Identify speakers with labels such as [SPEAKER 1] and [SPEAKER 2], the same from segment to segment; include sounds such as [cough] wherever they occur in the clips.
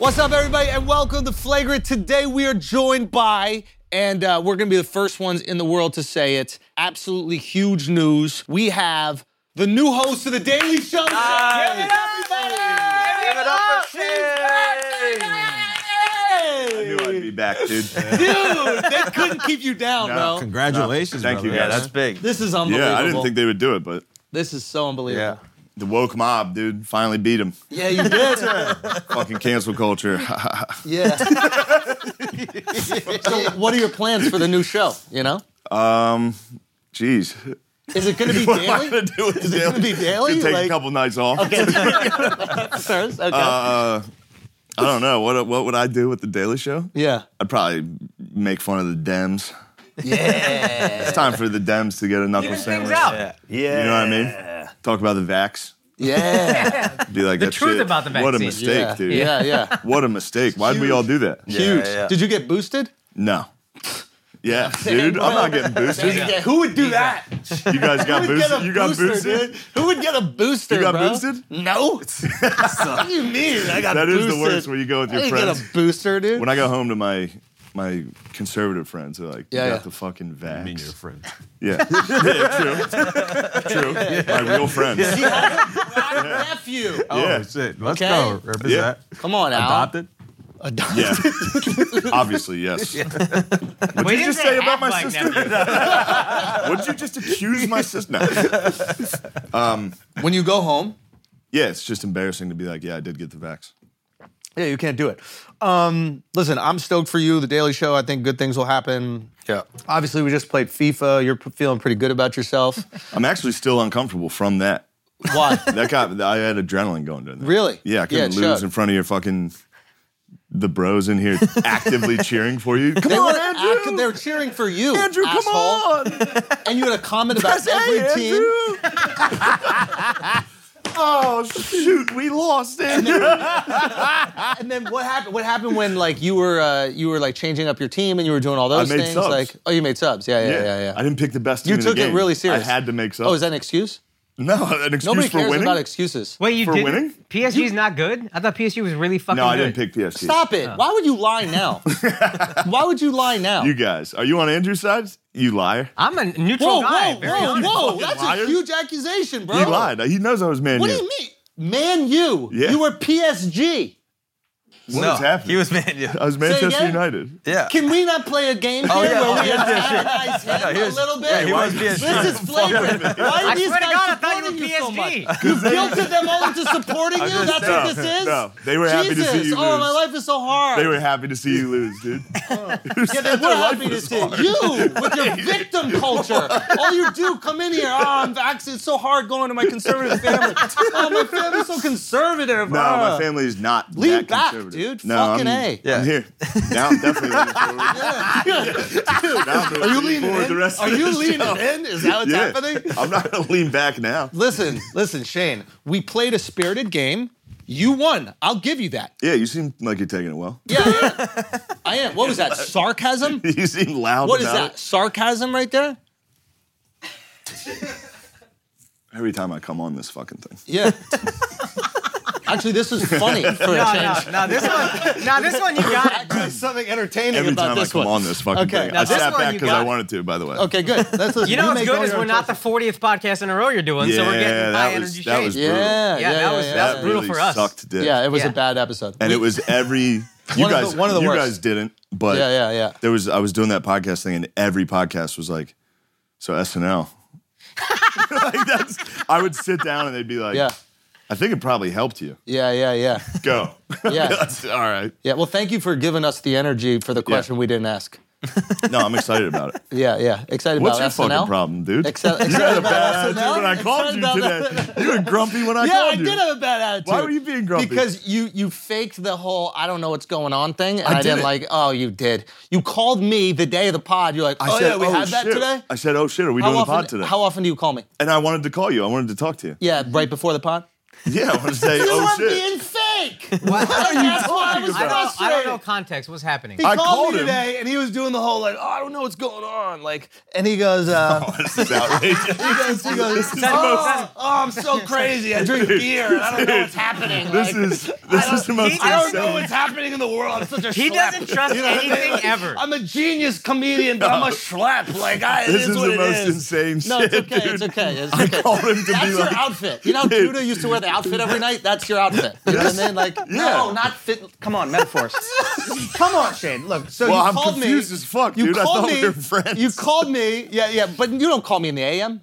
[SPEAKER 1] What's up, everybody, and welcome to Flagrant. Today we are joined by, and uh, we're gonna be the first ones in the world to say it. Absolutely huge news. We have the new host of the Daily Show.
[SPEAKER 2] Nice.
[SPEAKER 1] Give it up, everybody!
[SPEAKER 2] Give it up for
[SPEAKER 1] Hey!
[SPEAKER 3] knew I'd be back, dude.
[SPEAKER 1] Dude, they couldn't keep you down,
[SPEAKER 3] No.
[SPEAKER 1] bro.
[SPEAKER 4] Congratulations,
[SPEAKER 3] Thank you,
[SPEAKER 4] brother.
[SPEAKER 2] Yeah,
[SPEAKER 3] guys.
[SPEAKER 2] that's big.
[SPEAKER 1] This is unbelievable.
[SPEAKER 3] yeah, I didn't think they would do it, but
[SPEAKER 1] this is so
[SPEAKER 2] Yeah.
[SPEAKER 1] unbelievable.
[SPEAKER 3] the woke mob, dude, finally beat him.
[SPEAKER 1] Yeah, you did.
[SPEAKER 3] Fucking cancel culture. [laughs]
[SPEAKER 1] yeah. so, what are your plans for the new show? You know,
[SPEAKER 3] Jeez.
[SPEAKER 1] is it gonna be
[SPEAKER 3] [laughs] What am I
[SPEAKER 1] daily?
[SPEAKER 3] gonna do with this?
[SPEAKER 1] gonna be daily?
[SPEAKER 3] Take
[SPEAKER 1] Like-
[SPEAKER 3] a couple nights off.
[SPEAKER 1] First, okay.
[SPEAKER 3] I don't know. What what would I do with the Daily Show?
[SPEAKER 1] [laughs] yeah.
[SPEAKER 3] I'd probably make fun of the Dems.
[SPEAKER 1] Yeah.
[SPEAKER 3] It's time for the Dems to get a knuckle sandwich.
[SPEAKER 2] Things out. Yeah.
[SPEAKER 3] You know what I mean? Talk about the vax.
[SPEAKER 1] Yeah.
[SPEAKER 3] Be like the
[SPEAKER 5] truth about the
[SPEAKER 3] What a
[SPEAKER 5] vaccine.
[SPEAKER 3] mistake,
[SPEAKER 1] yeah.
[SPEAKER 3] dude.
[SPEAKER 1] Yeah, yeah.
[SPEAKER 3] What a mistake. Why'd we all do that?
[SPEAKER 1] Huge.
[SPEAKER 2] yeah.
[SPEAKER 1] Did you get boosted?
[SPEAKER 3] No. [laughs] Yeah, dude. I'm not getting boosted.
[SPEAKER 1] Yeah, Who would do that?
[SPEAKER 3] You guys got
[SPEAKER 1] Who would get
[SPEAKER 3] boosted.
[SPEAKER 1] a
[SPEAKER 3] You got
[SPEAKER 1] booster,
[SPEAKER 3] boosted.
[SPEAKER 1] dude? Who would get a booster?
[SPEAKER 3] You got
[SPEAKER 1] bro?
[SPEAKER 3] boosted?
[SPEAKER 1] No. [laughs] what do you mean? I got
[SPEAKER 3] That is
[SPEAKER 1] boosted.
[SPEAKER 3] the worst when you go with
[SPEAKER 1] I
[SPEAKER 3] your
[SPEAKER 1] didn't [laughs]
[SPEAKER 3] friends.
[SPEAKER 1] get a booster, dude.
[SPEAKER 3] when I got home to my my conservative friends, they're like,
[SPEAKER 1] Yeah,
[SPEAKER 3] you got
[SPEAKER 1] yeah.
[SPEAKER 3] the fucking vax.
[SPEAKER 4] Being your friend.
[SPEAKER 3] Yeah. yeah,
[SPEAKER 1] [laughs]
[SPEAKER 3] true. True. My real friends. Yeah.
[SPEAKER 1] nephew.
[SPEAKER 4] Oh shit! Let's
[SPEAKER 1] Okay.
[SPEAKER 4] go. Represent.
[SPEAKER 3] Yeah. Um,
[SPEAKER 1] Come on, Al.
[SPEAKER 4] Adopted.
[SPEAKER 3] Obviously, yes.
[SPEAKER 1] [laughs]
[SPEAKER 5] What did
[SPEAKER 3] you say about my sister? Would you just accuse my sister? No.
[SPEAKER 1] When you go home,
[SPEAKER 3] Yeah, it's just embarrassing to be like, yeah, I did get the vax.
[SPEAKER 1] yeah, you can't do it. Um, listen, I'm stoked for you. The Daily Show. I think good things will happen.
[SPEAKER 2] Yeah.
[SPEAKER 1] Obviously, we just played FIFA. You're p- feeling pretty good about yourself.
[SPEAKER 3] I'm actually still uncomfortable from that.
[SPEAKER 1] Why? [laughs]
[SPEAKER 3] That got [laughs] I had adrenaline going during that.
[SPEAKER 1] Really?
[SPEAKER 3] Yeah, I couldn't
[SPEAKER 1] Yeah,
[SPEAKER 3] lose
[SPEAKER 1] chug.
[SPEAKER 3] in front of your fucking the bros in here
[SPEAKER 1] [laughs]
[SPEAKER 3] actively cheering for you. Come
[SPEAKER 1] They
[SPEAKER 3] on,
[SPEAKER 1] were
[SPEAKER 3] Andrew.
[SPEAKER 1] acting- they were cheering for you.
[SPEAKER 3] Andrew, come
[SPEAKER 1] asshole.
[SPEAKER 3] on.
[SPEAKER 1] And you had a comment about every team.
[SPEAKER 3] [laughs] oh shoot, we lost Andrew.
[SPEAKER 1] Ah, And then what happened? What happened when like you were uh, you were like changing up your team and you were doing all those
[SPEAKER 3] I made
[SPEAKER 1] things?
[SPEAKER 3] subs.
[SPEAKER 1] Like oh, you made subs. Yeah, yeah, yeah, yeah.
[SPEAKER 3] I didn't pick the best.
[SPEAKER 1] you
[SPEAKER 3] team in the
[SPEAKER 1] took it
[SPEAKER 3] game.
[SPEAKER 1] really serious.
[SPEAKER 3] I had to make subs.
[SPEAKER 1] Oh, is that an excuse?
[SPEAKER 3] [laughs] no an excuse
[SPEAKER 1] Nobody
[SPEAKER 3] for
[SPEAKER 1] cares
[SPEAKER 3] winning?
[SPEAKER 1] about excuses.
[SPEAKER 5] Wait, you
[SPEAKER 3] For
[SPEAKER 5] did
[SPEAKER 3] winning?
[SPEAKER 5] PSG's not good. I thought PSG was really fucking.
[SPEAKER 3] no, I
[SPEAKER 5] good.
[SPEAKER 3] didn't pick PSG.
[SPEAKER 1] Stop it! Why would you lie
[SPEAKER 3] [laughs]
[SPEAKER 1] now? Why would you lie now?
[SPEAKER 3] You guys, are you on Andrew's side? You liar.
[SPEAKER 5] I'm a neutral
[SPEAKER 1] whoa,
[SPEAKER 5] guy.
[SPEAKER 1] whoa,
[SPEAKER 5] very
[SPEAKER 1] whoa,
[SPEAKER 5] honest.
[SPEAKER 1] whoa!
[SPEAKER 3] fucking
[SPEAKER 1] That's a
[SPEAKER 3] liar.
[SPEAKER 1] huge accusation, bro.
[SPEAKER 3] He lied. He knows I was Man
[SPEAKER 1] What
[SPEAKER 3] U.
[SPEAKER 1] do you mean, man? You?
[SPEAKER 3] Yeah.
[SPEAKER 1] You were PSG.
[SPEAKER 3] What was happening? Uh,
[SPEAKER 2] He was man. Yeah.
[SPEAKER 3] I was Manchester
[SPEAKER 1] again?
[SPEAKER 3] United.
[SPEAKER 2] yeah.
[SPEAKER 1] Can we not play a game here
[SPEAKER 2] Oh, yeah.
[SPEAKER 1] where
[SPEAKER 2] Oh,
[SPEAKER 1] we
[SPEAKER 2] yeah.
[SPEAKER 1] antagonize him
[SPEAKER 2] he
[SPEAKER 1] a
[SPEAKER 2] was-
[SPEAKER 1] little bit?
[SPEAKER 2] yeah, he was PSG.
[SPEAKER 1] This is
[SPEAKER 3] [laughs]
[SPEAKER 1] flagrant. Why
[SPEAKER 5] I
[SPEAKER 1] are these
[SPEAKER 5] swear to
[SPEAKER 1] guys
[SPEAKER 5] God, I thought
[SPEAKER 1] supporting
[SPEAKER 5] you were
[SPEAKER 1] you so much?
[SPEAKER 5] PSG.
[SPEAKER 1] You've guilted them all into supporting you?
[SPEAKER 2] just
[SPEAKER 1] That's
[SPEAKER 3] saying.
[SPEAKER 1] what this
[SPEAKER 3] No,
[SPEAKER 1] is?
[SPEAKER 3] no. They were happy to see
[SPEAKER 1] Jesus.
[SPEAKER 3] you
[SPEAKER 1] Oh,
[SPEAKER 3] lose.
[SPEAKER 1] my life is so hard.
[SPEAKER 3] They were happy to see you lose, dude.
[SPEAKER 1] [laughs] yeah, they were happy to see you with
[SPEAKER 3] [laughs]
[SPEAKER 1] your victim culture. All you do, come in here. Oh, I'm vaccinated. It's so hard going to my conservative
[SPEAKER 3] [laughs]
[SPEAKER 1] family. Oh, my family's so conservative.
[SPEAKER 3] No,
[SPEAKER 1] Ah.
[SPEAKER 3] my family is not.
[SPEAKER 1] Lean
[SPEAKER 3] that
[SPEAKER 1] back,
[SPEAKER 3] conservative.
[SPEAKER 1] dude.
[SPEAKER 3] No,
[SPEAKER 1] Fucking
[SPEAKER 3] I'm,
[SPEAKER 1] A.
[SPEAKER 3] I'm
[SPEAKER 1] [laughs]
[SPEAKER 3] here. Now I'm definitely leaning forward. [laughs] Now I'm
[SPEAKER 1] Are you leaning
[SPEAKER 3] forward
[SPEAKER 1] in?
[SPEAKER 3] The rest
[SPEAKER 1] Are
[SPEAKER 3] of
[SPEAKER 1] you
[SPEAKER 3] the
[SPEAKER 1] leaning
[SPEAKER 3] show.
[SPEAKER 1] in? Is that
[SPEAKER 3] [laughs]
[SPEAKER 1] what's
[SPEAKER 3] Yeah.
[SPEAKER 1] happening?
[SPEAKER 3] I'm not gonna lean back now.
[SPEAKER 1] Listen, listen, Shane. We played a spirited game. You won. I'll give you that.
[SPEAKER 3] Yeah, you seem like you're taking it well. [laughs]
[SPEAKER 1] Yeah, I am. I am. What was that? Sarcasm?
[SPEAKER 3] You seem loud.
[SPEAKER 1] What is
[SPEAKER 3] about
[SPEAKER 1] that? Sarcasm right there?
[SPEAKER 3] it. Every time I come on this fucking thing.
[SPEAKER 1] Yeah. [laughs] Actually, this is
[SPEAKER 3] [laughs]
[SPEAKER 1] funny for a
[SPEAKER 5] No,
[SPEAKER 1] change.
[SPEAKER 5] no, no. This one, no, this one you got. it.
[SPEAKER 1] There's something entertaining
[SPEAKER 3] Every
[SPEAKER 1] about
[SPEAKER 3] time I
[SPEAKER 1] this
[SPEAKER 3] come
[SPEAKER 1] one.
[SPEAKER 3] on this fucking
[SPEAKER 1] Okay,
[SPEAKER 3] thing,
[SPEAKER 1] now
[SPEAKER 3] I
[SPEAKER 1] this
[SPEAKER 3] sat
[SPEAKER 5] one
[SPEAKER 3] back
[SPEAKER 5] you
[SPEAKER 3] because I
[SPEAKER 5] got.
[SPEAKER 3] wanted to. By the way.
[SPEAKER 1] Okay, good. Let's listen.
[SPEAKER 5] You know what's
[SPEAKER 1] make all
[SPEAKER 5] good is
[SPEAKER 1] your
[SPEAKER 5] we're
[SPEAKER 1] own
[SPEAKER 5] not the 40th
[SPEAKER 1] choices.
[SPEAKER 5] podcast in a row you're doing,
[SPEAKER 3] Yeah,
[SPEAKER 5] so we're getting high
[SPEAKER 3] that was
[SPEAKER 5] energy
[SPEAKER 3] that
[SPEAKER 5] shade.
[SPEAKER 3] was brutal.
[SPEAKER 1] Yeah, yeah,
[SPEAKER 5] Yeah, that
[SPEAKER 1] yeah,
[SPEAKER 5] was-
[SPEAKER 1] yeah.
[SPEAKER 5] that
[SPEAKER 3] That
[SPEAKER 5] brutal
[SPEAKER 3] really
[SPEAKER 5] for us.
[SPEAKER 3] sucked dick.
[SPEAKER 1] Yeah, it was
[SPEAKER 5] Yeah.
[SPEAKER 1] a bad episode.
[SPEAKER 3] and it was
[SPEAKER 1] [laughs]
[SPEAKER 3] every. You
[SPEAKER 1] One of the-
[SPEAKER 3] guys,
[SPEAKER 1] one of the
[SPEAKER 3] you
[SPEAKER 1] worst.
[SPEAKER 3] guys didn't, but
[SPEAKER 1] yeah, yeah, yeah.
[SPEAKER 3] there was I was doing that podcast thing, and every podcast was like, "So SNL." [laughs] like that's, I would sit down and they'd be like,
[SPEAKER 1] Yeah.
[SPEAKER 3] I think it probably helped you."
[SPEAKER 1] Yeah, yeah, yeah.
[SPEAKER 3] Go.
[SPEAKER 1] Yeah.
[SPEAKER 3] That's- [laughs] all right.
[SPEAKER 1] Yeah, well, thank you for giving us the energy for the question we didn't ask.
[SPEAKER 3] No, I'm excited about it.
[SPEAKER 1] Yeah, yeah. Excited
[SPEAKER 3] What's your
[SPEAKER 1] [laughs] about SNL?
[SPEAKER 3] fucking problem, dude?
[SPEAKER 1] [laughs] Excel-
[SPEAKER 3] you
[SPEAKER 1] excited
[SPEAKER 3] had a
[SPEAKER 1] about
[SPEAKER 3] bad
[SPEAKER 1] SNL?
[SPEAKER 3] attitude when I called you
[SPEAKER 1] Excited [laughs] about
[SPEAKER 3] today. You were grumpy when I
[SPEAKER 1] Yeah,
[SPEAKER 3] called
[SPEAKER 1] I
[SPEAKER 3] you.
[SPEAKER 1] did have a bad attitude.
[SPEAKER 3] Why were you being grumpy?
[SPEAKER 1] Because you you faked the whole I don't know what's going on thing, and I,
[SPEAKER 3] did
[SPEAKER 1] didn't
[SPEAKER 3] it.
[SPEAKER 1] like. Oh, you did. You called me the day of the pod. You're like, oh yeah, we had that
[SPEAKER 3] shit."
[SPEAKER 1] today.
[SPEAKER 3] I said, "Oh shit, are we
[SPEAKER 1] How
[SPEAKER 3] doing
[SPEAKER 1] often?
[SPEAKER 3] the pod today?"
[SPEAKER 1] How often do you call me?
[SPEAKER 3] and I wanted to call you. I wanted to talk to you.
[SPEAKER 1] Yeah, right before the pod.
[SPEAKER 3] Yeah, I want to say,
[SPEAKER 1] You
[SPEAKER 3] "Oh
[SPEAKER 1] are
[SPEAKER 3] shit."
[SPEAKER 1] being fake. fake.
[SPEAKER 3] What are you
[SPEAKER 1] That's why I
[SPEAKER 3] talking
[SPEAKER 1] was
[SPEAKER 5] I don't, I don't
[SPEAKER 3] about?
[SPEAKER 1] frustrated.
[SPEAKER 5] know context. What's happening?
[SPEAKER 1] He
[SPEAKER 3] I
[SPEAKER 1] called,
[SPEAKER 3] called
[SPEAKER 1] me
[SPEAKER 3] him.
[SPEAKER 1] today, and he was doing the whole like, oh, I don't know what's going on, like, and he goes,
[SPEAKER 3] [laughs]
[SPEAKER 1] uh,
[SPEAKER 3] This is outrageous.
[SPEAKER 1] he goes, he goes, oh, oh, I'm
[SPEAKER 3] [laughs]
[SPEAKER 1] so crazy. I drink beer, and I don't know what's happening.
[SPEAKER 3] This
[SPEAKER 1] Like,
[SPEAKER 3] is this is the most
[SPEAKER 5] he
[SPEAKER 1] I don't know
[SPEAKER 3] insane-
[SPEAKER 1] what's happening in the world. I'm such a
[SPEAKER 5] He
[SPEAKER 1] schlep.
[SPEAKER 5] doesn't trust
[SPEAKER 1] You know what I mean?
[SPEAKER 5] anything
[SPEAKER 1] Like,
[SPEAKER 5] ever.
[SPEAKER 1] I'm a genius comedian, but I'm a schlep. Like, I, it
[SPEAKER 3] This
[SPEAKER 1] is
[SPEAKER 3] is
[SPEAKER 1] what
[SPEAKER 3] the
[SPEAKER 1] it
[SPEAKER 3] most
[SPEAKER 1] is.
[SPEAKER 3] insane
[SPEAKER 1] No,
[SPEAKER 3] shit.
[SPEAKER 1] it's okay.
[SPEAKER 3] dude.
[SPEAKER 1] It's okay. It's
[SPEAKER 3] I
[SPEAKER 1] okay.
[SPEAKER 3] called him to be
[SPEAKER 1] That's your
[SPEAKER 3] like,
[SPEAKER 1] outfit. You know, how Judah used to wear the outfit every night. That's your outfit. And then like, no, not fit. Come on, metaphors. [laughs] Come on, Shane. Look, so
[SPEAKER 3] Well,
[SPEAKER 1] you
[SPEAKER 3] I'm
[SPEAKER 1] called
[SPEAKER 3] confused
[SPEAKER 1] me.
[SPEAKER 3] as fuck,
[SPEAKER 1] you
[SPEAKER 3] dude. I
[SPEAKER 1] called
[SPEAKER 3] thought
[SPEAKER 1] me.
[SPEAKER 3] we were friends.
[SPEAKER 1] You called me. Yeah, yeah. But you don't call me in the AM.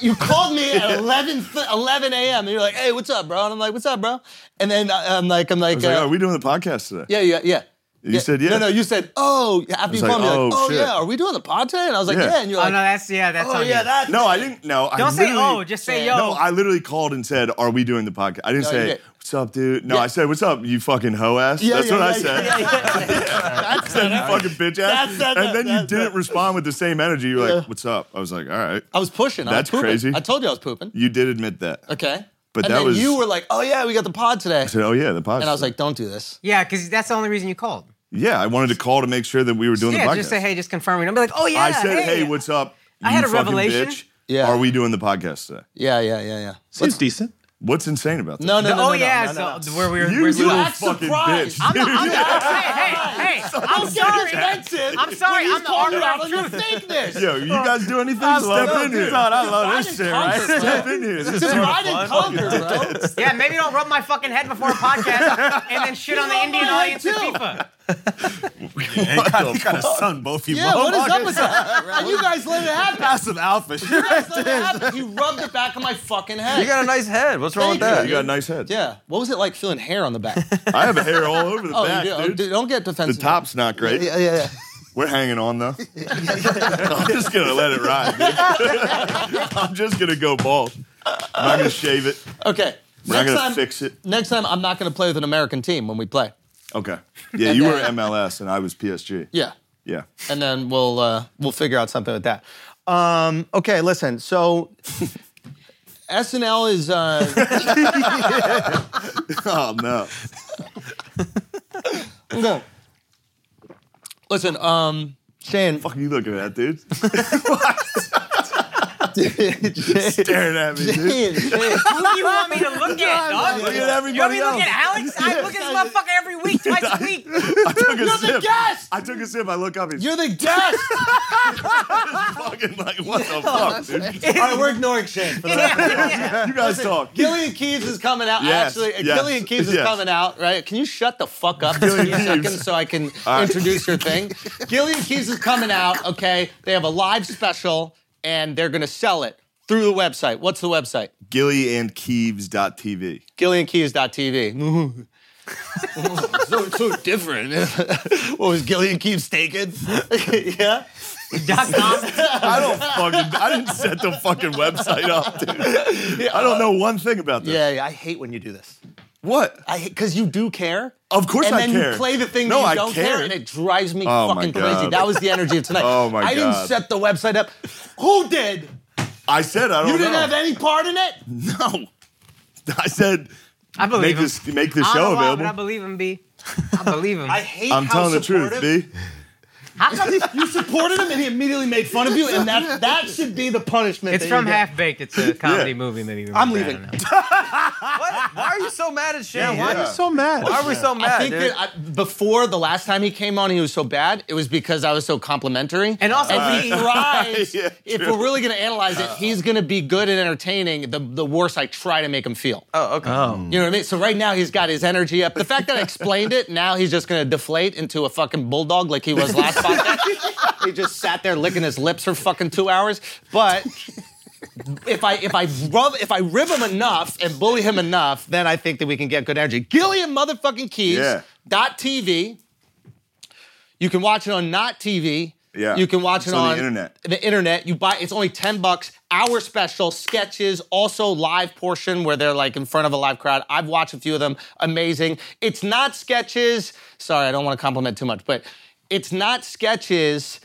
[SPEAKER 1] You called me at 11, th- 11 a.m. and you're like, "Hey, what's up, bro?" And I'm like, "What's up, bro?" And then I- I'm like, "I'm like,
[SPEAKER 3] I was like,
[SPEAKER 1] uh,
[SPEAKER 3] oh, are we doing the podcast today?
[SPEAKER 1] yeah, yeah, yeah."
[SPEAKER 3] You said yeah.
[SPEAKER 1] No, no, you said, "Oh." After you
[SPEAKER 3] like,
[SPEAKER 1] called me, like,
[SPEAKER 3] "Oh,
[SPEAKER 1] "Oh
[SPEAKER 3] shit."
[SPEAKER 1] yeah, are we doing the pod today?" And I was like,
[SPEAKER 3] Yeah.
[SPEAKER 1] "Yeah." And you're
[SPEAKER 5] Oh no,
[SPEAKER 1] like,
[SPEAKER 5] that's yeah, that's
[SPEAKER 1] "Oh
[SPEAKER 5] on
[SPEAKER 1] yeah,
[SPEAKER 5] you.
[SPEAKER 1] that."
[SPEAKER 3] No, I didn't. No, I
[SPEAKER 5] Don't say
[SPEAKER 3] literally-
[SPEAKER 5] oh, just say
[SPEAKER 1] Yeah.
[SPEAKER 5] yo.
[SPEAKER 3] No, I literally called and said, "Are we doing the podcast?" I didn't
[SPEAKER 1] No, you
[SPEAKER 3] say,
[SPEAKER 1] did.
[SPEAKER 3] "What's up, dude?" No,
[SPEAKER 1] Yeah.
[SPEAKER 3] I said, "What's up, you fucking hoe ass?"
[SPEAKER 1] Yeah,
[SPEAKER 3] That's
[SPEAKER 1] yeah,
[SPEAKER 3] what I
[SPEAKER 1] yeah,
[SPEAKER 3] said.
[SPEAKER 1] yeah, yeah, yeah.
[SPEAKER 3] I said, "You fucking bitch ass,"
[SPEAKER 1] That's- that's-
[SPEAKER 3] and then you
[SPEAKER 1] that's-
[SPEAKER 3] didn't respond with the same energy. You were
[SPEAKER 1] Yeah.
[SPEAKER 3] like, "What's up?" I was like, "All right."
[SPEAKER 1] I was pushing. I was
[SPEAKER 3] That's
[SPEAKER 1] pooping.
[SPEAKER 3] crazy.
[SPEAKER 1] I told you I was pooping.
[SPEAKER 3] You did admit that.
[SPEAKER 1] Okay.
[SPEAKER 3] But
[SPEAKER 1] and
[SPEAKER 3] that
[SPEAKER 1] then
[SPEAKER 3] was-
[SPEAKER 1] you were like, "Oh yeah, we got the pod today,"
[SPEAKER 3] I said, "Oh yeah, the podcast."
[SPEAKER 1] and I was like, "Don't do this."
[SPEAKER 5] yeah, because that's the only reason you called.
[SPEAKER 3] "Yeah, I wanted to call to make sure that we were doing the
[SPEAKER 5] Yeah,
[SPEAKER 3] podcast."
[SPEAKER 5] just say hey, just confirming. I'll be like, oh yeah.
[SPEAKER 3] I said, "Hey, what's up?"
[SPEAKER 5] I had
[SPEAKER 3] you
[SPEAKER 5] a
[SPEAKER 3] fucking
[SPEAKER 5] revelation.
[SPEAKER 3] Bitch.
[SPEAKER 1] Yeah.
[SPEAKER 3] Are we doing the podcast today?
[SPEAKER 1] Yeah, yeah, yeah, yeah.
[SPEAKER 2] Seems decent.
[SPEAKER 3] What's insane about that?
[SPEAKER 1] No,
[SPEAKER 5] The-
[SPEAKER 1] no, no, no,
[SPEAKER 5] oh
[SPEAKER 1] no,
[SPEAKER 5] yeah,
[SPEAKER 1] no, no, no.
[SPEAKER 5] so where we were.
[SPEAKER 3] You
[SPEAKER 5] where we
[SPEAKER 3] little
[SPEAKER 5] were-
[SPEAKER 1] act
[SPEAKER 3] fucking
[SPEAKER 1] surprised.
[SPEAKER 3] bitch.
[SPEAKER 5] I'm not.
[SPEAKER 3] dude. [laughs]
[SPEAKER 5] I'm not [laughs] hey, hey, hey! I'm sorry. I'm sorry. I'm the
[SPEAKER 1] calling
[SPEAKER 5] author
[SPEAKER 1] you out
[SPEAKER 5] of
[SPEAKER 1] on your
[SPEAKER 5] truth.
[SPEAKER 1] fakeness.
[SPEAKER 3] Yo, you guys do anything?
[SPEAKER 2] love
[SPEAKER 3] Step in
[SPEAKER 2] this.
[SPEAKER 3] here.
[SPEAKER 2] I
[SPEAKER 1] I
[SPEAKER 2] love
[SPEAKER 1] didn't
[SPEAKER 2] this shit,
[SPEAKER 1] conquer,
[SPEAKER 2] right?
[SPEAKER 1] bro.
[SPEAKER 3] Step in here. This
[SPEAKER 1] Dude,
[SPEAKER 3] is
[SPEAKER 1] I didn't conquer, bro.
[SPEAKER 5] Yeah, maybe don't rub my fucking head before a podcast and then [laughs] shit on the
[SPEAKER 1] rubbed
[SPEAKER 5] Indian
[SPEAKER 1] my
[SPEAKER 5] audience at
[SPEAKER 1] head, too.
[SPEAKER 5] FIFA.
[SPEAKER 2] Yeah, you got, you got a son, both of you.
[SPEAKER 1] Yeah, what is
[SPEAKER 2] motherfuckers.
[SPEAKER 1] up with
[SPEAKER 3] [laughs]
[SPEAKER 1] that? And you guys let it happen.
[SPEAKER 2] That's some alpha shit.
[SPEAKER 1] You guys let it happen. You rubbed the back of my fucking head.
[SPEAKER 4] You got a nice head. What's wrong with
[SPEAKER 1] Thank
[SPEAKER 4] that?
[SPEAKER 3] You got a nice head.
[SPEAKER 1] yeah. What was it like feeling hair on the
[SPEAKER 3] [laughs]
[SPEAKER 1] back?
[SPEAKER 3] I have hair all over the
[SPEAKER 1] Oh,
[SPEAKER 3] back,
[SPEAKER 1] you do- oh,
[SPEAKER 3] dude.
[SPEAKER 1] dude, don't get
[SPEAKER 3] The
[SPEAKER 1] defensive.
[SPEAKER 3] top's not great.
[SPEAKER 1] Yeah, yeah, yeah.
[SPEAKER 3] We're hanging on [laughs] though. I'm just gonna let it ride. dude. [laughs] I'm just gonna go bald. I'm not gonna shave it.
[SPEAKER 1] Okay.
[SPEAKER 3] We're not
[SPEAKER 1] next
[SPEAKER 3] gonna
[SPEAKER 1] time,
[SPEAKER 3] fix it.
[SPEAKER 1] Next time, I'm not going to play with an American team when we play.
[SPEAKER 3] Okay. Yeah, you were MLS and I was PSG.
[SPEAKER 1] Yeah.
[SPEAKER 3] Yeah.
[SPEAKER 1] And then we'll uh, we'll figure out something with that. Um, okay, listen. So [laughs] SNL is uh,
[SPEAKER 3] [laughs] Oh no.
[SPEAKER 1] no. Listen, um, Shane.
[SPEAKER 3] Fuck you looking at, dude.
[SPEAKER 1] [laughs]
[SPEAKER 3] Staring at me, dude.
[SPEAKER 1] Shane, [laughs] Shane.
[SPEAKER 5] [laughs] Who [laughs] do you want me to look at, dog?
[SPEAKER 3] [laughs] Look at
[SPEAKER 5] You want
[SPEAKER 3] everybody
[SPEAKER 5] me to look
[SPEAKER 3] else.
[SPEAKER 5] at Alex? I [laughs] look at this motherfucker every week, twice a [laughs] week.
[SPEAKER 3] [laughs] I took a
[SPEAKER 1] You're the
[SPEAKER 3] sip.
[SPEAKER 1] guest!
[SPEAKER 3] I took a sip. I look up. He's
[SPEAKER 1] You're the [laughs] guest.
[SPEAKER 3] [laughs] fucking like,
[SPEAKER 1] [laughs]
[SPEAKER 3] what the fuck, dude?
[SPEAKER 1] All right, we're ignoring Shane. For that.
[SPEAKER 3] You guys
[SPEAKER 1] [laughs]
[SPEAKER 3] talk.
[SPEAKER 1] Gillian Keys is coming out.
[SPEAKER 3] Yes,
[SPEAKER 1] Actually,
[SPEAKER 3] yes,
[SPEAKER 1] Gillian Keys is
[SPEAKER 3] yes.
[SPEAKER 1] coming out. Right? Can you shut the fuck up for a
[SPEAKER 3] Gillian Keys.
[SPEAKER 1] second so I can
[SPEAKER 3] All right.
[SPEAKER 1] introduce your [laughs] thing? Gillian Keys is coming out. Okay, they have a live special and they're gonna sell it through the website. What's the website?
[SPEAKER 3] Gilly and Keeves.tv. [laughs]
[SPEAKER 1] GillianKeys.tv. so, so different. [laughs] what was Gillian Keeves
[SPEAKER 3] [laughs]
[SPEAKER 1] taken? yeah.
[SPEAKER 5] Dot com.
[SPEAKER 3] I don't fucking. I didn't set the fucking website up,
[SPEAKER 1] [laughs]
[SPEAKER 3] dude. I don't know one thing about this.
[SPEAKER 1] yeah, yeah. I hate when you do this.
[SPEAKER 3] What?
[SPEAKER 1] I because you do care.
[SPEAKER 3] Of course
[SPEAKER 1] and
[SPEAKER 3] I
[SPEAKER 1] then
[SPEAKER 3] care.
[SPEAKER 1] you play the thing
[SPEAKER 3] No,
[SPEAKER 1] that you
[SPEAKER 3] I
[SPEAKER 1] don't care.
[SPEAKER 3] care.
[SPEAKER 1] and it drives me
[SPEAKER 3] Oh, my
[SPEAKER 1] fucking
[SPEAKER 3] God.
[SPEAKER 1] crazy. That was the energy of tonight.
[SPEAKER 3] [laughs] Oh, my
[SPEAKER 1] I didn't
[SPEAKER 3] God.
[SPEAKER 1] set the website up. Who did?
[SPEAKER 3] I said I don't.
[SPEAKER 1] You didn't
[SPEAKER 3] know.
[SPEAKER 1] have any part in it.
[SPEAKER 3] [laughs] No. I said
[SPEAKER 5] I believe
[SPEAKER 3] make
[SPEAKER 5] him.
[SPEAKER 3] this make this
[SPEAKER 5] I
[SPEAKER 1] Ah,
[SPEAKER 5] don't
[SPEAKER 3] show
[SPEAKER 5] know why, but I
[SPEAKER 3] available.
[SPEAKER 5] believe him,
[SPEAKER 3] [laughs]
[SPEAKER 5] B. I believe him.
[SPEAKER 1] I hate.
[SPEAKER 3] I'm
[SPEAKER 1] how
[SPEAKER 3] telling the truth,
[SPEAKER 1] supportive-
[SPEAKER 3] B.
[SPEAKER 5] How come
[SPEAKER 1] [laughs] You supported him, and he immediately made fun of you, and that that should be the punishment.
[SPEAKER 5] it's
[SPEAKER 1] that you
[SPEAKER 5] from
[SPEAKER 1] get.
[SPEAKER 5] Half Baked. It's a comedy
[SPEAKER 3] Yeah.
[SPEAKER 5] movie. Maybe
[SPEAKER 1] I'm
[SPEAKER 5] I don't
[SPEAKER 1] leaving.
[SPEAKER 5] know.
[SPEAKER 4] What? Why are you so mad at Shane?
[SPEAKER 3] why-
[SPEAKER 4] why,
[SPEAKER 3] Yeah.
[SPEAKER 2] so mad.
[SPEAKER 4] why are we so
[SPEAKER 1] I
[SPEAKER 4] mad,
[SPEAKER 1] think
[SPEAKER 4] dude?
[SPEAKER 1] that I, before the last time he came on, he was so bad. It was because I was so complimentary.
[SPEAKER 5] And also,
[SPEAKER 1] and he
[SPEAKER 5] he-
[SPEAKER 1] thrives.
[SPEAKER 4] [laughs]
[SPEAKER 3] Yeah,
[SPEAKER 1] if
[SPEAKER 3] true.
[SPEAKER 1] we're really going to analyze it, he's going to be good and entertaining. The the worse I try to make him feel.
[SPEAKER 4] oh, okay.
[SPEAKER 1] You know what I mean? So right now he's got his energy up. The fact that I explained it, now he's just gonna deflate into a fucking bulldog like he was last podcast. he just sat there licking his lips for fucking two hours. But if I if I rub if I rib him enough and bully him enough, then I think that we can get good energy. Gillian motherfucking Keys
[SPEAKER 3] Yeah.
[SPEAKER 1] dot TV. You can watch it on Not TV.
[SPEAKER 3] Yeah.
[SPEAKER 1] You can watch
[SPEAKER 3] It's
[SPEAKER 1] it
[SPEAKER 3] on
[SPEAKER 1] on,
[SPEAKER 3] the internet.
[SPEAKER 1] The internet. You buy. It's only ten bucks. Hour special sketches. Also live portion where they're like in front of a live crowd. I've watched a few of them. Amazing. It's not sketches. Sorry, I don't want to compliment too much, but it's not sketches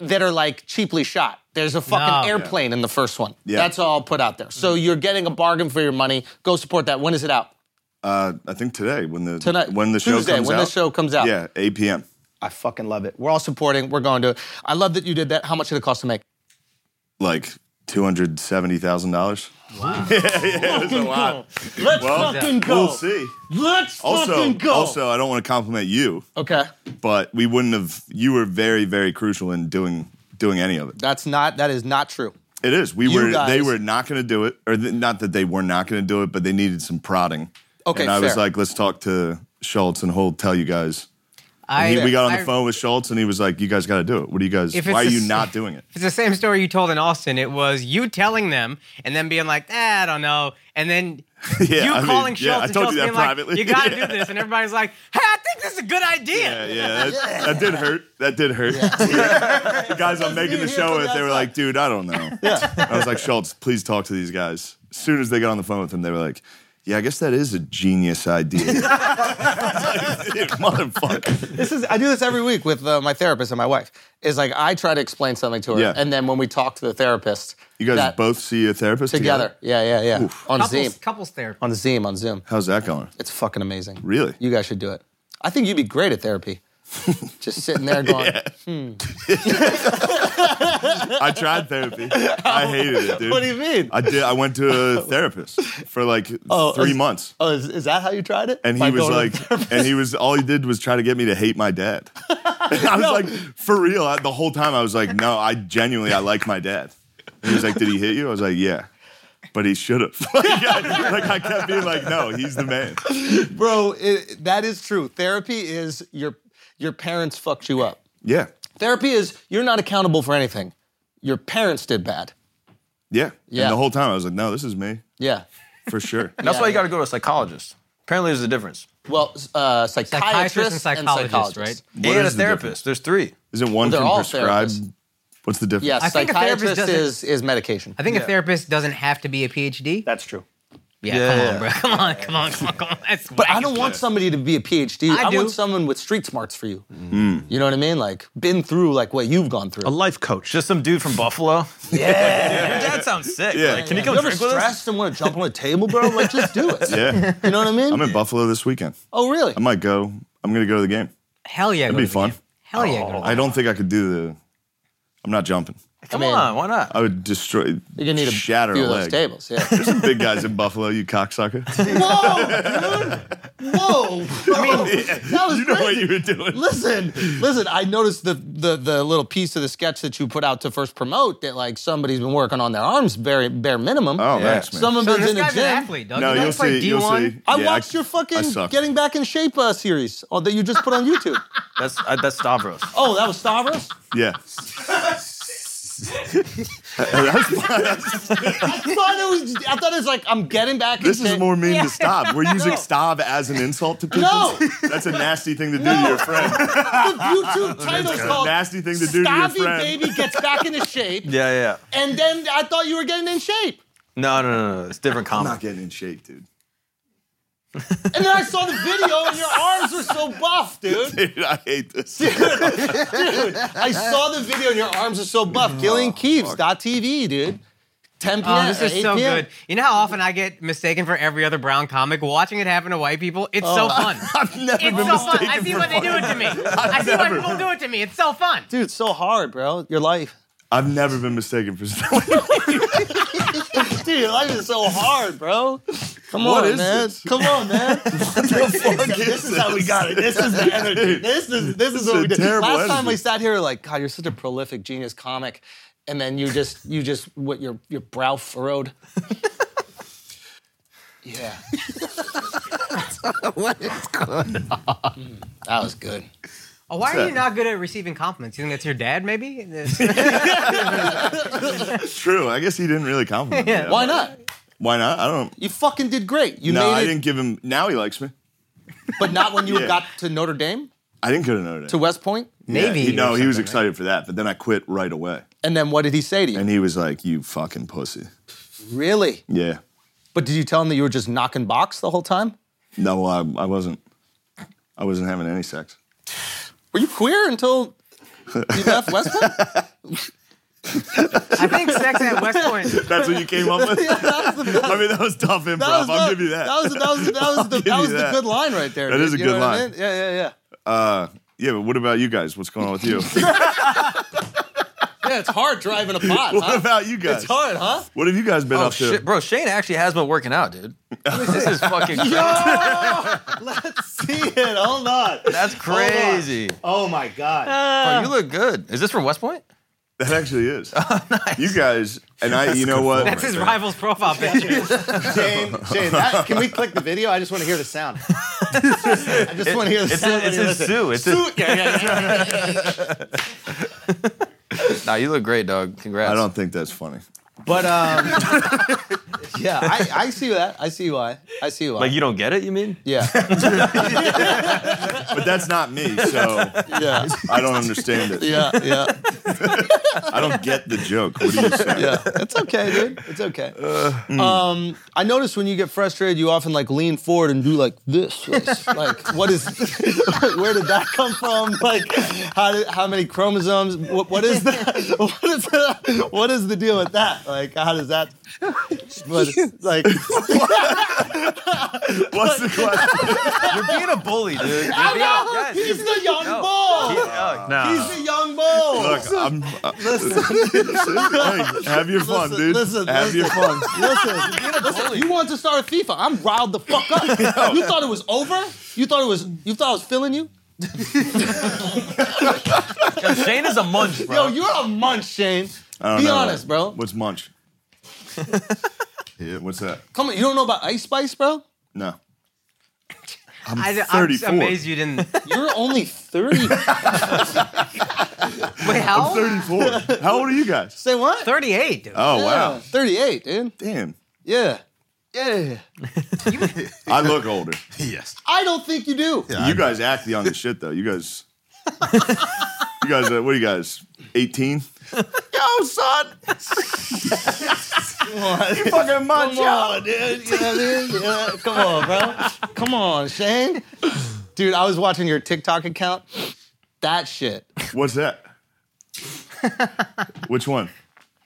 [SPEAKER 1] that are like cheaply shot. There's a
[SPEAKER 5] No.
[SPEAKER 1] fucking airplane in the first one.
[SPEAKER 3] Yeah.
[SPEAKER 1] That's all put out there. So you're getting a bargain for your money. Go support that. When is it out?
[SPEAKER 3] Uh, Uh, I think today when the
[SPEAKER 1] Tonight,
[SPEAKER 3] when the show
[SPEAKER 1] Tuesday,
[SPEAKER 3] comes
[SPEAKER 1] when
[SPEAKER 3] out.
[SPEAKER 1] the show comes out.
[SPEAKER 3] Yeah, 8 p.m.
[SPEAKER 1] I fucking love it. We're all supporting. We're going to. it. I love that you did that. How much did it cost to make?
[SPEAKER 3] Like two hundred seventy thousand dollars.
[SPEAKER 5] Let's fucking go.
[SPEAKER 3] We'll see.
[SPEAKER 5] Let's
[SPEAKER 3] Also,
[SPEAKER 5] fucking go.
[SPEAKER 3] also, I don't want to compliment you,
[SPEAKER 1] Okay,
[SPEAKER 3] but we wouldn't have. You were very, very crucial in doing doing any of it.
[SPEAKER 1] that's not. That is not true.
[SPEAKER 3] It is. We
[SPEAKER 1] You
[SPEAKER 3] were. They
[SPEAKER 1] guys-
[SPEAKER 3] were not going to do it, or th- not that they were not going to do it, but they needed some prodding.
[SPEAKER 1] Okay,
[SPEAKER 3] And I was
[SPEAKER 1] fair.
[SPEAKER 3] like, let's talk to Schultz and he'll tell you guys.
[SPEAKER 6] I,
[SPEAKER 3] He, we got on the
[SPEAKER 6] I-
[SPEAKER 3] phone with Schultz and he was like, you guys got to do it. What do you guys?
[SPEAKER 6] If it's
[SPEAKER 3] Why are
[SPEAKER 6] the
[SPEAKER 3] you
[SPEAKER 6] s- [laughs]
[SPEAKER 3] not doing it?
[SPEAKER 6] It's the same story you told in Austin. It was you telling them and then being like, ah, I don't know. And then
[SPEAKER 3] [laughs] Yeah,
[SPEAKER 6] you
[SPEAKER 3] I mean,
[SPEAKER 6] calling Schultz
[SPEAKER 3] yeah, I
[SPEAKER 6] and
[SPEAKER 3] told
[SPEAKER 6] Schultz
[SPEAKER 3] you that
[SPEAKER 6] being like,
[SPEAKER 3] privately.
[SPEAKER 6] you got
[SPEAKER 3] [laughs]
[SPEAKER 6] to
[SPEAKER 3] Yeah.
[SPEAKER 6] do this. And everybody's like, hey, I think this is a good
[SPEAKER 3] Yeah,
[SPEAKER 6] idea.
[SPEAKER 3] yeah, that, that did hurt. That did hurt. [laughs] the guys I'm making the
[SPEAKER 1] here
[SPEAKER 3] show
[SPEAKER 1] from
[SPEAKER 3] with,
[SPEAKER 1] the
[SPEAKER 3] they were
[SPEAKER 1] outside.
[SPEAKER 3] like, dude, I don't know. Yeah. I was like, Schultz, please talk to these guys. As soon as they got on the phone with him, they were like, yeah, I guess that is a genius idea. [laughs] It's like, dude, motherfucker.
[SPEAKER 1] This is. I do this every week with uh, my therapist and my wife. Is like I try to explain something to her,
[SPEAKER 3] Yeah.
[SPEAKER 1] and then when we talk to the therapist,
[SPEAKER 3] You guys
[SPEAKER 1] that-
[SPEAKER 3] both see a therapist
[SPEAKER 1] together. Yeah, yeah, yeah. On Zoom.
[SPEAKER 6] Couples, couples therapy.
[SPEAKER 1] On Zoom. On Zoom.
[SPEAKER 3] How's
[SPEAKER 1] [laughs]
[SPEAKER 3] that going?
[SPEAKER 1] It's fucking amazing.
[SPEAKER 3] Really?
[SPEAKER 1] You guys should do it. I think you'd be great at
[SPEAKER 3] [laughs]
[SPEAKER 1] therapy. Just sitting there going,
[SPEAKER 3] I tried therapy. I hated it, dude.
[SPEAKER 1] "What do you mean?"
[SPEAKER 3] I did. I went to a therapist for like three
[SPEAKER 1] Oh, is-
[SPEAKER 3] months.
[SPEAKER 1] oh, is, is that how you tried it?
[SPEAKER 3] And he
[SPEAKER 1] By
[SPEAKER 3] was
[SPEAKER 1] going to [laughs]
[SPEAKER 3] like,
[SPEAKER 1] the
[SPEAKER 3] and he was, all he did was try to get me to hate my dad. [laughs] I was like, for real. I, the whole time I was like, no, I genuinely, I like my dad. And he was like, did he hit you? I was like, yeah. But he should have. [laughs] like, I, like, I kept being like, no, he's the man.
[SPEAKER 1] bro it, that is true therapy is your your parents fucked you up
[SPEAKER 3] Yeah.
[SPEAKER 1] therapy is you're not accountable for anything your parents did bad
[SPEAKER 3] Yeah.
[SPEAKER 1] Yeah.
[SPEAKER 3] And the whole time I was like, no, this is me
[SPEAKER 1] yeah
[SPEAKER 3] for
[SPEAKER 1] [laughs]
[SPEAKER 3] sure.
[SPEAKER 4] That's why you got to go to a psychologist. Apparently, there's a difference.
[SPEAKER 1] well uh,
[SPEAKER 6] Psychiatrists and
[SPEAKER 1] psychiatrists and
[SPEAKER 6] psychologists,
[SPEAKER 1] psychologists
[SPEAKER 6] right?
[SPEAKER 3] What
[SPEAKER 4] and a
[SPEAKER 3] is the difference?
[SPEAKER 4] therapist. there's three.
[SPEAKER 3] Isn't
[SPEAKER 1] Well,
[SPEAKER 3] one
[SPEAKER 1] they're
[SPEAKER 3] can
[SPEAKER 1] all
[SPEAKER 3] prescribe?
[SPEAKER 1] therapists.
[SPEAKER 3] What's the difference?
[SPEAKER 1] yeah
[SPEAKER 6] I think a therapist
[SPEAKER 1] psychiatrist
[SPEAKER 6] doesn't-
[SPEAKER 1] is is medication
[SPEAKER 6] I think a therapist doesn't have to be a PhD.
[SPEAKER 1] that's true
[SPEAKER 6] Yeah, come on, bro. Come on, come on, come on, come on. That's
[SPEAKER 1] but I don't want somebody to be a PhD.
[SPEAKER 6] I
[SPEAKER 1] I,
[SPEAKER 6] do.
[SPEAKER 1] want someone with street smarts for you.
[SPEAKER 3] Mm.
[SPEAKER 1] You know what I mean? Like been through like what you've gone through.
[SPEAKER 4] A
[SPEAKER 1] [laughs]
[SPEAKER 4] life coach. Just some dude from Buffalo. Yeah. Your dad sounds sick.
[SPEAKER 3] Yeah.
[SPEAKER 4] Like, can you
[SPEAKER 1] you
[SPEAKER 4] come
[SPEAKER 1] ever
[SPEAKER 4] drink with us?
[SPEAKER 1] stressed and want to jump on a table, bro? Like just do it.
[SPEAKER 3] [laughs] Yeah.
[SPEAKER 1] You know what I mean?
[SPEAKER 3] I'm in Buffalo this weekend.
[SPEAKER 1] oh really?
[SPEAKER 3] I might go. I'm going to go to the game.
[SPEAKER 6] Hell yeah,
[SPEAKER 3] It'd be fun.
[SPEAKER 6] Hell yeah, go to the
[SPEAKER 3] I don't think I could do the, I'm not jumping.
[SPEAKER 4] Come
[SPEAKER 1] I mean,
[SPEAKER 4] on, why not?
[SPEAKER 3] I would destroy,
[SPEAKER 1] You're gonna need a
[SPEAKER 3] shatter
[SPEAKER 1] few
[SPEAKER 3] a
[SPEAKER 1] of those
[SPEAKER 3] leg.
[SPEAKER 1] tables. Yeah.
[SPEAKER 3] [laughs] Big guys in Buffalo, you cocksucker.
[SPEAKER 1] Whoa, dude! Whoa! I mean, that was
[SPEAKER 3] [laughs] you know what
[SPEAKER 1] crazy.
[SPEAKER 3] you were doing.
[SPEAKER 1] Listen, listen. I noticed the, the the little piece of the sketch that you put out to first promote that like somebody's been working on their arms bare bare minimum.
[SPEAKER 3] Oh, thanks, man.
[SPEAKER 1] Someone
[SPEAKER 6] So
[SPEAKER 1] been
[SPEAKER 6] this
[SPEAKER 1] in the
[SPEAKER 6] guy's an
[SPEAKER 1] gym.
[SPEAKER 6] athlete, dog.
[SPEAKER 3] no,
[SPEAKER 6] You
[SPEAKER 3] you'll
[SPEAKER 6] guys play
[SPEAKER 3] see. You'll
[SPEAKER 6] D1?
[SPEAKER 3] see.
[SPEAKER 1] I
[SPEAKER 3] Yeah,
[SPEAKER 1] watched your
[SPEAKER 3] I
[SPEAKER 1] fucking
[SPEAKER 3] suck.
[SPEAKER 1] getting back in shape uh, series uh, that you just put on YouTube.
[SPEAKER 4] That's uh, that's Stavros.
[SPEAKER 1] oh, that was Stavros. [laughs]
[SPEAKER 3] Yeah. That's-
[SPEAKER 1] I thought it was. I thought it was like I'm getting back.
[SPEAKER 3] this
[SPEAKER 1] in
[SPEAKER 3] is
[SPEAKER 1] shape.
[SPEAKER 3] more mean to stop. We're
[SPEAKER 1] [laughs]
[SPEAKER 3] using
[SPEAKER 1] No.
[SPEAKER 3] "stab" as an insult to people.
[SPEAKER 1] No.
[SPEAKER 3] [laughs] That's a nasty thing to do to your friend.
[SPEAKER 1] The
[SPEAKER 3] [laughs]
[SPEAKER 1] YouTube title's called
[SPEAKER 3] Nasty thing to do to your
[SPEAKER 1] "Stavi
[SPEAKER 3] friend.
[SPEAKER 1] Baby Gets Back
[SPEAKER 3] [laughs]
[SPEAKER 1] into Shape,"
[SPEAKER 4] Yeah, yeah.
[SPEAKER 1] and then I thought you were getting in shape.
[SPEAKER 4] No, no, no, no. It's different
[SPEAKER 3] I'm
[SPEAKER 4] comedy.
[SPEAKER 3] not getting in shape, dude. [laughs]
[SPEAKER 1] And then I saw the video, and your arms are so buff, dude.
[SPEAKER 3] Dude, I hate this.
[SPEAKER 1] I saw the video, and your arms are so buff. Killing TV, dude. 10 p.m.
[SPEAKER 6] Oh, this
[SPEAKER 1] or
[SPEAKER 6] is
[SPEAKER 1] 8
[SPEAKER 6] so
[SPEAKER 1] p.m.
[SPEAKER 6] good. You know how often I get mistaken for every other brown comic? Watching it happen to white people, it's so fun.
[SPEAKER 3] Oh. [laughs] I've never
[SPEAKER 6] It's
[SPEAKER 3] been
[SPEAKER 6] so fun.
[SPEAKER 3] mistaken
[SPEAKER 6] I see
[SPEAKER 3] for
[SPEAKER 6] when they do it to me. I see when people do it to me. It's so fun.
[SPEAKER 1] Dude, it's so hard, bro. Your life.
[SPEAKER 3] I've never been mistaken for someone. [laughs]
[SPEAKER 1] Dude, your life is so hard, bro. Come
[SPEAKER 3] What
[SPEAKER 1] on,
[SPEAKER 3] is
[SPEAKER 1] man.
[SPEAKER 3] this?
[SPEAKER 1] Come on, man. [laughs]
[SPEAKER 3] this is how we got it. This is the energy.
[SPEAKER 1] This is this is
[SPEAKER 3] It's
[SPEAKER 1] what
[SPEAKER 3] a
[SPEAKER 1] we did.
[SPEAKER 3] terrible
[SPEAKER 1] Last time
[SPEAKER 3] energy.
[SPEAKER 1] we sat here, like, God, you're such a prolific genius comic. And then you just you just what your your brow furrowed.
[SPEAKER 3] [laughs]
[SPEAKER 1] yeah. Mm, That was good.
[SPEAKER 6] Oh, why are
[SPEAKER 3] that?
[SPEAKER 6] you not good at receiving compliments? You think that's your
[SPEAKER 3] [laughs]
[SPEAKER 6] dad, maybe? [laughs]
[SPEAKER 3] True. I guess he didn't really compliment me.
[SPEAKER 6] Yeah.
[SPEAKER 1] Why not?
[SPEAKER 3] Why not? I don't.
[SPEAKER 1] You fucking did great. You
[SPEAKER 3] No,
[SPEAKER 1] made
[SPEAKER 3] I
[SPEAKER 1] it,
[SPEAKER 3] didn't give him. Now he likes me.
[SPEAKER 1] but not when you
[SPEAKER 3] [laughs] Yeah.
[SPEAKER 1] got to Notre Dame,
[SPEAKER 3] I didn't go to Notre Dame.
[SPEAKER 1] to West Point.
[SPEAKER 6] Navy.
[SPEAKER 3] Yeah, he, no,
[SPEAKER 6] or
[SPEAKER 3] he was
[SPEAKER 6] something, right?
[SPEAKER 3] excited for that, but then I quit right away.
[SPEAKER 1] And then what did he say to you?
[SPEAKER 3] And he was like, "You fucking pussy."
[SPEAKER 1] really?
[SPEAKER 3] Yeah.
[SPEAKER 1] But did you tell him that you were just knocking box the whole time?
[SPEAKER 3] No, I, I wasn't. I wasn't having any sex. [laughs]
[SPEAKER 1] Were you queer until you left West Point?
[SPEAKER 6] I think sex at West
[SPEAKER 3] [laughs]
[SPEAKER 6] Point.
[SPEAKER 3] That's what you came up with.
[SPEAKER 1] [laughs] Yeah, that was the-
[SPEAKER 3] [laughs] I mean, that was tough improv.
[SPEAKER 1] That was
[SPEAKER 3] I'll
[SPEAKER 1] the-
[SPEAKER 3] give you that.
[SPEAKER 1] That was that was that was the
[SPEAKER 3] give
[SPEAKER 1] that
[SPEAKER 3] you
[SPEAKER 1] was the
[SPEAKER 3] that.
[SPEAKER 1] good line right there.
[SPEAKER 3] That
[SPEAKER 1] dude.
[SPEAKER 3] is a
[SPEAKER 1] You know
[SPEAKER 3] good
[SPEAKER 1] what I
[SPEAKER 3] line.
[SPEAKER 1] mean? Yeah, yeah, yeah.
[SPEAKER 3] uh, [laughs] yeah, but what about you guys? What's going on
[SPEAKER 1] [laughs]
[SPEAKER 3] with you?
[SPEAKER 1] Yeah, it's hard driving a pot.
[SPEAKER 3] [laughs] what
[SPEAKER 1] huh?
[SPEAKER 3] about you guys?
[SPEAKER 1] It's hard,
[SPEAKER 3] [laughs]
[SPEAKER 1] huh?
[SPEAKER 3] What have you guys been
[SPEAKER 4] Oh
[SPEAKER 3] up to?
[SPEAKER 4] shit, bro! Shane actually has been working out, [laughs] dude. This is fucking. crazy.
[SPEAKER 1] Let's see it. Hold on.
[SPEAKER 4] That's crazy.
[SPEAKER 5] Oh my god.
[SPEAKER 4] Bro, you look good. Is this from West Point?
[SPEAKER 3] That actually
[SPEAKER 1] [laughs]
[SPEAKER 3] is.
[SPEAKER 1] Oh,
[SPEAKER 3] You guys and I. you know what?
[SPEAKER 6] That's his rival's profile picture.
[SPEAKER 5] Shane, Shane, that, can we click the video? I just want to hear the sound. I just want to hear the
[SPEAKER 4] It's
[SPEAKER 5] sound.
[SPEAKER 4] a, it's a suit. It's a,
[SPEAKER 1] Yeah, yeah, yeah.
[SPEAKER 4] nah, you look great, dog. Congrats.
[SPEAKER 3] I don't think that's funny.
[SPEAKER 1] But
[SPEAKER 3] [laughs]
[SPEAKER 1] um, yeah, I, I see that. I see why. I see why.
[SPEAKER 4] like you don't get it. You mean?
[SPEAKER 3] [laughs]
[SPEAKER 1] yeah,
[SPEAKER 3] But that's not me,
[SPEAKER 1] [laughs]
[SPEAKER 3] so
[SPEAKER 1] yeah,
[SPEAKER 3] I don't understand it.
[SPEAKER 1] yeah, yeah,
[SPEAKER 3] I don't get the joke. What do you
[SPEAKER 1] [laughs]
[SPEAKER 3] say?
[SPEAKER 1] yeah. It's okay, dude. It's okay. Um, I notice when you get frustrated, you often like lean forward and do like this. this. Like, what is? [laughs] where did that come from? Like, how did, how many chromosomes? What, what is that? [laughs] What is that? What is the deal with that? Like, how does that? But, like,
[SPEAKER 3] What's the question?
[SPEAKER 4] [laughs] You're being a bully, dude. You're being, yes, you're-
[SPEAKER 1] he's the young
[SPEAKER 4] No.
[SPEAKER 1] bull.
[SPEAKER 4] no.
[SPEAKER 1] He's the young bull.
[SPEAKER 3] Look, I'm. Uh, [laughs] hey, have your fun,
[SPEAKER 1] Listen,
[SPEAKER 3] dude.
[SPEAKER 1] listen,
[SPEAKER 3] have your fun.
[SPEAKER 1] Listen, listen, you want to start a FIFA? I'm riled the fuck up. You thought it was over? You thought it was? You thought I was feeling you?
[SPEAKER 4] Shane is a munch,
[SPEAKER 1] Yo,
[SPEAKER 4] bro.
[SPEAKER 1] you're a munch, Shane.
[SPEAKER 3] I don't
[SPEAKER 1] Be
[SPEAKER 3] know.
[SPEAKER 1] honest, bro.
[SPEAKER 3] What's munch? yeah, what's that?
[SPEAKER 1] Come on, you don't know about Ice Spice, bro?
[SPEAKER 3] No.
[SPEAKER 6] I, I'm
[SPEAKER 3] 34.
[SPEAKER 6] amazed you didn't.
[SPEAKER 1] You're only thirty.
[SPEAKER 3] [laughs]
[SPEAKER 6] Wait, how? old?
[SPEAKER 3] 34. How old are you guys?
[SPEAKER 1] Say what?
[SPEAKER 6] 38, dude.
[SPEAKER 3] Oh,
[SPEAKER 1] Yeah,
[SPEAKER 3] wow.
[SPEAKER 1] Thirty-eight, dude.
[SPEAKER 3] Damn.
[SPEAKER 1] Yeah, yeah.
[SPEAKER 3] I look older.
[SPEAKER 2] Yes.
[SPEAKER 1] I don't think you do.
[SPEAKER 3] You guys act young as shit, though. You guys. you guys, uh, what are you guys? 18? Yo, son.
[SPEAKER 1] [laughs]
[SPEAKER 3] you fucking munch
[SPEAKER 1] Come
[SPEAKER 3] out.
[SPEAKER 1] on, Oh, dude. You know what I mean? Yeah, come on, bro. Come on, Shane. Dude, I was watching your TikTok account. That shit.
[SPEAKER 3] What's that? Which one?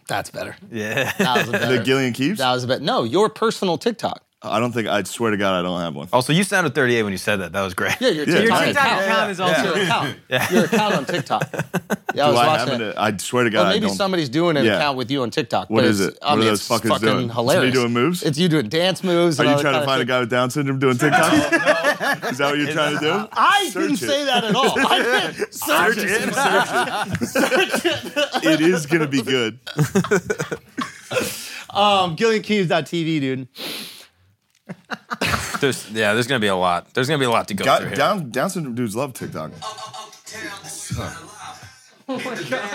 [SPEAKER 1] That's better.
[SPEAKER 4] Yeah.
[SPEAKER 1] That was a better.
[SPEAKER 3] [laughs] The Gillian Keeps?
[SPEAKER 1] That was a bet. No, your personal TikTok.
[SPEAKER 3] I don't think, I swear to God, I don't have one.
[SPEAKER 4] [laughs] Also, you sounded 38 when you said that. That was [laughs] great.
[SPEAKER 1] Yeah, your TikTok,
[SPEAKER 3] Yeah. Your Yeah.
[SPEAKER 6] Your TikTok
[SPEAKER 1] account.
[SPEAKER 6] account is also.
[SPEAKER 1] Your account. Your account on
[SPEAKER 3] [laughs]
[SPEAKER 1] TikTok. Yeah, I was
[SPEAKER 3] Do I have
[SPEAKER 1] watching
[SPEAKER 3] an-
[SPEAKER 1] it.
[SPEAKER 3] I swear to God,
[SPEAKER 1] Well,
[SPEAKER 3] I
[SPEAKER 1] maybe
[SPEAKER 3] don't.
[SPEAKER 1] somebody's doing an
[SPEAKER 3] Yeah.
[SPEAKER 1] account with you on TikTok.
[SPEAKER 3] What
[SPEAKER 1] but
[SPEAKER 3] is
[SPEAKER 1] it's-
[SPEAKER 3] it?
[SPEAKER 1] I
[SPEAKER 3] What
[SPEAKER 1] mean,
[SPEAKER 3] are those
[SPEAKER 1] it's
[SPEAKER 3] fuckers
[SPEAKER 1] fucking
[SPEAKER 3] doing?
[SPEAKER 1] hilarious.
[SPEAKER 3] Somebody doing moves?
[SPEAKER 1] It's you doing dance moves.
[SPEAKER 3] Are
[SPEAKER 1] and
[SPEAKER 3] you
[SPEAKER 1] all
[SPEAKER 3] trying to
[SPEAKER 1] that
[SPEAKER 3] find a
[SPEAKER 1] kind
[SPEAKER 3] guy with Down syndrome doing [laughs] TikTok? Is that what you're trying to do?
[SPEAKER 1] of shit. I didn't
[SPEAKER 3] Search it.
[SPEAKER 1] say that at all.
[SPEAKER 3] [laughs]
[SPEAKER 1] I didn't. Search it.
[SPEAKER 3] It is gonna be good.
[SPEAKER 1] Um, GillianKeys.tv, dude.
[SPEAKER 4] There's, yeah, there's gonna be a lot. There's gonna be a lot to go through here.
[SPEAKER 3] Down Down syndrome dudes love TikTok.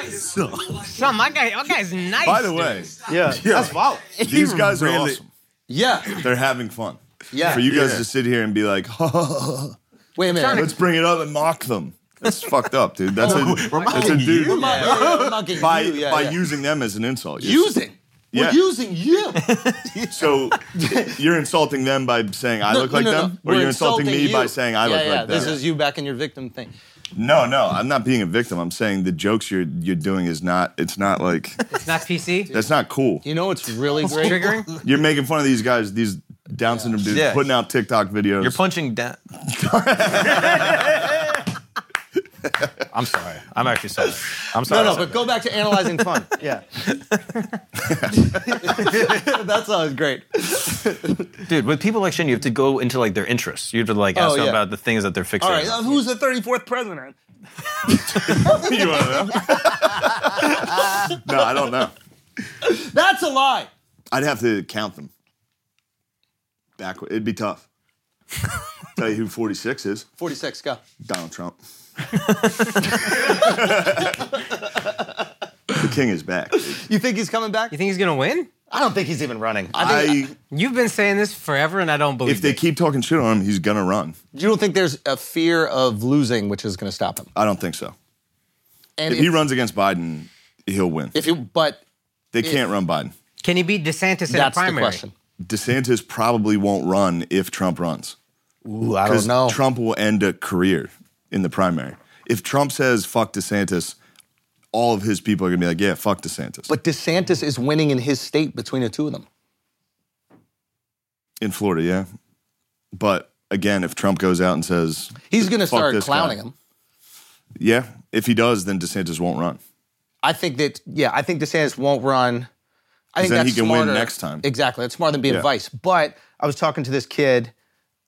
[SPEAKER 6] Son, my guy, my guy's nice.
[SPEAKER 3] By the
[SPEAKER 6] dude.
[SPEAKER 3] way,
[SPEAKER 1] Yeah.
[SPEAKER 2] That's wow.
[SPEAKER 3] these guys are
[SPEAKER 2] really-
[SPEAKER 3] awesome.
[SPEAKER 1] Yeah.
[SPEAKER 3] They're having fun.
[SPEAKER 1] Yeah.
[SPEAKER 3] For you guys
[SPEAKER 2] Yeah.
[SPEAKER 3] to sit here and be like, [laughs]
[SPEAKER 1] Wait a minute.
[SPEAKER 3] let's bring it up and mock them. That's fucked up, dude. That's [laughs] a, that's a
[SPEAKER 2] mocking
[SPEAKER 3] dude
[SPEAKER 1] We're not- yeah, yeah, we're not getting
[SPEAKER 3] by
[SPEAKER 1] you. Yeah,
[SPEAKER 3] by
[SPEAKER 1] yeah.
[SPEAKER 3] using them as an insult. You're-
[SPEAKER 1] using.
[SPEAKER 3] Yeah.
[SPEAKER 1] We're using you.
[SPEAKER 3] [laughs] So you're insulting them by saying [laughs] I look like
[SPEAKER 1] No, no, no.
[SPEAKER 3] them, or
[SPEAKER 1] We're
[SPEAKER 3] you're insulting, me
[SPEAKER 1] you.
[SPEAKER 3] by saying I
[SPEAKER 1] yeah,
[SPEAKER 3] look
[SPEAKER 1] yeah,
[SPEAKER 3] like them.
[SPEAKER 1] This is you back in your victim thing.
[SPEAKER 3] No, no, I'm not being a victim. I'm saying the jokes you're you're doing is not. It's not like
[SPEAKER 6] It's not PC.
[SPEAKER 3] that's not cool.
[SPEAKER 1] You know what's really great?
[SPEAKER 6] Triggering?
[SPEAKER 3] You're making fun of these guys, these Down syndrome dudes,
[SPEAKER 4] Yeah.
[SPEAKER 3] putting out TikTok videos.
[SPEAKER 4] You're punching [laughs] down. I'm sorry. I'm actually sorry. I'm
[SPEAKER 1] No,
[SPEAKER 4] sorry.
[SPEAKER 1] no, but go back to analyzing fun. [laughs] Yeah. That's always great.
[SPEAKER 4] Dude, with people like Shane, you have to go into like their interests. You have to like ask
[SPEAKER 1] Oh,
[SPEAKER 4] them
[SPEAKER 1] yeah.
[SPEAKER 4] about the things that they're fixated.
[SPEAKER 1] All right,
[SPEAKER 4] on.
[SPEAKER 1] uh, who's the 34th president?
[SPEAKER 3] [laughs] You wanna know? [laughs] no, I don't know.
[SPEAKER 1] That's a lie.
[SPEAKER 3] I'd have to count them backward. It'd be tough. Tell you who 46 is
[SPEAKER 1] 46, go.
[SPEAKER 3] Donald Trump. the king is back.
[SPEAKER 1] You think he's coming back?
[SPEAKER 6] You think he's gonna win?
[SPEAKER 1] I don't think he's even running. I think,
[SPEAKER 3] I,
[SPEAKER 6] You've been saying this forever, and I don't believe
[SPEAKER 3] if they
[SPEAKER 6] it.
[SPEAKER 3] keep talking shit on him, he's gonna run.
[SPEAKER 1] you don't think there's a fear of losing, which is going to stop him.
[SPEAKER 3] I don't think so.
[SPEAKER 1] And
[SPEAKER 3] If he runs against Biden, he'll win.
[SPEAKER 1] if you, but
[SPEAKER 3] They can't run Biden.
[SPEAKER 6] Can he beat DeSantis in
[SPEAKER 1] that's the
[SPEAKER 6] the primary?
[SPEAKER 1] question.
[SPEAKER 3] DeSantis probably won't run if Trump runs.
[SPEAKER 1] Ooh, I
[SPEAKER 3] Because Trump will end a career in the primary. If Trump says fuck DeSantis, all of his people are gonna be like, yeah, fuck DeSantis.
[SPEAKER 1] But DeSantis is winning in his state between the two of them.
[SPEAKER 3] in Florida, yeah. But again, if Trump goes out and says,
[SPEAKER 1] He's going to
[SPEAKER 3] Fuck
[SPEAKER 1] start
[SPEAKER 3] this guy.
[SPEAKER 1] clowning him.
[SPEAKER 3] yeah, if he does, then DeSantis won't run.
[SPEAKER 1] I think that yeah, I think DeSantis won't run. I think
[SPEAKER 3] then
[SPEAKER 1] that's
[SPEAKER 3] he can win
[SPEAKER 1] smarter.
[SPEAKER 3] next time.
[SPEAKER 1] Exactly, that's smarter than being
[SPEAKER 3] Yeah.
[SPEAKER 1] vice. But I was talking to this kid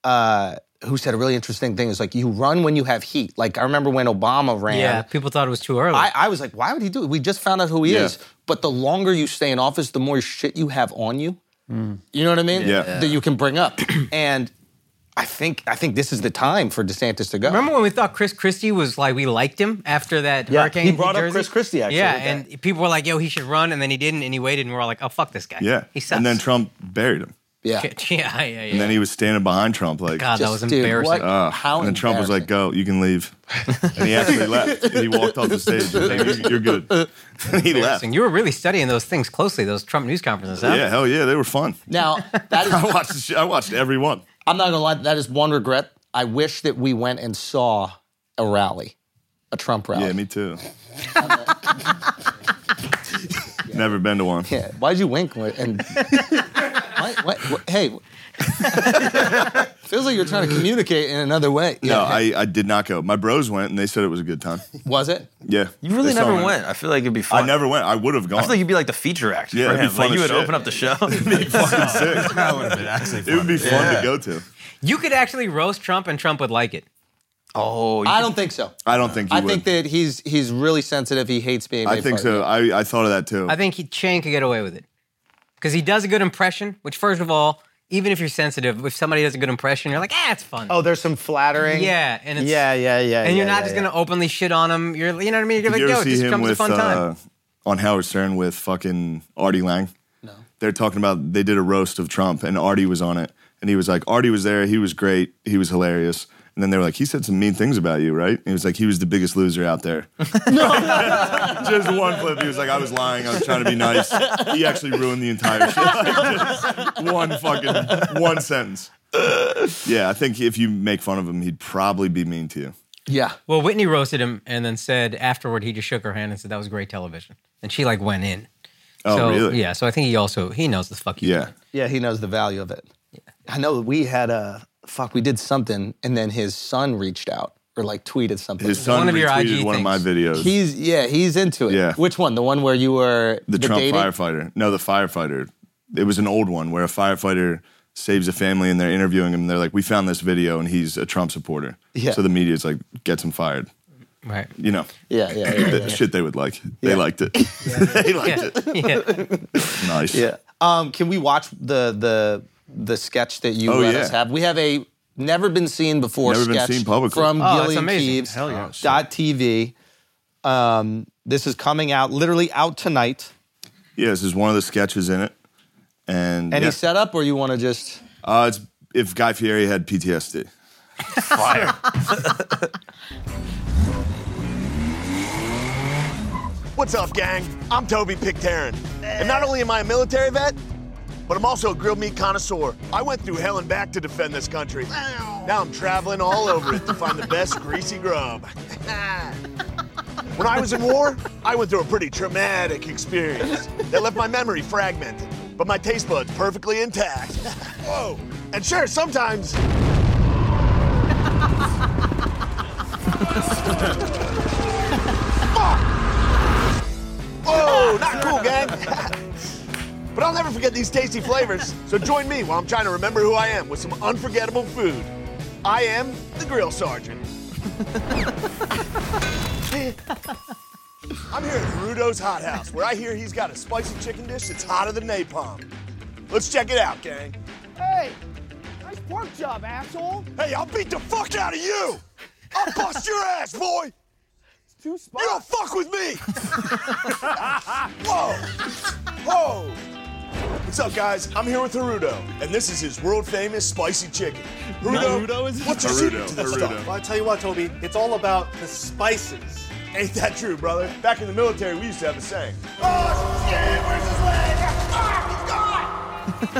[SPEAKER 1] uh, who said a really interesting thing. Is like you run when you have heat. Like I remember when Obama ran.
[SPEAKER 6] Yeah, people thought it was too early.
[SPEAKER 1] I, I was like, why would he do it? We just found out who he
[SPEAKER 3] Yeah.
[SPEAKER 1] is. But the longer you stay in office, the more shit you have on you.
[SPEAKER 6] Mm.
[SPEAKER 1] You know what I mean?
[SPEAKER 3] Yeah.
[SPEAKER 1] That you can bring up. [clears throat] and I think I think this is the time for DeSantis to go.
[SPEAKER 6] Remember when we thought Chris Christie was like we liked him after that
[SPEAKER 1] Yeah,
[SPEAKER 6] hurricane?
[SPEAKER 1] he
[SPEAKER 6] in
[SPEAKER 1] brought up
[SPEAKER 6] Jersey?
[SPEAKER 1] Chris Christie, actually,
[SPEAKER 6] Yeah,
[SPEAKER 1] with
[SPEAKER 6] and people were like, "Yo, he should run," and then he didn't, and he waited, and we're all like, "Oh, fuck this guy."
[SPEAKER 3] Yeah.
[SPEAKER 6] he sucks.
[SPEAKER 3] and then Trump buried him.
[SPEAKER 1] yeah.
[SPEAKER 6] [laughs] yeah, yeah, yeah.
[SPEAKER 3] And then he was standing behind Trump, like,
[SPEAKER 6] God, that
[SPEAKER 1] Just,
[SPEAKER 6] was
[SPEAKER 1] dude,
[SPEAKER 6] embarrassing.
[SPEAKER 1] what-
[SPEAKER 3] "Ugh."
[SPEAKER 1] How
[SPEAKER 3] Ah, and then Trump was like,
[SPEAKER 1] embarrassing.
[SPEAKER 3] go, you can leave. And he actually left. And he walked off the stage. He was like, "You- You're good. And he left.
[SPEAKER 6] Embarrassing. You were really studying those things closely, those Trump news conferences. Huh?
[SPEAKER 3] Yeah, hell yeah, they were fun.
[SPEAKER 1] Now
[SPEAKER 6] [laughs]
[SPEAKER 1] that is
[SPEAKER 3] I watched, the shit- I watched every one.
[SPEAKER 1] I'm not gonna lie, that is one regret. I wish that we went and saw a rally, a Trump rally.
[SPEAKER 3] Yeah, me too.
[SPEAKER 1] [laughs]
[SPEAKER 3] Never been to one.
[SPEAKER 1] Yeah, Why'd you wink? when- And [laughs] what, what, what- hey, feels like you're trying to communicate in another way.
[SPEAKER 3] No, I, I did not go. My bros went and they said it was a good time.
[SPEAKER 1] was it?
[SPEAKER 3] Yeah.
[SPEAKER 4] You really
[SPEAKER 3] They saw
[SPEAKER 4] never
[SPEAKER 3] me.
[SPEAKER 4] went. I feel like it'd be fun.
[SPEAKER 3] I never went. I would have gone.
[SPEAKER 4] I feel like
[SPEAKER 3] [laughs]
[SPEAKER 4] you'd be like the feature act
[SPEAKER 3] Yeah,
[SPEAKER 4] for
[SPEAKER 3] it'd be
[SPEAKER 4] him. Like
[SPEAKER 3] fun
[SPEAKER 4] you
[SPEAKER 3] as
[SPEAKER 4] would
[SPEAKER 3] shit.
[SPEAKER 4] open up the show.
[SPEAKER 2] That would have been actually
[SPEAKER 3] it would be fun
[SPEAKER 2] Yeah.
[SPEAKER 3] to go to.
[SPEAKER 6] You could actually roast Trump, and Trump would like it.
[SPEAKER 4] oh, you
[SPEAKER 1] I don't think so.
[SPEAKER 3] I don't think you
[SPEAKER 1] I
[SPEAKER 3] would.
[SPEAKER 1] think that he's he's really sensitive. He hates being.
[SPEAKER 3] I
[SPEAKER 1] made
[SPEAKER 3] think
[SPEAKER 1] fun of.
[SPEAKER 3] so. I, I thought of that too.
[SPEAKER 6] I think he, Shane could get away with it because he does a good impression. Which, first of all, even if you're sensitive, if somebody does a good impression, you're like, "Ah, it's fun."
[SPEAKER 5] Oh, there's some flattering.
[SPEAKER 6] yeah, and it's
[SPEAKER 5] Yeah, yeah, yeah.
[SPEAKER 6] and you're
[SPEAKER 5] yeah,
[SPEAKER 6] not
[SPEAKER 5] yeah,
[SPEAKER 6] just
[SPEAKER 5] yeah.
[SPEAKER 6] gonna openly shit on him. You're, you know what I mean?
[SPEAKER 3] Did
[SPEAKER 6] You're like,
[SPEAKER 3] you ever
[SPEAKER 6] yo,
[SPEAKER 3] see
[SPEAKER 6] this
[SPEAKER 3] him
[SPEAKER 6] comes
[SPEAKER 3] with
[SPEAKER 6] a fun time.
[SPEAKER 3] uh, on Howard Stern with fucking Artie Lang? No. They're talking about they did a roast of Trump and Artie was on it, and he was like, Artie was there. He was great. He was hilarious. And then they were like, he said some mean things about you, right? And he was like, he was the biggest loser out
[SPEAKER 6] [laughs]
[SPEAKER 3] there. [laughs] just one clip. He was like, I was lying. I was trying to be nice. He actually ruined the entire shit. [laughs] Just one fucking one sentence. Yeah, I think if you make fun of him, he'd probably be mean to you.
[SPEAKER 1] Yeah.
[SPEAKER 6] Well, Whitney roasted him and then said afterward he just shook her hand and said that was great television, and she like went in.
[SPEAKER 3] Oh,
[SPEAKER 6] so,
[SPEAKER 3] really?
[SPEAKER 6] Yeah. So I think he also he knows the fuck you.
[SPEAKER 3] Yeah.
[SPEAKER 1] Yeah, he knows the value of it. I know we had a fuck. We did something, and then his son reached out or like tweeted something.
[SPEAKER 3] His son
[SPEAKER 6] One of your
[SPEAKER 3] retweeted
[SPEAKER 6] IG
[SPEAKER 3] one of my
[SPEAKER 6] things.
[SPEAKER 3] videos.
[SPEAKER 1] he's yeah, he's into it.
[SPEAKER 3] Yeah.
[SPEAKER 1] Which one? The one where you were
[SPEAKER 3] the, Trump
[SPEAKER 1] dating?
[SPEAKER 3] firefighter. No, the firefighter. It was an old one where a firefighter saves a family and they're interviewing him. And they're like, "We found this video and he's a Trump supporter."
[SPEAKER 1] Yeah.
[SPEAKER 3] So the media's like, "Gets him fired." [laughs]
[SPEAKER 6] Right.
[SPEAKER 3] You know,
[SPEAKER 1] Yeah, yeah, yeah.
[SPEAKER 3] [laughs] the shit they would like. They
[SPEAKER 1] [laughs]
[SPEAKER 3] liked it. [laughs] they liked
[SPEAKER 6] Yeah.
[SPEAKER 3] it.
[SPEAKER 6] [laughs] yeah.
[SPEAKER 3] Nice.
[SPEAKER 1] Yeah. Um, can we watch the the the sketch that you
[SPEAKER 3] Oh,
[SPEAKER 1] let
[SPEAKER 3] yeah.
[SPEAKER 1] us have? We have a never been seen before
[SPEAKER 3] Never been
[SPEAKER 1] sketch
[SPEAKER 3] seen publicly.
[SPEAKER 1] from
[SPEAKER 6] Oh, that's
[SPEAKER 1] Gillian
[SPEAKER 6] amazing.
[SPEAKER 1] Keeves
[SPEAKER 6] Hell yeah.
[SPEAKER 1] dot TV. Um, this is coming out literally out tonight.
[SPEAKER 3] Yeah, This is one of the sketches in it, and
[SPEAKER 1] Any
[SPEAKER 3] yeah.
[SPEAKER 1] setup, or you want to just?
[SPEAKER 3] uh, it's if Guy Fieri had PTSD.
[SPEAKER 7] What's up, gang? I'm Toby Picterin. And not only am I a military vet, but I'm also a grilled meat connoisseur. I went through hell and back to defend this country. Now I'm traveling all over it to find the best greasy grub. when I was in war, I went through a pretty traumatic experience that left my memory fragmented, but my taste buds perfectly intact. [laughs] Whoa! And sure, sometimes Whoa, not cool, gang. [laughs] but I'll never forget these tasty flavors, so join me while I'm trying to remember who I am with some unforgettable food. I am the Grill Sergeant. I'm here at Rudo's Hot House, where I hear he's got a spicy chicken dish that's hotter than napalm. Let's check it out, gang.
[SPEAKER 8] Hey, nice pork job, asshole.
[SPEAKER 7] Hey, I'll beat the fuck out of you! I'll bust your ass, boy!
[SPEAKER 8] Two
[SPEAKER 7] You don't
[SPEAKER 8] spots.
[SPEAKER 7] fuck
[SPEAKER 8] [laughs]
[SPEAKER 7] with me! Whoa! Whoa! What's up, guys? I'm here with Harudo, and this is his world famous spicy chicken. Harudo, what's your secret to this stuff?
[SPEAKER 9] Well, I tell you what, Toby, it's all about the spices.
[SPEAKER 7] Ain't that true, brother? Back in the military, we used to have a saying.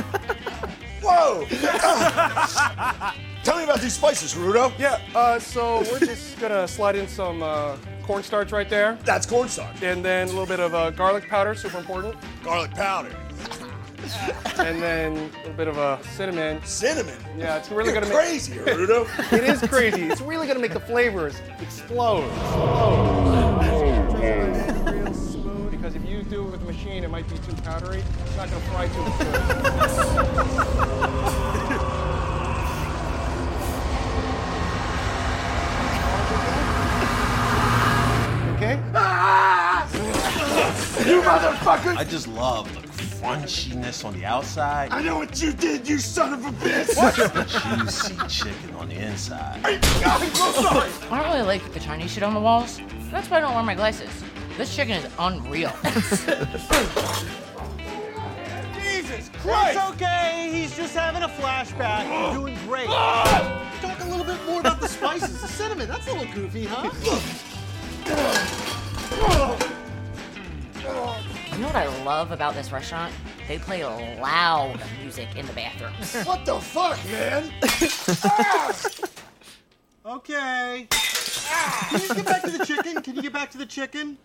[SPEAKER 7] Oh, shit, where's his leg? Ah, he's gone! Whoa! Tell me about these spices, Harudo.
[SPEAKER 9] [laughs] Yeah, uh, so we're just gonna slide in some uh, cornstarch right there,
[SPEAKER 7] That's cornstarch.
[SPEAKER 9] and then a little bit of uh, garlic powder, super important,
[SPEAKER 7] Garlic powder.
[SPEAKER 9] and then a little bit of uh, cinnamon.
[SPEAKER 7] Cinnamon.
[SPEAKER 9] Yeah, it's really
[SPEAKER 7] You're
[SPEAKER 9] gonna make
[SPEAKER 7] crazy, Rudo.
[SPEAKER 9] it is crazy. It's really gonna make the flavors explode. explode. Real smooth, because if you do it with a machine, it might be too powdery. It's not gonna fry too much.
[SPEAKER 5] Okay.
[SPEAKER 7] you motherfucker!
[SPEAKER 2] I just love the crunchiness on the outside,
[SPEAKER 7] I know what you did, you son of a bitch!
[SPEAKER 2] juicy chicken on the inside.
[SPEAKER 10] I don't really like the Chinese shit on the walls. That's why I don't wear my glasses. This chicken is unreal.
[SPEAKER 7] [laughs]
[SPEAKER 8] Jesus Christ! It's okay. He's just having a flashback. You're doing great. Talk a little bit more about the spices, the cinnamon. That's a little goofy, huh?
[SPEAKER 10] [laughs] you know what I love about this restaurant? They play loud music in the bathrooms.
[SPEAKER 7] What the fuck, man?
[SPEAKER 8] Okay. Can you get back to the chicken? Can you get back to the chicken?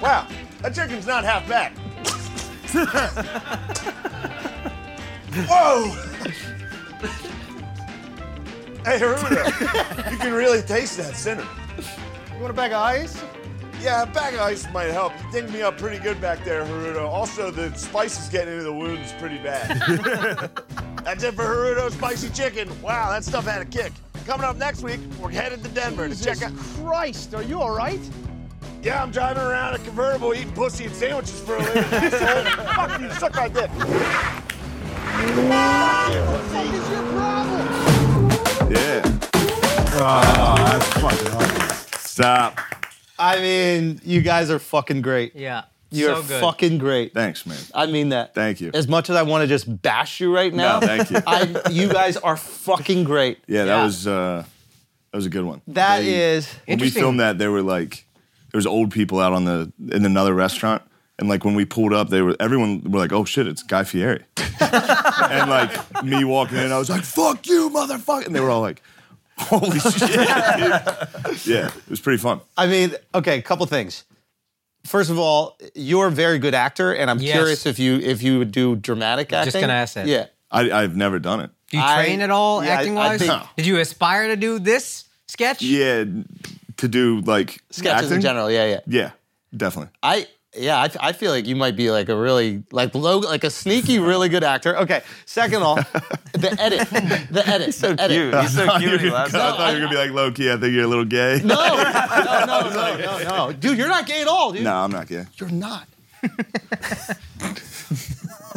[SPEAKER 7] Wow, that chicken's not half bad. Whoa! hey, Haruno, you can really taste that cinnamon.
[SPEAKER 5] You want a bag of ice?
[SPEAKER 7] Yeah, a bag of ice might help. You dinged me up pretty good back there, Haruno. Also, the spice is getting into the wounds
[SPEAKER 1] [laughs]
[SPEAKER 7] pretty bad. that's it for Haruno's spicy chicken. Wow, that stuff had a kick. Coming up next week, we're headed to Denver to check out.
[SPEAKER 5] Christ, are you all right?
[SPEAKER 7] Yeah, I'm driving around a convertible eating pussy and sandwiches for a living. [laughs] asshole. Fuck you, suck my dick.
[SPEAKER 8] What is your problem?
[SPEAKER 3] Yeah.
[SPEAKER 2] Oh, That's fucking
[SPEAKER 3] Stop.
[SPEAKER 1] I mean, you guys are fucking great.
[SPEAKER 6] Yeah.
[SPEAKER 1] You're
[SPEAKER 6] so good.
[SPEAKER 1] fucking great.
[SPEAKER 3] Thanks, man.
[SPEAKER 1] I mean that.
[SPEAKER 3] Thank you.
[SPEAKER 1] As much as I want to just bash you right now,
[SPEAKER 3] thank you.
[SPEAKER 1] I, you guys are fucking great.
[SPEAKER 3] Yeah, that
[SPEAKER 6] Yeah.
[SPEAKER 3] was uh, that was a good one.
[SPEAKER 1] That
[SPEAKER 3] They-
[SPEAKER 1] is
[SPEAKER 3] when we
[SPEAKER 6] Interesting.
[SPEAKER 3] filmed that. There were like there was old people out on the in another restaurant, and like when we pulled up, they were everyone were like, "Oh shit, it's Guy Fieri," [laughs] and like me walking in, I was like, "Fuck you, motherfucker!" And they were all like, "Holy [laughs] shit!" dude." yeah, it was pretty fun.
[SPEAKER 1] I mean, okay, a couple things. First of all, you're a very good actor, and I'm
[SPEAKER 6] Yes.
[SPEAKER 1] curious if you if you would do dramatic acting.
[SPEAKER 6] Just gonna ask that.
[SPEAKER 1] Yeah.
[SPEAKER 3] I, I've never done it.
[SPEAKER 6] Do you
[SPEAKER 1] I-
[SPEAKER 6] train at all,
[SPEAKER 1] yeah, I- I
[SPEAKER 6] acting wise?
[SPEAKER 1] think-
[SPEAKER 6] Did you aspire to do this sketch?
[SPEAKER 3] Yeah, to do like
[SPEAKER 1] Sketches
[SPEAKER 3] acting?
[SPEAKER 1] in general, yeah, yeah.
[SPEAKER 3] Yeah, definitely.
[SPEAKER 1] I yeah, I, I feel like you might be like a really like low like a sneaky really good actor. Okay. Second
[SPEAKER 3] [laughs]
[SPEAKER 1] off, the edit, the edit, so the edit.
[SPEAKER 4] Cute. He's so cute. when he
[SPEAKER 3] [laughs] I
[SPEAKER 4] laughs.
[SPEAKER 3] thought you were gonna be like low key. I think you're a little gay. No,
[SPEAKER 1] No, no, no, no, no, no, dude, you're not gay at all, dude.
[SPEAKER 3] I'm not gay.
[SPEAKER 1] You're not.
[SPEAKER 3] I'm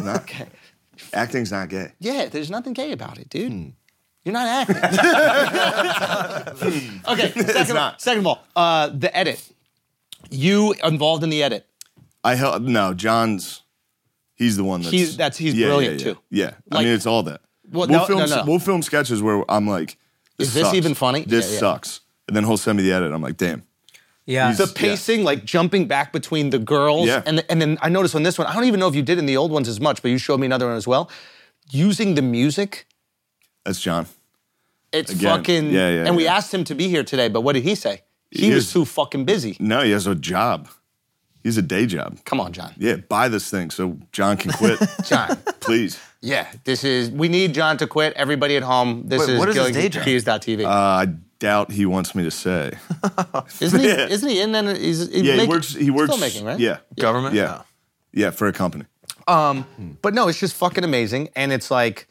[SPEAKER 3] not. Okay. Acting's not gay.
[SPEAKER 1] Yeah, there's nothing gay about it, dude.
[SPEAKER 3] Hmm.
[SPEAKER 1] You're not
[SPEAKER 3] [laughs]
[SPEAKER 1] acting. [laughs] okay, second,
[SPEAKER 3] not.
[SPEAKER 1] second of all, uh, the edit. You involved in the edit.
[SPEAKER 3] I help. No, John's. He's the one that's.
[SPEAKER 1] He's- that's- he's
[SPEAKER 3] yeah,
[SPEAKER 1] brilliant,
[SPEAKER 3] yeah, yeah.
[SPEAKER 1] too.
[SPEAKER 3] Yeah, I
[SPEAKER 1] Like-
[SPEAKER 3] mean it's all that.
[SPEAKER 1] Well,
[SPEAKER 3] we'll
[SPEAKER 1] no,
[SPEAKER 3] film.
[SPEAKER 1] no, no.
[SPEAKER 3] We'll film sketches where I'm like,
[SPEAKER 1] Is this
[SPEAKER 3] sucks.
[SPEAKER 1] even funny?
[SPEAKER 3] This
[SPEAKER 1] Yeah, yeah.
[SPEAKER 3] sucks. And then he'll send me the edit. I'm like, damn.
[SPEAKER 6] Yeah.
[SPEAKER 1] The
[SPEAKER 3] Yeah.
[SPEAKER 1] pacing, like jumping back between the girls,
[SPEAKER 3] Yeah.
[SPEAKER 1] and and then I noticed on this one, I don't even know if you did in the old ones as much, but you showed me another one as well. Using the music,
[SPEAKER 3] That's John.
[SPEAKER 1] it's
[SPEAKER 3] Again,
[SPEAKER 1] fucking.
[SPEAKER 3] yeah, yeah,
[SPEAKER 1] and we
[SPEAKER 3] yeah.
[SPEAKER 1] asked him to be here today, but what did he say? He,
[SPEAKER 3] He
[SPEAKER 1] was
[SPEAKER 3] is-
[SPEAKER 1] too fucking busy.
[SPEAKER 3] No, he has a job. He's a day job.
[SPEAKER 1] Come on, John.
[SPEAKER 3] Yeah, buy this thing so John can
[SPEAKER 1] [laughs]
[SPEAKER 3] quit, [laughs]
[SPEAKER 1] John.
[SPEAKER 3] please.
[SPEAKER 1] Yeah, this is. We need John to quit. Everybody at home, this
[SPEAKER 4] Wait,
[SPEAKER 1] is
[SPEAKER 4] what is his day job?
[SPEAKER 1] GillingTees.tv.
[SPEAKER 3] Uh, I doubt he wants me to say.
[SPEAKER 1] isn't he?
[SPEAKER 3] [laughs] yeah.
[SPEAKER 1] Isn't he? in then he's, he's
[SPEAKER 3] Yeah, he
[SPEAKER 1] making-
[SPEAKER 3] works. He works.
[SPEAKER 1] Still making right?
[SPEAKER 3] Yeah,
[SPEAKER 4] Government?
[SPEAKER 3] yeah, yeah, for a company.
[SPEAKER 1] But no, it's just fucking amazing, and it's like,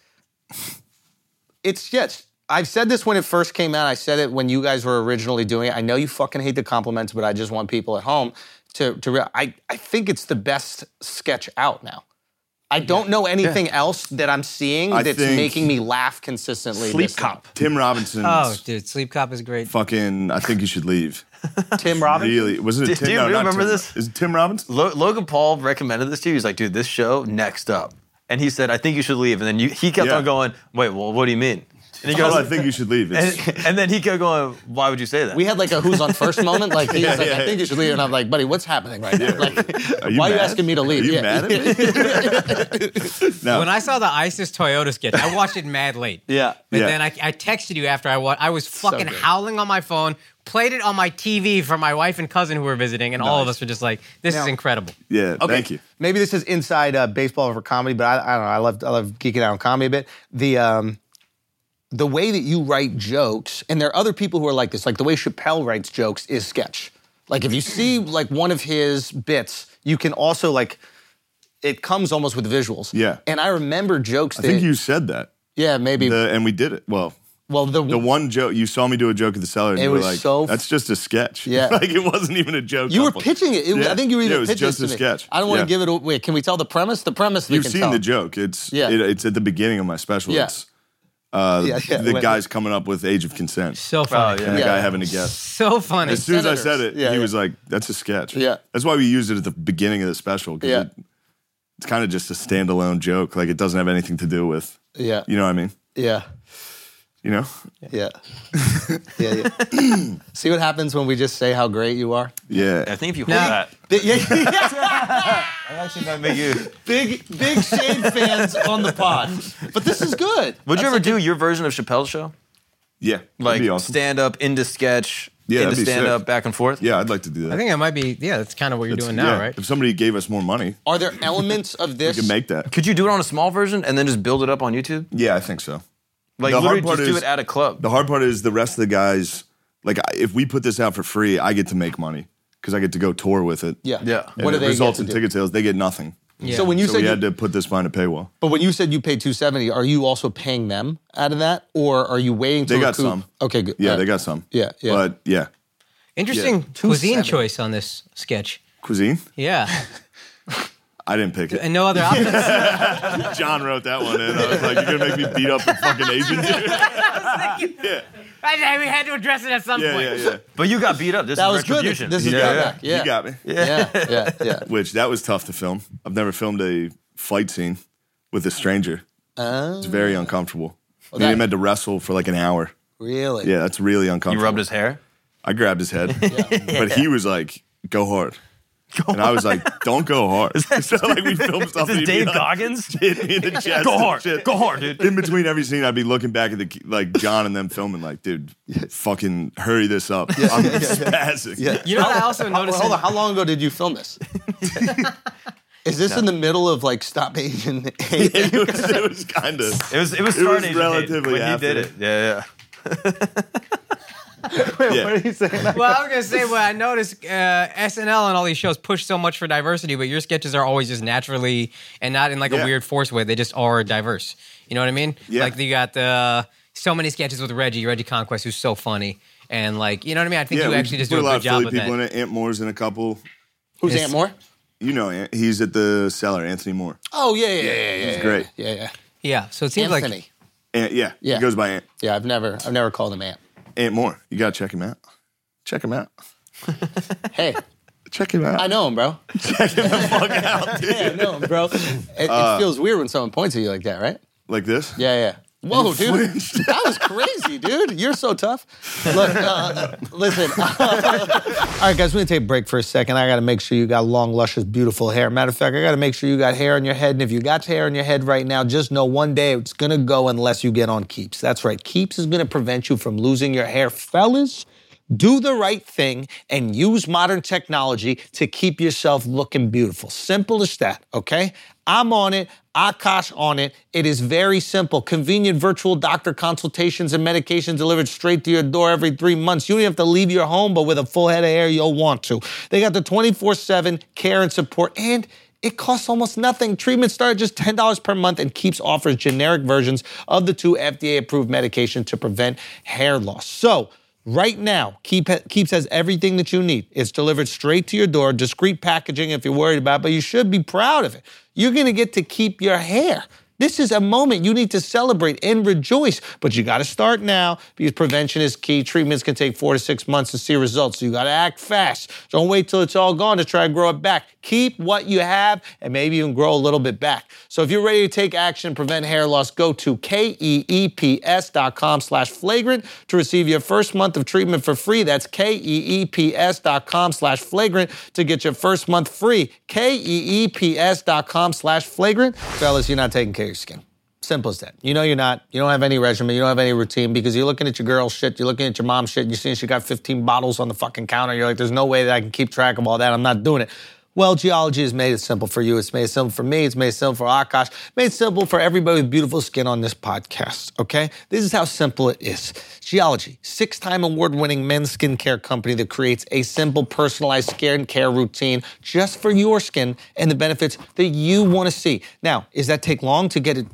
[SPEAKER 1] it's just. I've said this when it first came out. I said it when you guys were originally doing it. I know you fucking hate the compliments, but I just want people at home to to. Real, I I think it's the best sketch out now. I don't know anything else that I'm seeing
[SPEAKER 3] I
[SPEAKER 1] that's
[SPEAKER 3] think-
[SPEAKER 1] making me laugh consistently.
[SPEAKER 4] Sleep
[SPEAKER 1] this
[SPEAKER 4] cop.
[SPEAKER 3] Tim Robinson. [laughs]
[SPEAKER 6] Oh, dude, Sleep Cop is great.
[SPEAKER 3] fucking. I think you should leave.
[SPEAKER 1] long. [laughs] Tim Robbins.
[SPEAKER 3] Really? Wasn't it
[SPEAKER 4] Do-
[SPEAKER 3] Tim?
[SPEAKER 4] do you
[SPEAKER 3] no, not
[SPEAKER 4] remember
[SPEAKER 3] Tim.
[SPEAKER 4] this?
[SPEAKER 3] Is it Tim Robbins?
[SPEAKER 4] Lo- Logan Paul recommended this to you. He's like, dude, this show next up. And he said, I think you should leave. And then you, he kept
[SPEAKER 3] Yeah.
[SPEAKER 4] on going, wait, well, what do you mean? [laughs] And he
[SPEAKER 3] Well,
[SPEAKER 4] goes,
[SPEAKER 3] I think you should leave. It's-
[SPEAKER 4] and, and then he kept going, why would you say that?
[SPEAKER 11] We had like a who's on first moment.
[SPEAKER 3] [laughs]
[SPEAKER 11] Like he
[SPEAKER 3] Yeah,
[SPEAKER 11] was like,
[SPEAKER 3] yeah,
[SPEAKER 11] I think you should leave. And I'm like, buddy, what's happening right now? Like,
[SPEAKER 3] Are you
[SPEAKER 11] why are you
[SPEAKER 3] mad?
[SPEAKER 11] asking me to leave?
[SPEAKER 3] Are you
[SPEAKER 11] yeah.
[SPEAKER 3] mad at me? no.
[SPEAKER 6] When I saw the ISIS Toyota sketch, I watched it mad late.
[SPEAKER 4] yeah.
[SPEAKER 6] But
[SPEAKER 3] Yeah.
[SPEAKER 6] then I, I texted you after I wa- I was fucking
[SPEAKER 11] good.
[SPEAKER 6] howling on my phone, played it on my TV for my wife and cousin who were visiting, and all of us were just like, this is incredible.
[SPEAKER 3] yeah,
[SPEAKER 1] [laughs]
[SPEAKER 3] thank you.
[SPEAKER 1] Maybe this is inside uh, baseball for comedy, but I, I don't know. I love I love geeking out on comedy a bit. The um, the way that you write jokes, and there are other people who are like this. Like the way Chappelle writes jokes is sketch. Like if you see like one of his bits, you can also like it comes almost with visuals.
[SPEAKER 3] Yeah.
[SPEAKER 1] And I remember jokes
[SPEAKER 3] I
[SPEAKER 1] that
[SPEAKER 3] think you said that.
[SPEAKER 1] yeah maybe
[SPEAKER 3] The, and we did it. Well,
[SPEAKER 1] well the,
[SPEAKER 3] the one joke, you saw me do a joke at the cellar and
[SPEAKER 1] It
[SPEAKER 3] you were
[SPEAKER 1] was
[SPEAKER 3] like,
[SPEAKER 1] so f-
[SPEAKER 3] that's just a sketch.
[SPEAKER 1] Yeah.
[SPEAKER 3] [laughs] like it wasn't even a joke.
[SPEAKER 1] You were
[SPEAKER 3] couple.
[SPEAKER 1] pitching it. It was-
[SPEAKER 3] Yeah.
[SPEAKER 1] I think you were
[SPEAKER 3] Yeah,
[SPEAKER 1] even
[SPEAKER 3] it was
[SPEAKER 1] pitching
[SPEAKER 3] just
[SPEAKER 1] it
[SPEAKER 3] a
[SPEAKER 1] to me.
[SPEAKER 3] sketch.
[SPEAKER 1] I don't want
[SPEAKER 3] Yeah.
[SPEAKER 1] to give it away. Can we tell the premise? The premise we
[SPEAKER 3] You've
[SPEAKER 1] can
[SPEAKER 3] seen
[SPEAKER 1] tell.
[SPEAKER 3] the joke. It's
[SPEAKER 1] Yeah.
[SPEAKER 3] it- it's at the beginning of my special.
[SPEAKER 1] Yeah.
[SPEAKER 3] It's uh,
[SPEAKER 1] Yeah, yeah.
[SPEAKER 3] the guy's coming up with age of consent.
[SPEAKER 6] So funny.
[SPEAKER 3] and the
[SPEAKER 1] Yeah.
[SPEAKER 3] guy having to guess.
[SPEAKER 6] So funny.
[SPEAKER 3] As soon as I said
[SPEAKER 1] senators.
[SPEAKER 3] it,
[SPEAKER 1] Yeah,
[SPEAKER 3] he
[SPEAKER 1] yeah.
[SPEAKER 3] was like, "That's a sketch."
[SPEAKER 1] Yeah.
[SPEAKER 3] that's why we used it at the beginning of the special. 'cause
[SPEAKER 1] Yeah.
[SPEAKER 3] it- it's kind of just a standalone joke. Like it doesn't have anything to do with.
[SPEAKER 1] Yeah.
[SPEAKER 3] You know what I mean?
[SPEAKER 1] Yeah.
[SPEAKER 3] You know?
[SPEAKER 1] [laughs] Yeah. yeah. yeah. [clears throat] See what happens when we just say how great you are?
[SPEAKER 4] I
[SPEAKER 3] Yeah.
[SPEAKER 4] think if you hold
[SPEAKER 6] Now-
[SPEAKER 4] that,
[SPEAKER 1] Th- [laughs] yeah, yeah.
[SPEAKER 4] actually might make you.
[SPEAKER 1] big, big Shane fans on the pod. But this is good.
[SPEAKER 4] Would you ever do your version of Chappelle's show?
[SPEAKER 3] Yeah. That'd
[SPEAKER 4] Like
[SPEAKER 3] be awesome.
[SPEAKER 4] stand up into sketch,
[SPEAKER 3] Yeah,
[SPEAKER 4] into
[SPEAKER 3] that'd be
[SPEAKER 4] stand up,
[SPEAKER 3] sick.
[SPEAKER 4] back and forth.
[SPEAKER 3] yeah, I'd like to do that.
[SPEAKER 6] I think that might be, yeah, that's kind of what you're
[SPEAKER 3] It's-
[SPEAKER 6] doing now,
[SPEAKER 3] yeah,
[SPEAKER 6] right?
[SPEAKER 3] If somebody gave us more money,
[SPEAKER 1] Are there elements of
[SPEAKER 3] we
[SPEAKER 1] this?
[SPEAKER 3] could make that.
[SPEAKER 4] Could you do it on a small version and then just build it up on YouTube?
[SPEAKER 3] Yeah, I think so.
[SPEAKER 4] Like
[SPEAKER 3] The
[SPEAKER 4] literally
[SPEAKER 3] hard part
[SPEAKER 4] just do
[SPEAKER 3] is-
[SPEAKER 4] it at a club.
[SPEAKER 3] The hard part is the rest of the guys. Like, I- if we put this out for free, I get to make money because I get to go tour with it.
[SPEAKER 1] yeah.
[SPEAKER 4] Yeah.
[SPEAKER 3] And
[SPEAKER 1] What do
[SPEAKER 3] it
[SPEAKER 1] they
[SPEAKER 3] results
[SPEAKER 1] get to
[SPEAKER 3] in
[SPEAKER 1] do?
[SPEAKER 3] ticket sales. They get nothing.
[SPEAKER 6] Yeah.
[SPEAKER 1] So when you
[SPEAKER 3] so
[SPEAKER 1] said,
[SPEAKER 3] we
[SPEAKER 1] you,
[SPEAKER 3] had to put this behind a paywall.
[SPEAKER 1] but when you said you paid 270, are you also paying them out of that, or are you waiting?
[SPEAKER 3] They
[SPEAKER 1] till
[SPEAKER 3] got
[SPEAKER 1] recoup-
[SPEAKER 3] some.
[SPEAKER 1] Okay, good.
[SPEAKER 3] Yeah,
[SPEAKER 1] All right.
[SPEAKER 3] they got some.
[SPEAKER 1] Yeah, yeah.
[SPEAKER 3] But yeah,
[SPEAKER 6] Interesting
[SPEAKER 1] 270.
[SPEAKER 6] cuisine choice on this sketch.
[SPEAKER 3] cuisine.
[SPEAKER 6] Yeah.
[SPEAKER 3] I didn't pick it.
[SPEAKER 6] And no other
[SPEAKER 3] [laughs]
[SPEAKER 6] options.
[SPEAKER 3] John wrote that one in. I was like, you're gonna make me beat up a fucking Asian dude.
[SPEAKER 6] [laughs] I, we had to address it at some
[SPEAKER 3] Yeah,
[SPEAKER 6] point.
[SPEAKER 3] yeah, yeah.
[SPEAKER 4] But you got beat up. This
[SPEAKER 1] That
[SPEAKER 4] is
[SPEAKER 1] was good.
[SPEAKER 4] retribution.
[SPEAKER 1] This is
[SPEAKER 4] yeah.
[SPEAKER 1] yeah, yeah.
[SPEAKER 3] You got me.
[SPEAKER 1] yeah, yeah,
[SPEAKER 3] [laughs]
[SPEAKER 1] yeah.
[SPEAKER 3] Which that was tough to film. I've never filmed a fight scene with a stranger. It's very uncomfortable. I mean,
[SPEAKER 1] that-
[SPEAKER 3] I had to wrestle for like an hour.
[SPEAKER 1] Really?
[SPEAKER 3] Yeah, that's really uncomfortable.
[SPEAKER 4] You rubbed his hair.
[SPEAKER 3] I grabbed his head, [laughs] but he was like, "Go hard," and I was like, "Don't go hard." [laughs] so like we filmed stuff. [laughs]
[SPEAKER 4] This is
[SPEAKER 3] and he'd be
[SPEAKER 4] Dave
[SPEAKER 3] like,
[SPEAKER 4] Goggins.
[SPEAKER 3] hit me in the chest.
[SPEAKER 4] Go
[SPEAKER 3] and
[SPEAKER 4] hard.
[SPEAKER 3] shit.
[SPEAKER 4] Go hard,
[SPEAKER 3] [laughs]
[SPEAKER 4] dude.
[SPEAKER 3] In between every scene, I'd be looking back at the like John and them filming, like, dude, fucking hurry this up. I'm spazzing.
[SPEAKER 1] Yeah.
[SPEAKER 6] You know what I also
[SPEAKER 1] How-
[SPEAKER 6] noticed?
[SPEAKER 1] hold on. How long ago did you film this? Is this in the middle of like stop
[SPEAKER 3] [laughs]
[SPEAKER 1] Asian hate?
[SPEAKER 3] [laughs] It was, it was kind
[SPEAKER 1] [laughs]
[SPEAKER 3] of.
[SPEAKER 4] It was it was
[SPEAKER 3] It was
[SPEAKER 4] starting
[SPEAKER 3] relatively
[SPEAKER 4] when he
[SPEAKER 3] after.
[SPEAKER 4] did it. Yeah, yeah.
[SPEAKER 3] Yeah.
[SPEAKER 1] you saying?
[SPEAKER 6] well, I was gonna say, well, I noticed uh, SNL and all these shows push so much for diversity, but your sketches are always just naturally and not in like a
[SPEAKER 3] Yeah.
[SPEAKER 6] weird forced way. They just are diverse. You know what I mean?
[SPEAKER 3] Yeah.
[SPEAKER 6] Like you got the uh, so many sketches with Reggie, Reggie Conquest, who's so funny, and like you know what I mean. I think
[SPEAKER 3] Yeah,
[SPEAKER 6] you
[SPEAKER 3] we
[SPEAKER 6] actually just do
[SPEAKER 3] put
[SPEAKER 6] a
[SPEAKER 3] lot
[SPEAKER 6] good
[SPEAKER 3] of
[SPEAKER 6] job
[SPEAKER 3] Philly
[SPEAKER 6] with
[SPEAKER 3] people
[SPEAKER 6] that.
[SPEAKER 3] in it. Ant Moore's in a couple.
[SPEAKER 1] Who's
[SPEAKER 6] It's-
[SPEAKER 1] Ant Moore?
[SPEAKER 3] You know, Ant, he's at the cellar. Anthony Moore.
[SPEAKER 1] Oh yeah, yeah, yeah, yeah. yeah,
[SPEAKER 3] He's great.
[SPEAKER 1] Yeah, yeah.
[SPEAKER 6] Yeah. So it seems
[SPEAKER 1] Anthony.
[SPEAKER 6] like
[SPEAKER 3] Ant, yeah,
[SPEAKER 1] Yeah.
[SPEAKER 3] He goes by Ant.
[SPEAKER 1] yeah, I've never, I've never called him Ant.
[SPEAKER 3] Ant Moore. You gotta check him out. Check him out.
[SPEAKER 1] Hey,
[SPEAKER 3] Check him out.
[SPEAKER 1] I know him, [laughs] bro. [laughs] yeah, I know him, bro. It, it feels weird when someone points at you like that, right?
[SPEAKER 3] Like this.
[SPEAKER 1] Yeah, yeah. Whoa,
[SPEAKER 3] You
[SPEAKER 1] dude,
[SPEAKER 3] flinched.
[SPEAKER 1] that was crazy, dude. You're so tough. Look, uh, listen. [laughs] all right, guys, we're gonna take a break for a second. I gotta make sure you got long, luscious, beautiful hair. Matter of fact, I gotta make sure you got hair on your head. And if you got hair on your head right now, just know one day it's gonna go unless you get on Keeps. That's right. Keeps is gonna prevent you from losing your hair, fellas. Do the right thing and use modern technology to keep yourself looking beautiful. Simple as that, okay? I'm on it. Akash on it. It is very simple. Convenient virtual doctor consultations and medications delivered straight to your door every three months. You don't even have to leave your home, but with a full head of hair, you'll want to. They got the 24 7 care and support, and it costs almost nothing. Treatments start at just $10 per month, and Keeps offers generic versions of the two FDA approved medications to prevent hair loss. So, Right now, Keep, Keeps has everything that you need. It's delivered straight to your door, discreet packaging if you're worried about it, but you should be proud of it. You're gonna get to keep your hair. This is a moment you need to celebrate and rejoice, but you got to start now because prevention is key. Treatments can take four to six months to see results, so you got to act fast. Don't wait till it's all gone to try to grow it back. Keep what you have and maybe even grow a little bit back. So if you're ready to take action and prevent hair loss, go to E keeps.com slash flagrant to receive your first month of treatment for free. That's E keeps.com slash flagrant to get your first month free. E keeps.com slash flagrant. Fellas, you're not taking care of your skin. Simple as that. You know you're not. You don't have any regimen. You don't have any routine because you're looking at your girl shit. You're looking at your mom shit. And you're seeing she got 15 bottles on the fucking counter. You're like, there's no way that I can keep track of all that. I'm not doing it. Well, geology has made it simple for you. It's made it simple for me. It's made it simple for Akash. Made it simple for everybody with beautiful skin on this podcast. Okay, this is how simple it is. Geology, six-time award-winning men's skincare company that creates a simple, personalized skincare routine just for your skin and the benefits that you want to see. Now, is that take long to get it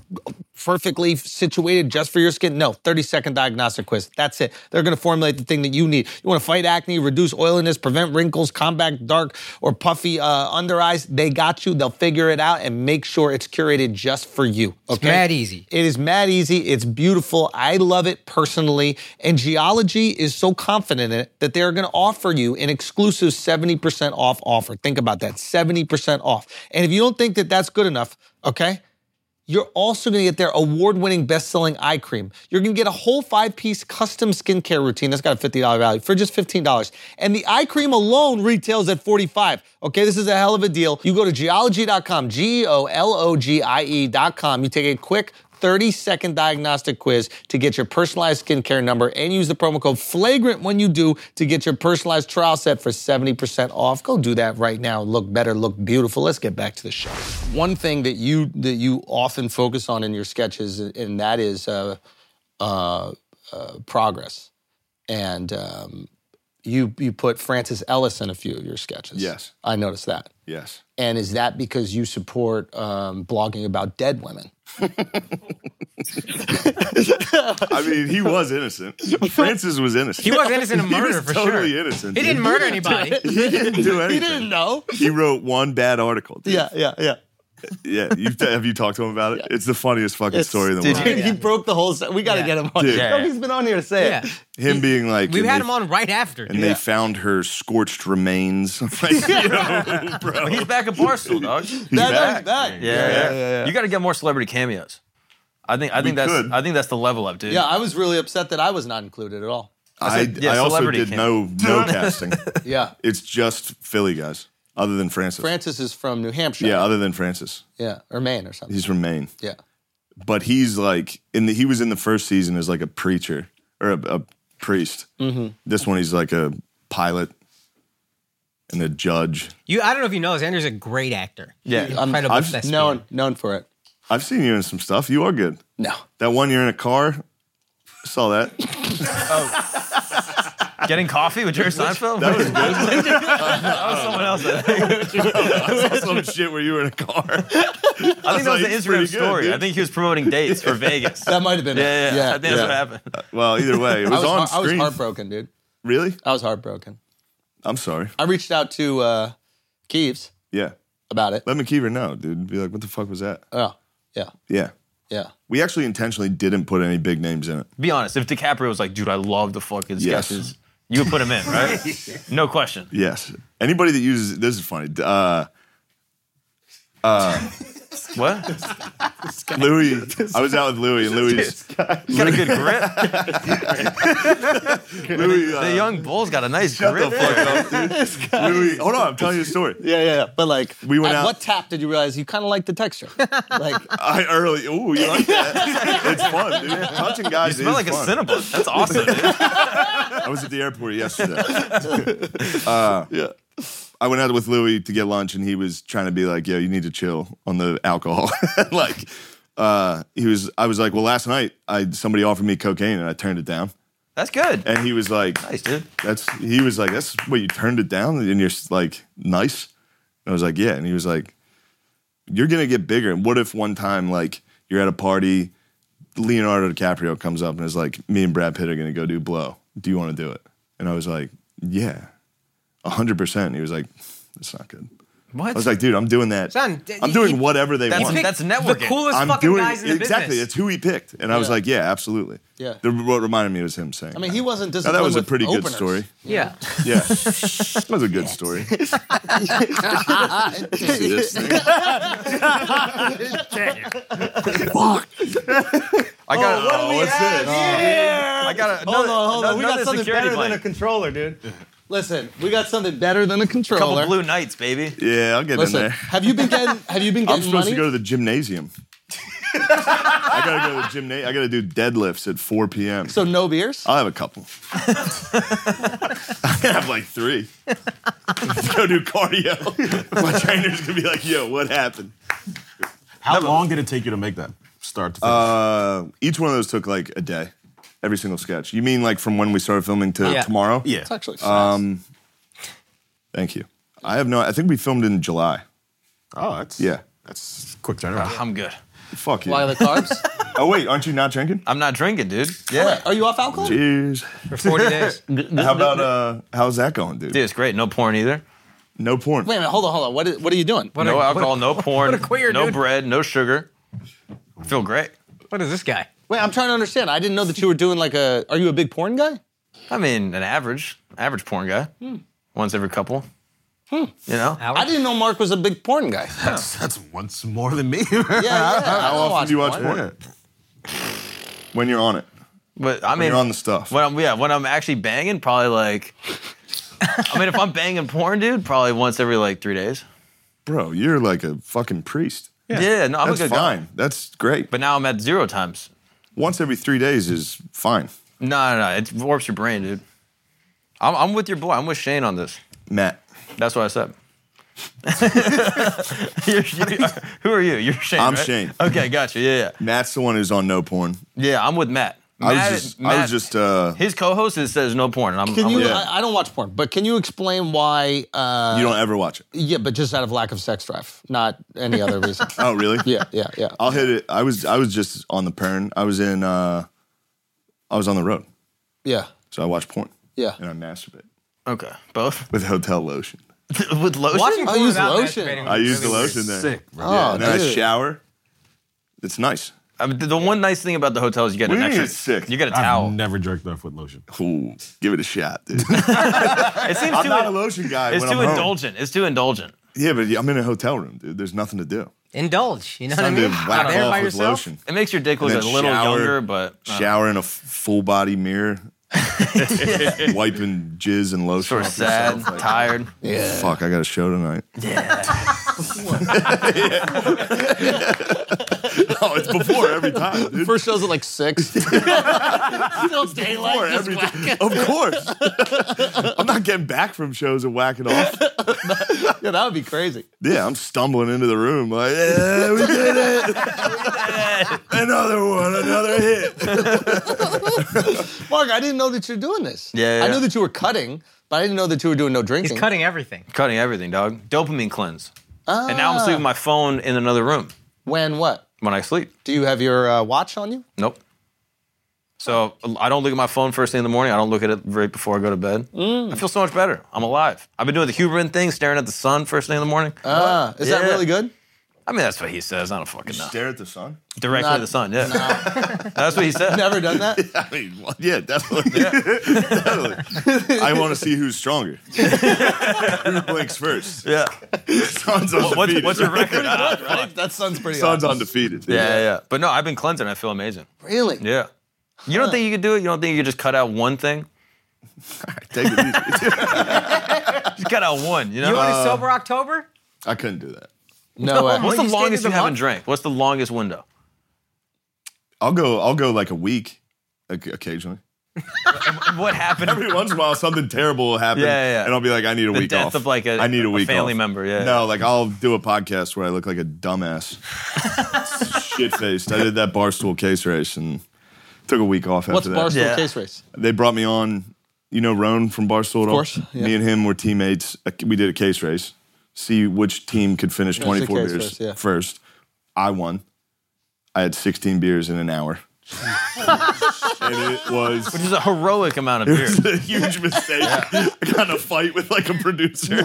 [SPEAKER 1] perfectly situated just for your skin? No, 30 second diagnostic quiz. That's it. They're going to formulate the thing that you need. You want to fight acne, reduce oiliness, prevent wrinkles, combat dark or puffy uh, under eyes. They got you. They'll figure it out and make sure it's curated just for you. Okay.
[SPEAKER 6] mad easy.
[SPEAKER 1] It is mad easy. It's beautiful. I love it personally. And Geology is so confident in it that they're going to offer you an exclusive 70% off offer. Think about that 70% off. And if you don't think that that's good enough, okay? You're also going to get their award winning best selling eye cream. You're going to get a whole five piece custom skincare routine that's got a $50 value for just $15. And the eye cream alone retails at $45. Okay, this is a hell of a deal. You go to geology.com, G E O L O G I E.com. You take a quick 30 second diagnostic quiz to get your personalized skincare number and use the promo code flagrant when you do to get your personalized trial set for 70% off go do that right now look better look beautiful let's get back to the show one thing that you that you often focus on in your sketches and that is uh, uh, uh, progress and um, you you put francis ellis in a few of your sketches
[SPEAKER 3] Yes.
[SPEAKER 1] i noticed that
[SPEAKER 3] Yes.
[SPEAKER 1] and is that because you support um, blogging about dead women
[SPEAKER 3] I mean, he
[SPEAKER 1] [laughs]
[SPEAKER 3] was innocent. Francis was innocent.
[SPEAKER 6] He was innocent
[SPEAKER 3] [laughs]
[SPEAKER 6] of
[SPEAKER 3] He
[SPEAKER 6] murder
[SPEAKER 3] was
[SPEAKER 6] for
[SPEAKER 3] totally
[SPEAKER 6] sure.
[SPEAKER 3] innocent.
[SPEAKER 6] He
[SPEAKER 3] dude.
[SPEAKER 6] didn't murder anybody.
[SPEAKER 3] [laughs] He didn't do anything.
[SPEAKER 1] you didn't know
[SPEAKER 3] He wrote one bad article. dude.
[SPEAKER 1] yeah yeah yeah
[SPEAKER 3] Yeah. You've, have you talked to him about it? It's the funniest fucking
[SPEAKER 1] It's-
[SPEAKER 3] story in the
[SPEAKER 1] dude,
[SPEAKER 3] world.
[SPEAKER 1] He broke the whole. set. We got to
[SPEAKER 6] Yeah.
[SPEAKER 1] get him on. [laughs]
[SPEAKER 3] Dude.
[SPEAKER 1] No, he's been on here to say
[SPEAKER 6] Yeah.
[SPEAKER 1] it.
[SPEAKER 3] Him being like,
[SPEAKER 6] We
[SPEAKER 3] and
[SPEAKER 6] had
[SPEAKER 3] they-
[SPEAKER 6] him on right after.
[SPEAKER 3] And they found her scorched remains. [laughs] Like, you know, bro.
[SPEAKER 4] He's back at Barstool,
[SPEAKER 3] [laughs]
[SPEAKER 4] dog. Yeah,
[SPEAKER 3] He's
[SPEAKER 1] That-
[SPEAKER 3] back.
[SPEAKER 1] that-
[SPEAKER 4] yeah, You got to get more celebrity cameos. I think I think that's
[SPEAKER 3] could.
[SPEAKER 4] I think that's the level up, dude.
[SPEAKER 1] Yeah, I was really upset that I was not included at all.
[SPEAKER 3] I,
[SPEAKER 4] said, yeah,
[SPEAKER 3] I also
[SPEAKER 4] celebrity
[SPEAKER 3] did
[SPEAKER 4] cam.
[SPEAKER 3] no
[SPEAKER 1] [laughs]
[SPEAKER 3] no casting.
[SPEAKER 1] Yeah. [laughs]
[SPEAKER 3] It's just Philly guys, other than Francis.
[SPEAKER 1] Francis is from New Hampshire.
[SPEAKER 3] Yeah, other than Francis.
[SPEAKER 1] Yeah, or Maine or something.
[SPEAKER 3] He's from Maine.
[SPEAKER 1] yeah.
[SPEAKER 3] but he's like in the he was in the first season as like a preacher or a, a priest.
[SPEAKER 1] Mm-hmm.
[SPEAKER 3] This one he's like a pilot and a judge.
[SPEAKER 6] You, I don't know if you know this. Andrew's a great actor.
[SPEAKER 4] Yeah.
[SPEAKER 6] He's incredible.
[SPEAKER 3] I've
[SPEAKER 6] thespian.
[SPEAKER 1] Known known for it.
[SPEAKER 3] I've seen you in some stuff. You are good.
[SPEAKER 1] No.
[SPEAKER 3] That one you're in a car. Saw that.
[SPEAKER 1] [laughs]
[SPEAKER 4] Getting coffee with Jerry Seinfeld.
[SPEAKER 3] [laughs] That was good.
[SPEAKER 4] [laughs] That was someone else.
[SPEAKER 3] [laughs]
[SPEAKER 4] I think,
[SPEAKER 3] I saw some shit where you were in a car. I think
[SPEAKER 4] I think that was the Instagram story. I think he was promoting dates for Vegas.
[SPEAKER 1] That might have been.
[SPEAKER 4] Yeah,
[SPEAKER 1] it.
[SPEAKER 4] yeah, yeah. I think that's
[SPEAKER 3] [laughs] yeah.
[SPEAKER 4] what happened.
[SPEAKER 3] Well, either way, it
[SPEAKER 1] I
[SPEAKER 3] was,
[SPEAKER 1] was,
[SPEAKER 3] on
[SPEAKER 1] har- I was
[SPEAKER 3] screen.
[SPEAKER 1] heartbroken, dude.
[SPEAKER 3] really?
[SPEAKER 1] I was heartbroken.
[SPEAKER 3] I'm sorry.
[SPEAKER 1] I reached out to uh, Keeves
[SPEAKER 3] Yeah.
[SPEAKER 1] about it.
[SPEAKER 3] Let McKeever know, dude. Be like, what the fuck was that?
[SPEAKER 1] Oh, yeah,
[SPEAKER 3] Yeah.
[SPEAKER 1] yeah.
[SPEAKER 3] We actually intentionally didn't put any big names in it.
[SPEAKER 4] Be honest. If DiCaprio was like, dude, I love the fucking
[SPEAKER 3] Yes.
[SPEAKER 4] sketches, you would put him in, right? No question.
[SPEAKER 3] Yes. Anybody that uses this is funny. Uh,
[SPEAKER 4] What?
[SPEAKER 3] Louis,
[SPEAKER 1] [laughs]
[SPEAKER 3] I was out with Louis, and Louis, uh,
[SPEAKER 4] He's got a good grip.
[SPEAKER 3] Louis, uh,
[SPEAKER 4] The young bull's got a nice
[SPEAKER 3] shut
[SPEAKER 4] grip.
[SPEAKER 3] the fuck up, dude. Louis, hold on, I'm telling you
[SPEAKER 1] [laughs]
[SPEAKER 3] a story.
[SPEAKER 1] Yeah, yeah, yeah. But like,
[SPEAKER 3] We went
[SPEAKER 1] at
[SPEAKER 3] out-
[SPEAKER 1] what tap did you realize you kind of like the texture? like,
[SPEAKER 3] I early, ooh, you like that? it's fun, dude. Touching guys
[SPEAKER 4] Smell
[SPEAKER 3] is
[SPEAKER 4] like a
[SPEAKER 3] fun.
[SPEAKER 4] Cinnabon. That's awesome. dude.
[SPEAKER 3] I was at the airport yesterday. Uh, yeah. I went out with Louis to get lunch, and he was trying to be like, "Yo, you need to chill on the alcohol." [laughs] like, uh, he was. I was like, "Well, last night, I somebody offered me cocaine, and I turned it down."
[SPEAKER 4] That's good.
[SPEAKER 3] And he was like,
[SPEAKER 4] Nice, dude.
[SPEAKER 3] that's he was like, that's what you turned it down, and you're like, nice. And I was like, yeah. And he was like, you're gonna get bigger. And what if one time, like, you're at a party, Leonardo DiCaprio comes up and is like, me and Brad Pitt are gonna go do blow. Do you want to do it? And I was like, yeah, hundred percent. And he was like, that's not good.
[SPEAKER 6] What?
[SPEAKER 3] I was like, dude, I'm doing that.
[SPEAKER 6] Son, d-
[SPEAKER 3] I'm
[SPEAKER 6] he-
[SPEAKER 3] doing whatever they
[SPEAKER 4] That's-
[SPEAKER 3] want.
[SPEAKER 4] that's networking.
[SPEAKER 6] The coolest
[SPEAKER 3] I'm
[SPEAKER 6] fucking
[SPEAKER 3] doing
[SPEAKER 6] guys in the
[SPEAKER 3] exactly.
[SPEAKER 6] business.
[SPEAKER 3] It's who he picked, and I was
[SPEAKER 1] Yeah.
[SPEAKER 3] like, yeah, absolutely.
[SPEAKER 1] Yeah.
[SPEAKER 3] The, what reminded me was him saying.
[SPEAKER 1] I mean, he wasn't
[SPEAKER 3] [laughs] now,
[SPEAKER 1] disappointed.
[SPEAKER 3] that was a pretty good story.
[SPEAKER 6] Yeah.
[SPEAKER 3] Yeah, that was a good story. See this thing?
[SPEAKER 4] I got.
[SPEAKER 3] Oh, what's this?
[SPEAKER 4] I got
[SPEAKER 1] Hold
[SPEAKER 4] another,
[SPEAKER 1] on, hold on. We
[SPEAKER 4] another
[SPEAKER 1] got something
[SPEAKER 4] security
[SPEAKER 1] better
[SPEAKER 4] blanket.
[SPEAKER 1] than a controller, dude. Listen, we got something better than a
[SPEAKER 4] couple
[SPEAKER 1] controller.
[SPEAKER 4] blue knights, baby.
[SPEAKER 3] Yeah, I'll get in
[SPEAKER 1] Listen,
[SPEAKER 3] there.
[SPEAKER 1] have you been getting? Have you been
[SPEAKER 3] [laughs] I'm
[SPEAKER 1] getting
[SPEAKER 3] supposed
[SPEAKER 1] money?
[SPEAKER 3] to go to the gymnasium. I gotta go to the gymnasium. I gotta do deadlifts at 4 p.m.
[SPEAKER 1] so no beers.
[SPEAKER 3] I'll have a couple. I can have like three. go do cardio. My trainer's gonna be like, "Yo, what happened?"
[SPEAKER 2] How long did it take you to make that? Start to finish.
[SPEAKER 3] Uh, each one of those took like a day. Every single sketch. You mean like from when we started filming to
[SPEAKER 6] Yeah.
[SPEAKER 3] tomorrow?
[SPEAKER 2] yeah.
[SPEAKER 1] It's actually fast.
[SPEAKER 3] Um, thank you. I have no. I think we filmed in July.
[SPEAKER 2] Oh, that's
[SPEAKER 3] Yeah.
[SPEAKER 2] That's quick turnaround.
[SPEAKER 4] I'm good.
[SPEAKER 3] Fuck you.
[SPEAKER 1] Why the carbs?
[SPEAKER 3] [laughs] Oh wait, aren't you not drinking?
[SPEAKER 4] I'm not drinking, dude. Yeah.
[SPEAKER 1] Wait, are you off alcohol?
[SPEAKER 3] Cheers.
[SPEAKER 6] For 40 days.
[SPEAKER 3] How about uh? How's that going, dude?
[SPEAKER 4] Dude, it's great. No porn either.
[SPEAKER 3] No porn.
[SPEAKER 1] Wait a minute, hold on, hold on. What, is, what are you doing?
[SPEAKER 4] no alcohol, no porn,
[SPEAKER 6] what a queer,
[SPEAKER 4] no
[SPEAKER 6] dude.
[SPEAKER 4] bread, no sugar. I feel great.
[SPEAKER 6] What is this guy?
[SPEAKER 1] Wait, I'm trying to understand. I didn't know that you were doing like a. Uh, Are you a big porn guy?
[SPEAKER 4] I mean, an average, average porn guy.
[SPEAKER 1] Hmm.
[SPEAKER 4] Once every couple. You know?
[SPEAKER 6] Howard?
[SPEAKER 1] I didn't know Mark was a big porn guy.
[SPEAKER 2] [laughs]
[SPEAKER 1] Yeah,
[SPEAKER 2] That's, that's once more than me. [laughs]
[SPEAKER 1] yeah. How
[SPEAKER 3] often do you watch porn? When you're on it.
[SPEAKER 4] But I mean,
[SPEAKER 3] you're on the stuff.
[SPEAKER 4] When I'm yeah, when I'm actually banging, probably like. [laughs] I mean, if I'm banging porn, dude, probably once every like three days.
[SPEAKER 3] Bro, you're like a fucking priest.
[SPEAKER 4] Yeah, no, I'm
[SPEAKER 3] That's
[SPEAKER 4] a good guy.
[SPEAKER 3] fine. That's great. But
[SPEAKER 4] But now I'm at zero times.
[SPEAKER 3] once every three days is fine.
[SPEAKER 4] No, no, no, it warps your brain, dude. I'm, I'm with your boy. I'm with Shane on this.
[SPEAKER 3] Matt,
[SPEAKER 4] That's what I
[SPEAKER 3] [laughs]
[SPEAKER 4] said. You're- you- who are you? You're Shane.
[SPEAKER 3] I'm
[SPEAKER 4] right?
[SPEAKER 3] Shane.
[SPEAKER 4] Okay, gotcha. Yeah, yeah,
[SPEAKER 3] Matt's the one who's on no porn.
[SPEAKER 4] yeah. I'm with Matt.
[SPEAKER 3] I
[SPEAKER 4] Matt-
[SPEAKER 3] was just, I
[SPEAKER 4] Matt-
[SPEAKER 3] was just, uh,
[SPEAKER 4] his co-host is, says no porn. and I'm,
[SPEAKER 1] Can
[SPEAKER 4] I'm
[SPEAKER 1] you?
[SPEAKER 4] with-
[SPEAKER 3] Yeah.
[SPEAKER 1] I, I don't watch porn, but can you explain why? Uh,
[SPEAKER 3] you don't ever watch it.
[SPEAKER 1] yeah, but just out of lack of sex drive, not any
[SPEAKER 3] [laughs]
[SPEAKER 1] other reason.
[SPEAKER 4] [laughs]
[SPEAKER 3] Oh, really?
[SPEAKER 1] yeah, yeah, yeah.
[SPEAKER 3] I'll hit it. I was, I was just on the pern. I was in, uh, I was on the road.
[SPEAKER 1] yeah,
[SPEAKER 3] So I watch porn.
[SPEAKER 1] yeah.
[SPEAKER 3] And I masturbate
[SPEAKER 4] okay, both [laughs]
[SPEAKER 3] with hotel lotion.
[SPEAKER 4] with lotion.
[SPEAKER 6] Watching
[SPEAKER 1] I
[SPEAKER 6] porn
[SPEAKER 1] use
[SPEAKER 6] without
[SPEAKER 1] lotion.
[SPEAKER 6] masturbating
[SPEAKER 3] I
[SPEAKER 6] was
[SPEAKER 3] use the
[SPEAKER 6] really weird.
[SPEAKER 3] lotion then.
[SPEAKER 2] bro.
[SPEAKER 3] Yeah,
[SPEAKER 1] Oh,
[SPEAKER 3] and then I
[SPEAKER 1] dude.
[SPEAKER 3] shower. It's nice.
[SPEAKER 4] I mean, the, the one nice thing about the hotel is you get
[SPEAKER 3] What
[SPEAKER 4] an
[SPEAKER 3] do you mean
[SPEAKER 4] extra.
[SPEAKER 3] it's sick?
[SPEAKER 4] You get a
[SPEAKER 2] I've
[SPEAKER 4] towel.
[SPEAKER 2] never jerked off with lotion.
[SPEAKER 3] Ooh, give it a shot, dude.
[SPEAKER 4] It seems
[SPEAKER 3] I'm
[SPEAKER 4] too.
[SPEAKER 3] not a lotion guy.
[SPEAKER 4] it's
[SPEAKER 3] when
[SPEAKER 4] too
[SPEAKER 3] I'm home.
[SPEAKER 4] indulgent. It's too indulgent.
[SPEAKER 3] Yeah, but I'm in a hotel room, dude. There's nothing to do.
[SPEAKER 6] Indulge. You know
[SPEAKER 3] Time
[SPEAKER 6] what I
[SPEAKER 3] to
[SPEAKER 6] mean?
[SPEAKER 3] whack
[SPEAKER 6] There
[SPEAKER 3] off
[SPEAKER 6] by
[SPEAKER 3] with
[SPEAKER 6] yourself.
[SPEAKER 3] lotion.
[SPEAKER 4] It makes your dick look
[SPEAKER 3] And
[SPEAKER 4] a
[SPEAKER 3] then
[SPEAKER 4] little
[SPEAKER 3] shower-
[SPEAKER 4] younger, but uh,
[SPEAKER 3] Shower in a full body mirror.
[SPEAKER 6] [laughs]
[SPEAKER 3] Wiping jizz and lotion.
[SPEAKER 4] sort of
[SPEAKER 3] off yourself,
[SPEAKER 4] sad,
[SPEAKER 3] like,
[SPEAKER 4] tired.
[SPEAKER 3] Fuck, I got a show tonight. Yeah. [laughs] oh, it's before every time. Dude.
[SPEAKER 1] First show's at like
[SPEAKER 3] [laughs]
[SPEAKER 1] six. Still daylight.
[SPEAKER 3] Before
[SPEAKER 1] just
[SPEAKER 3] every
[SPEAKER 1] whack
[SPEAKER 3] time.
[SPEAKER 1] it.
[SPEAKER 3] Of course. I'm not getting back from shows and whacking off.
[SPEAKER 1] Yeah, that would be crazy.
[SPEAKER 3] Yeah, I'm stumbling into the room like, yeah, [laughs] we did it. another one, another hit.
[SPEAKER 1] Mark, I didn't know that you're doing this.
[SPEAKER 4] Yeah, yeah,
[SPEAKER 1] I knew
[SPEAKER 4] yeah.
[SPEAKER 1] that you were cutting, but I didn't know that you were doing no drinking.
[SPEAKER 6] He's cutting everything.
[SPEAKER 4] Cutting everything, dog. Dopamine cleanse. And now I'm
[SPEAKER 1] Ah.
[SPEAKER 4] sleeping my phone in another room
[SPEAKER 1] When what?
[SPEAKER 4] when I sleep.
[SPEAKER 1] Do you have your uh, watch on you?
[SPEAKER 4] Nope. So I don't look at my phone first thing in the morning. I don't look at it right before I go to bed. I feel so much better. I'm alive. I've been doing the Huberman thing, staring at the sun first thing in the morning.
[SPEAKER 1] Ah, is that
[SPEAKER 4] Yeah.
[SPEAKER 1] really good?
[SPEAKER 4] I mean, that's what he says. I don't fucking know.
[SPEAKER 3] Stare at the sun.
[SPEAKER 4] Directly
[SPEAKER 1] Not-
[SPEAKER 4] at the sun. Yeah, [laughs] that's what he said.
[SPEAKER 1] Never done that?
[SPEAKER 3] I mean, well, yeah, definitely. definitely. I want to see who's [laughs] stronger. Who blinks first?
[SPEAKER 4] Yeah.
[SPEAKER 3] Sun's
[SPEAKER 4] What's,
[SPEAKER 3] undefeated.
[SPEAKER 4] what's your record? Ah,
[SPEAKER 1] that sounds pretty
[SPEAKER 3] Sun's
[SPEAKER 1] awesome.
[SPEAKER 3] undefeated.
[SPEAKER 4] yeah, yeah, yeah. But no, I've been cleansing. I feel amazing.
[SPEAKER 1] Really?
[SPEAKER 4] Yeah. You don't think you could do it? You don't think you could just cut out one thing?
[SPEAKER 3] Take it easy.
[SPEAKER 4] Just cut out one. You know.
[SPEAKER 6] You want to sober October?
[SPEAKER 3] I couldn't do that.
[SPEAKER 1] No way.
[SPEAKER 4] Uh, What's the
[SPEAKER 6] you stayed
[SPEAKER 4] longest
[SPEAKER 6] in
[SPEAKER 4] you
[SPEAKER 6] the
[SPEAKER 4] haven't
[SPEAKER 6] month?
[SPEAKER 4] drank? What's the longest window?
[SPEAKER 3] I'll go. I'll go like a week, like, occasionally.
[SPEAKER 4] What happened?
[SPEAKER 3] [laughs] Every once in a while, something terrible will happen.
[SPEAKER 4] Yeah, yeah, yeah.
[SPEAKER 3] And I'll be like, I need a
[SPEAKER 4] The
[SPEAKER 3] week
[SPEAKER 4] death
[SPEAKER 3] off.
[SPEAKER 4] of, like, a-
[SPEAKER 3] I need a
[SPEAKER 4] a
[SPEAKER 3] week
[SPEAKER 4] family
[SPEAKER 3] off.
[SPEAKER 4] member, yeah.
[SPEAKER 3] No, like I'll do a podcast where I look like a
[SPEAKER 4] [laughs]
[SPEAKER 3] dumbass, shit faced. I did that barstool case race and took a week off
[SPEAKER 1] What's
[SPEAKER 3] after that.
[SPEAKER 1] Barstool
[SPEAKER 4] Yeah.
[SPEAKER 1] Case Race?
[SPEAKER 3] They brought me on. You know Roan from Barstool. Of
[SPEAKER 1] course, yeah.
[SPEAKER 3] Me and him were teammates. Uh, We did a case race. See which team could finish
[SPEAKER 1] was a
[SPEAKER 3] 24
[SPEAKER 1] case
[SPEAKER 3] beers
[SPEAKER 1] race, yeah.
[SPEAKER 6] [laughs]
[SPEAKER 3] first. I won. I had 16 beers in an hour. and it was [laughs]
[SPEAKER 4] Which is a heroic amount of
[SPEAKER 3] it
[SPEAKER 4] beer.
[SPEAKER 3] was a huge mistake. I got in a fight with like a producer.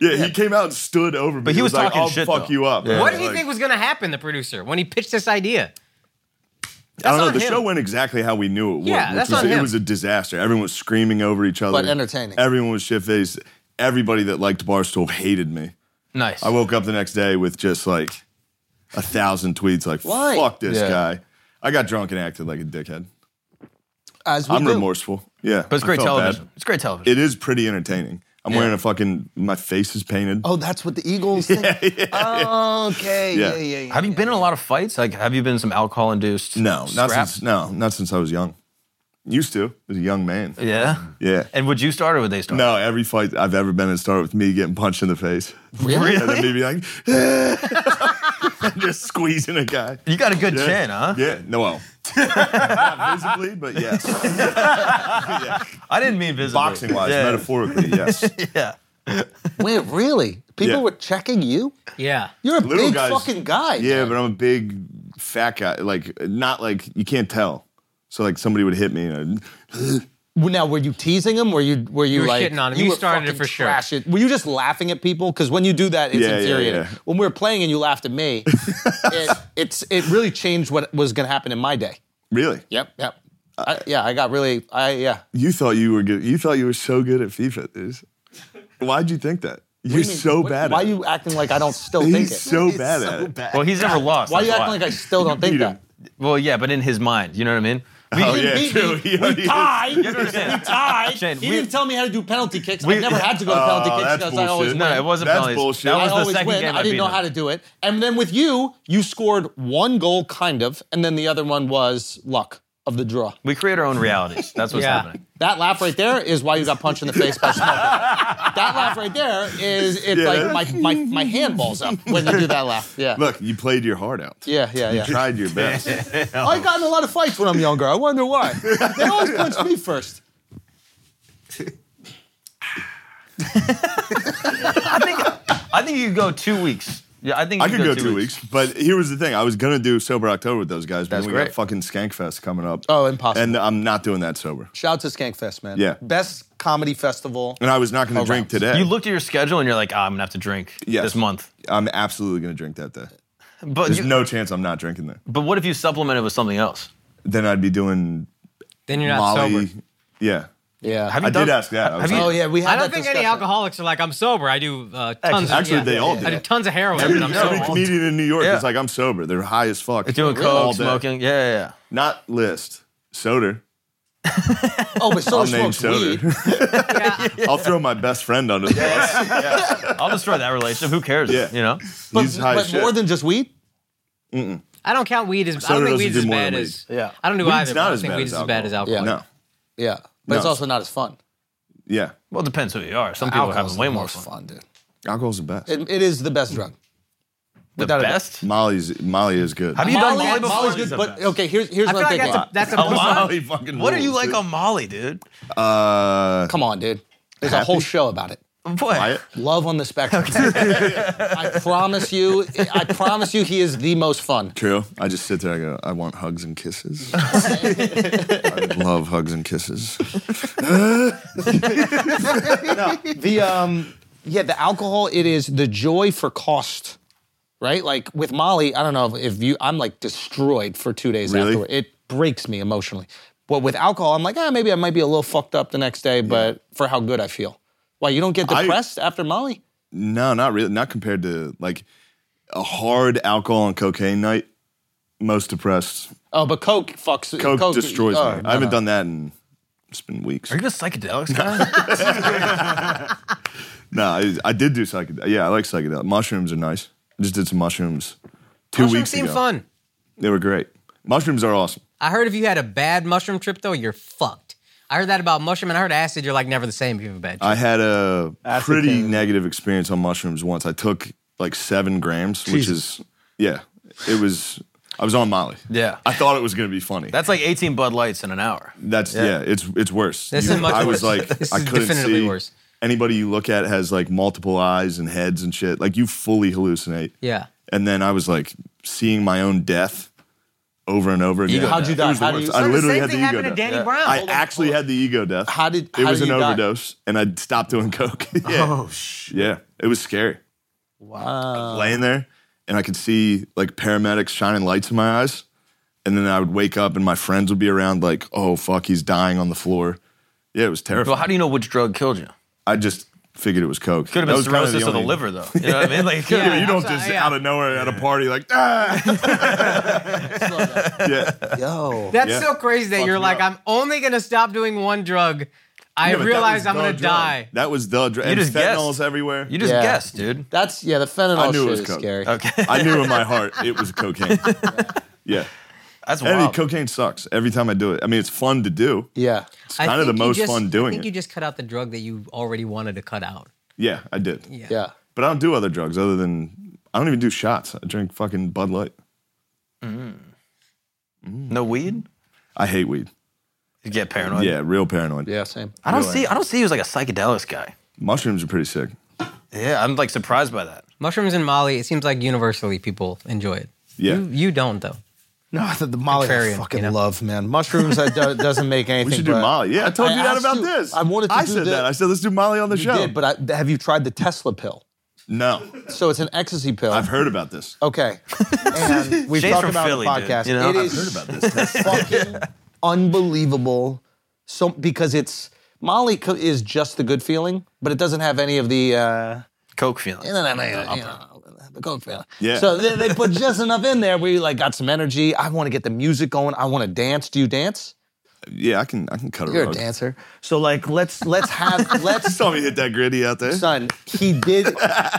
[SPEAKER 3] Yeah, he came out and stood over me.
[SPEAKER 4] But he was
[SPEAKER 3] like,
[SPEAKER 4] talking
[SPEAKER 3] I'll
[SPEAKER 4] shit,
[SPEAKER 3] fuck
[SPEAKER 4] though.
[SPEAKER 3] you up.
[SPEAKER 6] What did he
[SPEAKER 3] Like,
[SPEAKER 6] think was going to happen, the producer, when he pitched this idea?
[SPEAKER 3] I don't know.
[SPEAKER 6] on
[SPEAKER 3] The
[SPEAKER 6] him.
[SPEAKER 3] show went exactly how we knew it would.
[SPEAKER 6] Yeah,
[SPEAKER 3] which
[SPEAKER 6] that's
[SPEAKER 3] was,
[SPEAKER 6] on
[SPEAKER 3] It
[SPEAKER 6] him.
[SPEAKER 3] was a disaster. Everyone was screaming over each other.
[SPEAKER 1] But entertaining.
[SPEAKER 3] Everyone was shit faced. Everybody that liked Barstool hated me.
[SPEAKER 4] Nice.
[SPEAKER 3] I woke up the next day with just like a thousand tweets like,
[SPEAKER 1] Why?
[SPEAKER 3] fuck this
[SPEAKER 4] Yeah.
[SPEAKER 3] guy. I got drunk and acted like a dickhead.
[SPEAKER 1] As we
[SPEAKER 3] I'm
[SPEAKER 1] do.
[SPEAKER 3] remorseful. Yeah.
[SPEAKER 4] but it's great
[SPEAKER 3] I felt bad.
[SPEAKER 4] television. It's great television.
[SPEAKER 3] It is pretty entertaining. I'm wearing a fucking, my face is painted.
[SPEAKER 1] Oh, that's what the Eagles think. Okay. Yeah.
[SPEAKER 3] Yeah.
[SPEAKER 1] Yeah. Yeah.
[SPEAKER 4] have you been in a lot of fights? Like, have you been in some alcohol induced?
[SPEAKER 3] no, not
[SPEAKER 4] scrap?
[SPEAKER 3] since, no, not since I was young. Used to, as a young man.
[SPEAKER 4] Yeah.
[SPEAKER 3] Yeah.
[SPEAKER 4] And would you start or would they start?
[SPEAKER 3] No, every fight I've ever been in started with me getting punched in the face. Really? And then me being [laughs] like, just squeezing a guy.
[SPEAKER 4] You got a good
[SPEAKER 3] Yeah.
[SPEAKER 4] chin, huh?
[SPEAKER 3] Yeah, no, well, not visibly,
[SPEAKER 1] [laughs]
[SPEAKER 3] but yes.
[SPEAKER 4] I didn't mean visibly.
[SPEAKER 3] Boxing wise,
[SPEAKER 4] yeah.
[SPEAKER 1] [laughs]
[SPEAKER 3] metaphorically, yes.
[SPEAKER 4] [laughs] Yeah.
[SPEAKER 1] Wait, really? People
[SPEAKER 3] Yeah.
[SPEAKER 1] were checking you?
[SPEAKER 6] Yeah.
[SPEAKER 1] You're a
[SPEAKER 3] Little
[SPEAKER 1] big
[SPEAKER 3] guys-
[SPEAKER 1] fucking guy.
[SPEAKER 3] Yeah, but I'm a big fat guy. Like, not like you can't tell. So like somebody would hit me, and
[SPEAKER 1] Well, Now, were you teasing him? Were you were you,
[SPEAKER 6] You were
[SPEAKER 1] like
[SPEAKER 6] shitting on him. You
[SPEAKER 1] were
[SPEAKER 6] started it
[SPEAKER 1] fucking
[SPEAKER 6] for sure.
[SPEAKER 1] trash it. Were you just laughing at people? Because when you do that, it's
[SPEAKER 3] Yeah, yeah,
[SPEAKER 1] infuriating.
[SPEAKER 3] yeah.
[SPEAKER 1] When we were playing and you laughed at
[SPEAKER 3] [laughs]
[SPEAKER 1] me, it, it's it really changed what was going to happen in my day.
[SPEAKER 3] really,
[SPEAKER 1] Yep, yep. I, yeah, I got really. I yeah.
[SPEAKER 3] you thought you were good. You thought you were so good at FIFA. dude. Why'd you think that? You're
[SPEAKER 1] I mean,
[SPEAKER 3] so
[SPEAKER 1] wh-
[SPEAKER 3] bad.
[SPEAKER 1] Why
[SPEAKER 3] at
[SPEAKER 1] you acting like I don't still
[SPEAKER 3] It.
[SPEAKER 1] think
[SPEAKER 3] He's
[SPEAKER 1] it?
[SPEAKER 3] so bad at it.
[SPEAKER 4] Well, he's never lost.
[SPEAKER 1] why are you
[SPEAKER 4] that's
[SPEAKER 1] acting like I still
[SPEAKER 3] [laughs]
[SPEAKER 1] don't think
[SPEAKER 3] beat
[SPEAKER 1] that?
[SPEAKER 3] him.
[SPEAKER 4] Well, yeah, but in his mind, you know what I mean? We,
[SPEAKER 3] [laughs] Oh
[SPEAKER 1] He
[SPEAKER 3] yeah,
[SPEAKER 1] didn't beat
[SPEAKER 3] true.
[SPEAKER 1] me.
[SPEAKER 3] He already
[SPEAKER 1] We
[SPEAKER 3] is.
[SPEAKER 1] tied.
[SPEAKER 4] You understand.
[SPEAKER 1] We tied.
[SPEAKER 4] Shane,
[SPEAKER 1] he
[SPEAKER 4] we-
[SPEAKER 1] didn't tell me how to do penalty kicks. I
[SPEAKER 4] we-
[SPEAKER 1] never had to go to
[SPEAKER 3] Oh,
[SPEAKER 1] penalty kicks
[SPEAKER 3] that's
[SPEAKER 1] because I always
[SPEAKER 3] bullshit.
[SPEAKER 1] win.
[SPEAKER 4] No, it wasn't
[SPEAKER 3] That's
[SPEAKER 4] penalties.
[SPEAKER 3] bullshit.
[SPEAKER 4] That was
[SPEAKER 1] I
[SPEAKER 4] the
[SPEAKER 1] always
[SPEAKER 4] second
[SPEAKER 1] win.
[SPEAKER 4] game I,
[SPEAKER 1] I didn't
[SPEAKER 4] beat
[SPEAKER 1] know
[SPEAKER 4] him.
[SPEAKER 1] how to do it. And then with you, you scored one goal, kind of, and then the other one was luck of the draw.
[SPEAKER 4] We create our own realities. That's what's
[SPEAKER 6] Yeah.
[SPEAKER 4] happening.
[SPEAKER 1] That laugh right there is why you got punched in the face by Smoker. that laugh right there is it's
[SPEAKER 3] Yeah.
[SPEAKER 1] like my, my my hand balls up when you do that laugh. Yeah.
[SPEAKER 3] Look, you played your heart out.
[SPEAKER 1] Yeah, yeah, yeah.
[SPEAKER 3] You tried
[SPEAKER 1] [laughs]
[SPEAKER 3] your best.
[SPEAKER 1] I got in a lot of fights when I'm younger. I wonder why. They always punch me first.
[SPEAKER 4] I think you could go two weeks. Yeah, I think
[SPEAKER 3] I
[SPEAKER 4] you
[SPEAKER 3] could go two weeks. but here was the thing: I was gonna do sober October with those guys, but
[SPEAKER 4] That's
[SPEAKER 3] we
[SPEAKER 4] great.
[SPEAKER 3] got fucking Skankfest coming up.
[SPEAKER 1] Oh, impossible.
[SPEAKER 3] And I'm not doing that sober.
[SPEAKER 1] Shout out to Skankfest, man.
[SPEAKER 3] Yeah.
[SPEAKER 1] Best comedy festival.
[SPEAKER 3] And I was not gonna drink
[SPEAKER 1] rounds.
[SPEAKER 3] today.
[SPEAKER 4] You looked at your schedule and you're like, ah, I'm gonna have to drink
[SPEAKER 3] Yes.
[SPEAKER 4] this month.
[SPEAKER 3] I'm absolutely gonna drink that day.
[SPEAKER 4] But
[SPEAKER 3] There's
[SPEAKER 4] you,
[SPEAKER 3] no chance I'm not drinking that.
[SPEAKER 4] but what if you supplemented with something else?
[SPEAKER 3] Then I'd be doing
[SPEAKER 6] Then you're not
[SPEAKER 3] Molly.
[SPEAKER 6] sober.
[SPEAKER 3] Yeah.
[SPEAKER 1] Yeah.
[SPEAKER 4] Have you
[SPEAKER 3] I
[SPEAKER 4] done-
[SPEAKER 3] did ask that. I
[SPEAKER 4] have
[SPEAKER 3] was
[SPEAKER 4] you-
[SPEAKER 1] oh
[SPEAKER 3] like,
[SPEAKER 1] yeah, we had
[SPEAKER 6] I don't
[SPEAKER 1] that
[SPEAKER 6] think
[SPEAKER 1] discussion.
[SPEAKER 6] any alcoholics are like, I'm sober. I do uh, tons of
[SPEAKER 3] Actually,
[SPEAKER 6] yeah.
[SPEAKER 3] they all do
[SPEAKER 6] I do
[SPEAKER 3] that.
[SPEAKER 6] tons of heroin.
[SPEAKER 3] Every,
[SPEAKER 6] but I'm
[SPEAKER 3] every
[SPEAKER 6] sober.
[SPEAKER 3] comedian in New York
[SPEAKER 4] Yeah.
[SPEAKER 3] is like, I'm sober. They're high as fuck.
[SPEAKER 4] Doing
[SPEAKER 3] All
[SPEAKER 4] coke,
[SPEAKER 3] day.
[SPEAKER 4] smoking, yeah, yeah, yeah.
[SPEAKER 3] Not list. Soda.
[SPEAKER 1] Oh, but so
[SPEAKER 3] I'll name
[SPEAKER 1] smokes weed.
[SPEAKER 3] soda. [laughs] I'll throw my best friend under the bus.
[SPEAKER 4] I'll destroy that relationship. Who cares?
[SPEAKER 3] Yeah.
[SPEAKER 4] You know?
[SPEAKER 3] He's
[SPEAKER 1] But,
[SPEAKER 3] high
[SPEAKER 1] but
[SPEAKER 3] as shit.
[SPEAKER 1] more than just weed.
[SPEAKER 6] I don't count weed as. I
[SPEAKER 3] Soda doesn't
[SPEAKER 6] don't think weed's
[SPEAKER 3] do
[SPEAKER 6] as
[SPEAKER 3] more
[SPEAKER 6] bad
[SPEAKER 3] than
[SPEAKER 6] as.
[SPEAKER 1] Yeah.
[SPEAKER 6] I don't do
[SPEAKER 3] Weed's
[SPEAKER 6] either. but
[SPEAKER 3] not
[SPEAKER 6] I don't
[SPEAKER 3] as
[SPEAKER 6] think
[SPEAKER 3] bad
[SPEAKER 6] weed's
[SPEAKER 3] as
[SPEAKER 6] as bad as
[SPEAKER 1] Yeah.
[SPEAKER 6] alcohol.
[SPEAKER 3] no.
[SPEAKER 1] Yeah, but it's
[SPEAKER 3] No.
[SPEAKER 1] also not as fun.
[SPEAKER 3] Yeah.
[SPEAKER 4] Well, it depends who you are. Some people
[SPEAKER 1] Alcohol's
[SPEAKER 4] have
[SPEAKER 1] the
[SPEAKER 4] way more
[SPEAKER 1] most
[SPEAKER 4] fun.
[SPEAKER 1] dude.
[SPEAKER 3] Alcohol's the best.
[SPEAKER 1] It, it is the best drug.
[SPEAKER 4] The
[SPEAKER 1] Without a doubt.
[SPEAKER 4] best?
[SPEAKER 3] Molly's Molly is good.
[SPEAKER 4] Have you done Molly before?
[SPEAKER 1] Molly's good, but okay, here's here's
[SPEAKER 6] I
[SPEAKER 1] what
[SPEAKER 6] feel
[SPEAKER 1] I'm
[SPEAKER 6] like
[SPEAKER 1] thinking.
[SPEAKER 6] that's a, that's a
[SPEAKER 4] A lot?
[SPEAKER 3] Molly fucking
[SPEAKER 4] What are you
[SPEAKER 3] rules,
[SPEAKER 4] like
[SPEAKER 3] dude.
[SPEAKER 4] on Molly, dude?
[SPEAKER 3] Uh,
[SPEAKER 1] Come on, dude. There's a
[SPEAKER 3] Happy?
[SPEAKER 1] whole show about it.
[SPEAKER 4] Boy,
[SPEAKER 3] I-
[SPEAKER 1] Love on the spectrum. I promise you, I promise you, he is the most fun.
[SPEAKER 3] true. I just sit there. I go. I want hugs and
[SPEAKER 6] [laughs]
[SPEAKER 3] kisses. I love hugs and kisses.
[SPEAKER 1] [laughs] The um, yeah, the alcohol. It is the joy for cost, right? Like with Molly, I don't know if you. I'm like destroyed for two days
[SPEAKER 3] Really?
[SPEAKER 1] afterward. It breaks me emotionally. But with alcohol, I'm like, ah, maybe I might be a little fucked up the next day, but for how good I feel. Why you don't get
[SPEAKER 3] I-
[SPEAKER 1] depressed after Molly?
[SPEAKER 3] No, not really. Not compared to like a hard alcohol and cocaine night. Most depressed.
[SPEAKER 1] Oh, but Coke fucks.
[SPEAKER 3] Coke, destroys me.
[SPEAKER 1] oh,
[SPEAKER 3] I haven't done that in. It's been weeks.
[SPEAKER 4] are you a psychedelics
[SPEAKER 3] [laughs]
[SPEAKER 4] guy?
[SPEAKER 3] No, I, I did do psychedelic. Yeah, I like psychedelic. Mushrooms are nice. I just did some mushrooms two
[SPEAKER 6] Mushrooms
[SPEAKER 3] weeks
[SPEAKER 6] seem
[SPEAKER 3] ago.
[SPEAKER 6] fun.
[SPEAKER 3] They were great. Mushrooms are awesome.
[SPEAKER 6] I heard if you had a bad mushroom trip though, you're fucked. I heard that about mushroom, and I heard acid. You're like never the same if you have a bad. Trip.
[SPEAKER 3] I had a pretty negative experience on mushrooms once. I took like seven grams, which is yeah. It was I was on Molly.
[SPEAKER 4] Yeah.
[SPEAKER 3] I thought it was gonna be funny.
[SPEAKER 4] That's like 18 Bud Lights in an hour.
[SPEAKER 3] That's yeah. it's it's worse.
[SPEAKER 6] This
[SPEAKER 3] You-
[SPEAKER 6] is much
[SPEAKER 3] I was
[SPEAKER 6] worse.
[SPEAKER 3] like
[SPEAKER 6] [laughs] This
[SPEAKER 3] I
[SPEAKER 6] is
[SPEAKER 3] couldn't
[SPEAKER 6] definitely
[SPEAKER 3] see
[SPEAKER 6] worse.
[SPEAKER 3] anybody you look at has like multiple eyes and heads and shit. Like you fully hallucinate.
[SPEAKER 6] yeah.
[SPEAKER 3] And then I was like seeing my own death over and over again.
[SPEAKER 4] Ego How'd you
[SPEAKER 3] It was
[SPEAKER 12] die?
[SPEAKER 3] the
[SPEAKER 12] How do
[SPEAKER 3] worst.
[SPEAKER 12] you-
[SPEAKER 3] I
[SPEAKER 6] So the
[SPEAKER 3] literally
[SPEAKER 6] same
[SPEAKER 3] had the
[SPEAKER 6] thing
[SPEAKER 3] ego
[SPEAKER 6] happened to
[SPEAKER 3] death.
[SPEAKER 6] Danny Brown.
[SPEAKER 3] I
[SPEAKER 6] Hold on,
[SPEAKER 3] actually had the ego death.
[SPEAKER 12] How did-
[SPEAKER 3] it
[SPEAKER 12] how
[SPEAKER 3] was
[SPEAKER 12] did
[SPEAKER 3] an
[SPEAKER 12] you die?
[SPEAKER 3] overdose, and I stopped doing [laughs] coke. yeah. Oh shit. Yeah, it was scary. Wow. Laying there, and I could see like paramedics shining lights in my eyes, and then I would wake up, and my friends would be around, like, "Oh fuck, he's dying on the floor." Yeah, it was terrifying.
[SPEAKER 4] Well, how do you know which drug killed you?
[SPEAKER 3] I just figured it was coke.
[SPEAKER 4] Could have
[SPEAKER 3] That
[SPEAKER 4] been
[SPEAKER 3] was kinda
[SPEAKER 4] cirrhosis of the
[SPEAKER 3] only-
[SPEAKER 4] liver,
[SPEAKER 3] [laughs]
[SPEAKER 4] though. You know what I mean? Like, it could've
[SPEAKER 3] Yeah,
[SPEAKER 4] been-
[SPEAKER 3] you don't
[SPEAKER 6] I'm sorry,
[SPEAKER 3] just
[SPEAKER 6] yeah.
[SPEAKER 3] out of nowhere at a party like
[SPEAKER 12] [laughs]
[SPEAKER 3] ah. yeah.
[SPEAKER 1] Yo.
[SPEAKER 6] That's
[SPEAKER 3] Yeah.
[SPEAKER 6] so crazy that
[SPEAKER 3] Fucked
[SPEAKER 6] you're
[SPEAKER 3] me
[SPEAKER 6] like,
[SPEAKER 3] up.
[SPEAKER 6] I'm only gonna stop doing one drug. I
[SPEAKER 3] Yeah, but that
[SPEAKER 6] realize
[SPEAKER 3] was
[SPEAKER 6] I'm
[SPEAKER 3] the
[SPEAKER 6] gonna
[SPEAKER 3] drug.
[SPEAKER 6] die.
[SPEAKER 3] That was the drug. And
[SPEAKER 4] just
[SPEAKER 3] fentanyl's
[SPEAKER 4] guessed.
[SPEAKER 3] everywhere.
[SPEAKER 4] you just
[SPEAKER 1] Yeah.
[SPEAKER 4] guessed, dude.
[SPEAKER 1] That's yeah. The fentanyl
[SPEAKER 3] I knew it
[SPEAKER 1] shit
[SPEAKER 3] was
[SPEAKER 1] is
[SPEAKER 3] coke.
[SPEAKER 1] scary.
[SPEAKER 4] Okay,
[SPEAKER 3] I knew
[SPEAKER 1] [laughs]
[SPEAKER 3] in my heart it was cocaine. yeah.
[SPEAKER 4] that's
[SPEAKER 3] And
[SPEAKER 4] wild.
[SPEAKER 3] cocaine sucks every time I do it. I mean, it's fun to do.
[SPEAKER 1] Yeah.
[SPEAKER 3] It's
[SPEAKER 6] I
[SPEAKER 3] kind of the
[SPEAKER 6] think you
[SPEAKER 3] most
[SPEAKER 6] just-
[SPEAKER 3] fun
[SPEAKER 6] I
[SPEAKER 3] doing
[SPEAKER 6] think you
[SPEAKER 3] it.
[SPEAKER 6] just cut out the drug that you already wanted to cut out.
[SPEAKER 3] Yeah, I did.
[SPEAKER 6] Yeah.
[SPEAKER 1] Yeah.
[SPEAKER 3] But I don't do other drugs other than I don't even do shots. I drink fucking Bud Light.
[SPEAKER 4] no weed.
[SPEAKER 3] I hate weed.
[SPEAKER 4] You get paranoid.
[SPEAKER 3] Yeah, real paranoid.
[SPEAKER 1] Yeah. Same.
[SPEAKER 4] I don't see. I don't see you as like a psychedelics guy.
[SPEAKER 3] Mushrooms are pretty sick.
[SPEAKER 4] Yeah, I'm like surprised by that.
[SPEAKER 6] Mushrooms and Molly, it seems like universally people enjoy it.
[SPEAKER 3] Yeah.
[SPEAKER 6] You, you don't though.
[SPEAKER 1] No, I thought the Molly I
[SPEAKER 6] Contrarian,
[SPEAKER 1] fucking
[SPEAKER 6] you know?
[SPEAKER 1] love, man. Mushrooms that do, doesn't
[SPEAKER 3] [laughs]
[SPEAKER 1] make anything.
[SPEAKER 3] we should do
[SPEAKER 1] but-
[SPEAKER 3] Molly. Yeah, I told
[SPEAKER 1] I
[SPEAKER 3] you that
[SPEAKER 1] asked
[SPEAKER 3] about
[SPEAKER 1] you-
[SPEAKER 3] this.
[SPEAKER 1] I wanted to
[SPEAKER 3] I
[SPEAKER 1] do
[SPEAKER 3] said
[SPEAKER 1] the-
[SPEAKER 3] that. I said let's do Molly on the
[SPEAKER 1] You
[SPEAKER 3] show.
[SPEAKER 1] did, but I, have you tried the Tesla pill? [laughs]
[SPEAKER 3] no,
[SPEAKER 1] So it's an ecstasy pill.
[SPEAKER 3] I've heard about this. [laughs]
[SPEAKER 1] Okay. And we've
[SPEAKER 4] Jay's
[SPEAKER 1] talked
[SPEAKER 4] from
[SPEAKER 1] about
[SPEAKER 4] Philly,
[SPEAKER 1] it
[SPEAKER 4] dude.
[SPEAKER 1] on the podcast.
[SPEAKER 4] You know,
[SPEAKER 1] it
[SPEAKER 4] I've
[SPEAKER 1] is
[SPEAKER 3] Heard about
[SPEAKER 1] [laughs]
[SPEAKER 3] this.
[SPEAKER 1] fucking unbelievable. So because it's Molly co- is just the good feeling, but it doesn't have any of the uh,
[SPEAKER 4] Coke feeling.
[SPEAKER 1] you know, you know, the good feeling.
[SPEAKER 3] Yeah.
[SPEAKER 1] So they, they put just enough in there where you like got some energy. I want to get the music going. I want to dance. Do you dance?
[SPEAKER 3] yeah, I can. I can cut a
[SPEAKER 1] You're a
[SPEAKER 3] rug.
[SPEAKER 1] dancer. So like let's let's
[SPEAKER 3] [laughs]
[SPEAKER 1] have let's
[SPEAKER 3] Saw me hit that gritty out there.
[SPEAKER 1] [laughs] son. He did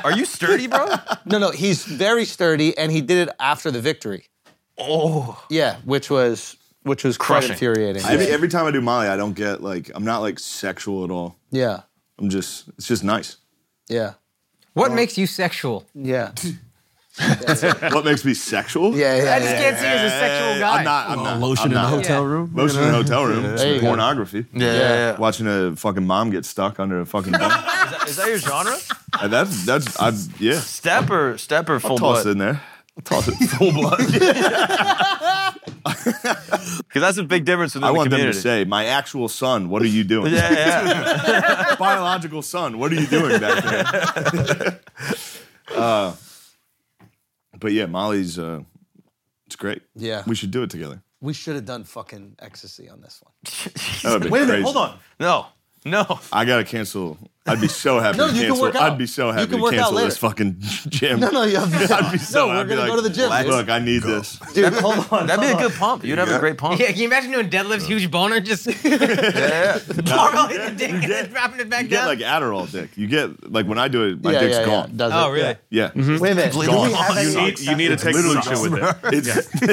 [SPEAKER 4] Are you sturdy, bro?
[SPEAKER 1] no no. He's very sturdy, and he did it after the victory. [laughs] Oh yeah, which was which was quite
[SPEAKER 4] Crushing.
[SPEAKER 1] infuriating.
[SPEAKER 3] I- [laughs] Every, every time I do Molly, I don't get like I'm not like sexual at all.
[SPEAKER 1] yeah
[SPEAKER 3] I'm just it's just nice.
[SPEAKER 1] yeah
[SPEAKER 6] What makes you sexual?
[SPEAKER 3] [laughs]
[SPEAKER 1] yeah
[SPEAKER 3] What makes me sexual? Eh,
[SPEAKER 1] yeah yeah.
[SPEAKER 6] I just
[SPEAKER 1] yeah.
[SPEAKER 6] can't see you as a sexual guy.
[SPEAKER 3] I'm not. I'm not.
[SPEAKER 13] Lotion
[SPEAKER 3] I'm
[SPEAKER 13] in a
[SPEAKER 3] not.
[SPEAKER 13] hotel
[SPEAKER 6] Yeah.
[SPEAKER 13] room.
[SPEAKER 3] Lotion in a hotel room.
[SPEAKER 1] There you
[SPEAKER 3] It's
[SPEAKER 1] go.
[SPEAKER 3] pornography.
[SPEAKER 4] Yeah, yeah,
[SPEAKER 3] Watching a fucking mom get stuck under a fucking
[SPEAKER 4] [laughs]
[SPEAKER 3] bed.
[SPEAKER 4] yeah. Is, that, is that your genre?
[SPEAKER 3] And that's that's I yeah.
[SPEAKER 4] Step or step or full
[SPEAKER 3] Toss
[SPEAKER 4] blood?
[SPEAKER 3] it in there. Toss it full blood.
[SPEAKER 4] Because that's a big difference within
[SPEAKER 3] I
[SPEAKER 4] the
[SPEAKER 3] want them to
[SPEAKER 4] community.
[SPEAKER 3] say, "My actual son, what are you
[SPEAKER 4] [laughs]
[SPEAKER 3] doing?
[SPEAKER 4] yeah, yeah.
[SPEAKER 3] Biological son, what are you doing back there?" uh, but yeah, Molly's. Uh, it's great.
[SPEAKER 1] Yeah.
[SPEAKER 3] we should do it together.
[SPEAKER 1] We should have done fucking ecstasy on this one.
[SPEAKER 3] That would be
[SPEAKER 12] Wait a
[SPEAKER 3] crazy.
[SPEAKER 12] minute, [laughs] hold on.
[SPEAKER 4] No, no.
[SPEAKER 3] I gotta cancel. I'd be so happy.
[SPEAKER 1] No,
[SPEAKER 3] to
[SPEAKER 1] you can
[SPEAKER 3] cancel.
[SPEAKER 1] work out.
[SPEAKER 3] I'd be so
[SPEAKER 1] You
[SPEAKER 3] happy
[SPEAKER 1] can work
[SPEAKER 3] to
[SPEAKER 1] out
[SPEAKER 3] cancel
[SPEAKER 1] later.
[SPEAKER 3] this fucking [laughs] gym.
[SPEAKER 1] No, no, you have
[SPEAKER 3] I'd be so
[SPEAKER 1] no,
[SPEAKER 3] happy.
[SPEAKER 1] we're gonna
[SPEAKER 3] like,
[SPEAKER 1] go to the gym. dude.
[SPEAKER 3] Look, I need this.
[SPEAKER 1] Dude, hold on.
[SPEAKER 4] That'd be a
[SPEAKER 1] hold
[SPEAKER 4] good pump. You'd have a great pump.
[SPEAKER 6] [laughs] Yeah, can you imagine doing deadlifts, huge
[SPEAKER 3] [laughs]
[SPEAKER 6] boner, just [laughs] borrowing the dick and then dropping it back
[SPEAKER 3] You get
[SPEAKER 6] down?
[SPEAKER 3] like Adderall dick. You get like when I do it, my
[SPEAKER 1] on. Yeah,
[SPEAKER 3] dick's
[SPEAKER 1] yeah, yeah.
[SPEAKER 3] gone.
[SPEAKER 1] Does
[SPEAKER 6] oh,
[SPEAKER 1] it?
[SPEAKER 6] really?
[SPEAKER 3] Yeah,
[SPEAKER 1] Wait a minute. Do we have any-
[SPEAKER 13] You need, you need to
[SPEAKER 3] [laughs]
[SPEAKER 13] take
[SPEAKER 3] literally
[SPEAKER 13] something Mm-hmm. with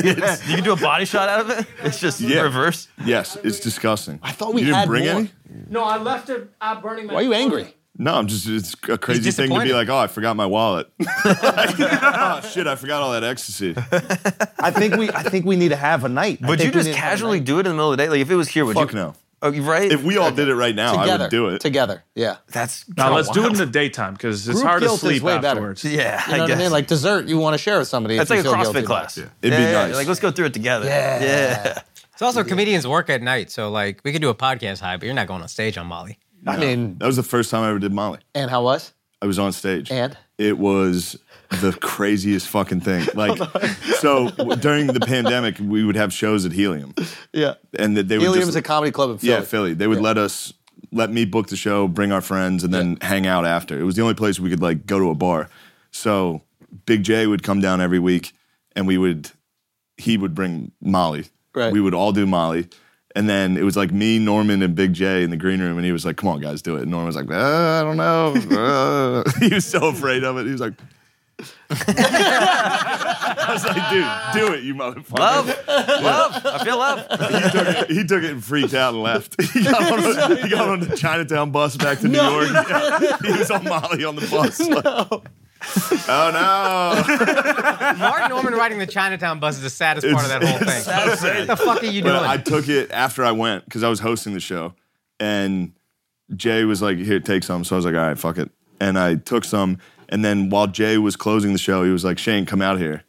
[SPEAKER 13] it.
[SPEAKER 3] [laughs] it's
[SPEAKER 4] You can do a body shot out of it. It's just
[SPEAKER 3] Yeah.
[SPEAKER 4] reverse.
[SPEAKER 3] yes, it's disgusting. I
[SPEAKER 1] thought we
[SPEAKER 3] you didn't
[SPEAKER 1] had
[SPEAKER 3] bring
[SPEAKER 1] more.
[SPEAKER 3] any.
[SPEAKER 14] No, I left it uh, burning man.
[SPEAKER 1] Why are you angry?
[SPEAKER 3] No, I'm just it's a crazy thing to be
[SPEAKER 6] disappointed.
[SPEAKER 3] like, oh, I forgot my wallet. [laughs] oh shit, I forgot all that ecstasy.
[SPEAKER 1] I think we I think we need to have a night. I
[SPEAKER 4] Would you
[SPEAKER 1] think we
[SPEAKER 4] just
[SPEAKER 1] need to have a
[SPEAKER 4] casually
[SPEAKER 1] night.
[SPEAKER 4] do it in the middle of the day? Like if it was here, would
[SPEAKER 3] Fuck
[SPEAKER 4] you?
[SPEAKER 3] no.
[SPEAKER 4] Oh, you- right?
[SPEAKER 3] If we all did it right now, I
[SPEAKER 1] together
[SPEAKER 3] would do it.
[SPEAKER 1] Together. Yeah.
[SPEAKER 4] that's
[SPEAKER 14] No,
[SPEAKER 4] kinda
[SPEAKER 14] let's do it in
[SPEAKER 4] wild.
[SPEAKER 14] the daytime because it's
[SPEAKER 1] Group
[SPEAKER 14] hard to
[SPEAKER 1] guilt is
[SPEAKER 14] sleep
[SPEAKER 1] way better.
[SPEAKER 4] [laughs]
[SPEAKER 14] afterwards.
[SPEAKER 4] Yeah,
[SPEAKER 1] You know
[SPEAKER 4] I
[SPEAKER 1] what
[SPEAKER 4] guess.
[SPEAKER 1] I mean? Like dessert you want to share with somebody.
[SPEAKER 4] that's
[SPEAKER 1] if
[SPEAKER 4] like a
[SPEAKER 1] you feel guilty
[SPEAKER 4] CrossFit
[SPEAKER 1] about
[SPEAKER 4] class.
[SPEAKER 1] it.
[SPEAKER 3] It'd be
[SPEAKER 4] Yeah, yeah,
[SPEAKER 3] nice.
[SPEAKER 4] Like let's go through it together.
[SPEAKER 1] Yeah.
[SPEAKER 4] yeah.
[SPEAKER 6] It's also comedians work at night, so like we could do a podcast high, but you're not going on stage on Molly.
[SPEAKER 1] I mean,
[SPEAKER 3] That was the first time I ever did Molly.
[SPEAKER 1] and how was?
[SPEAKER 3] I was on stage.
[SPEAKER 1] And?
[SPEAKER 3] It was the craziest
[SPEAKER 1] [laughs]
[SPEAKER 3] fucking thing. Like, so w- during the pandemic, we would have shows at Helium,
[SPEAKER 1] Yeah.
[SPEAKER 3] and that they would
[SPEAKER 1] Helium's
[SPEAKER 3] just,
[SPEAKER 1] a comedy club in Philly.
[SPEAKER 3] yeah Philly. They would let us let me book the show, bring our friends, and then hang out after. It was the only place we could like go to a bar. So Big J would come down every week, and we would he would bring Molly.
[SPEAKER 1] Right.
[SPEAKER 3] We would all do Molly. And then it was like me, Norman, and Big J in the green room, and he was like, "Come on, guys, do it." And Norman was like, uh, "I don't know." [laughs] uh." he was so afraid of it. He was like, [laughs] "I was like, dude, do it, you motherfucker."
[SPEAKER 4] Love, love. I feel love.
[SPEAKER 3] He took, it, he took it and freaked out and left. [laughs] He got on, a, he got on the Chinatown bus back to New York. [laughs] he was on Molly on the bus. like, oh no!
[SPEAKER 6] Mark Norman riding the Chinatown bus is the saddest part of that whole thing. What the fuck are you doing?
[SPEAKER 3] But I took it after I went because I was hosting the show, and Jay was like, "Here, take some." So I was like, "All right, fuck it," and I took some. And then while Jay was closing the show, he was like, "Shane, come out here."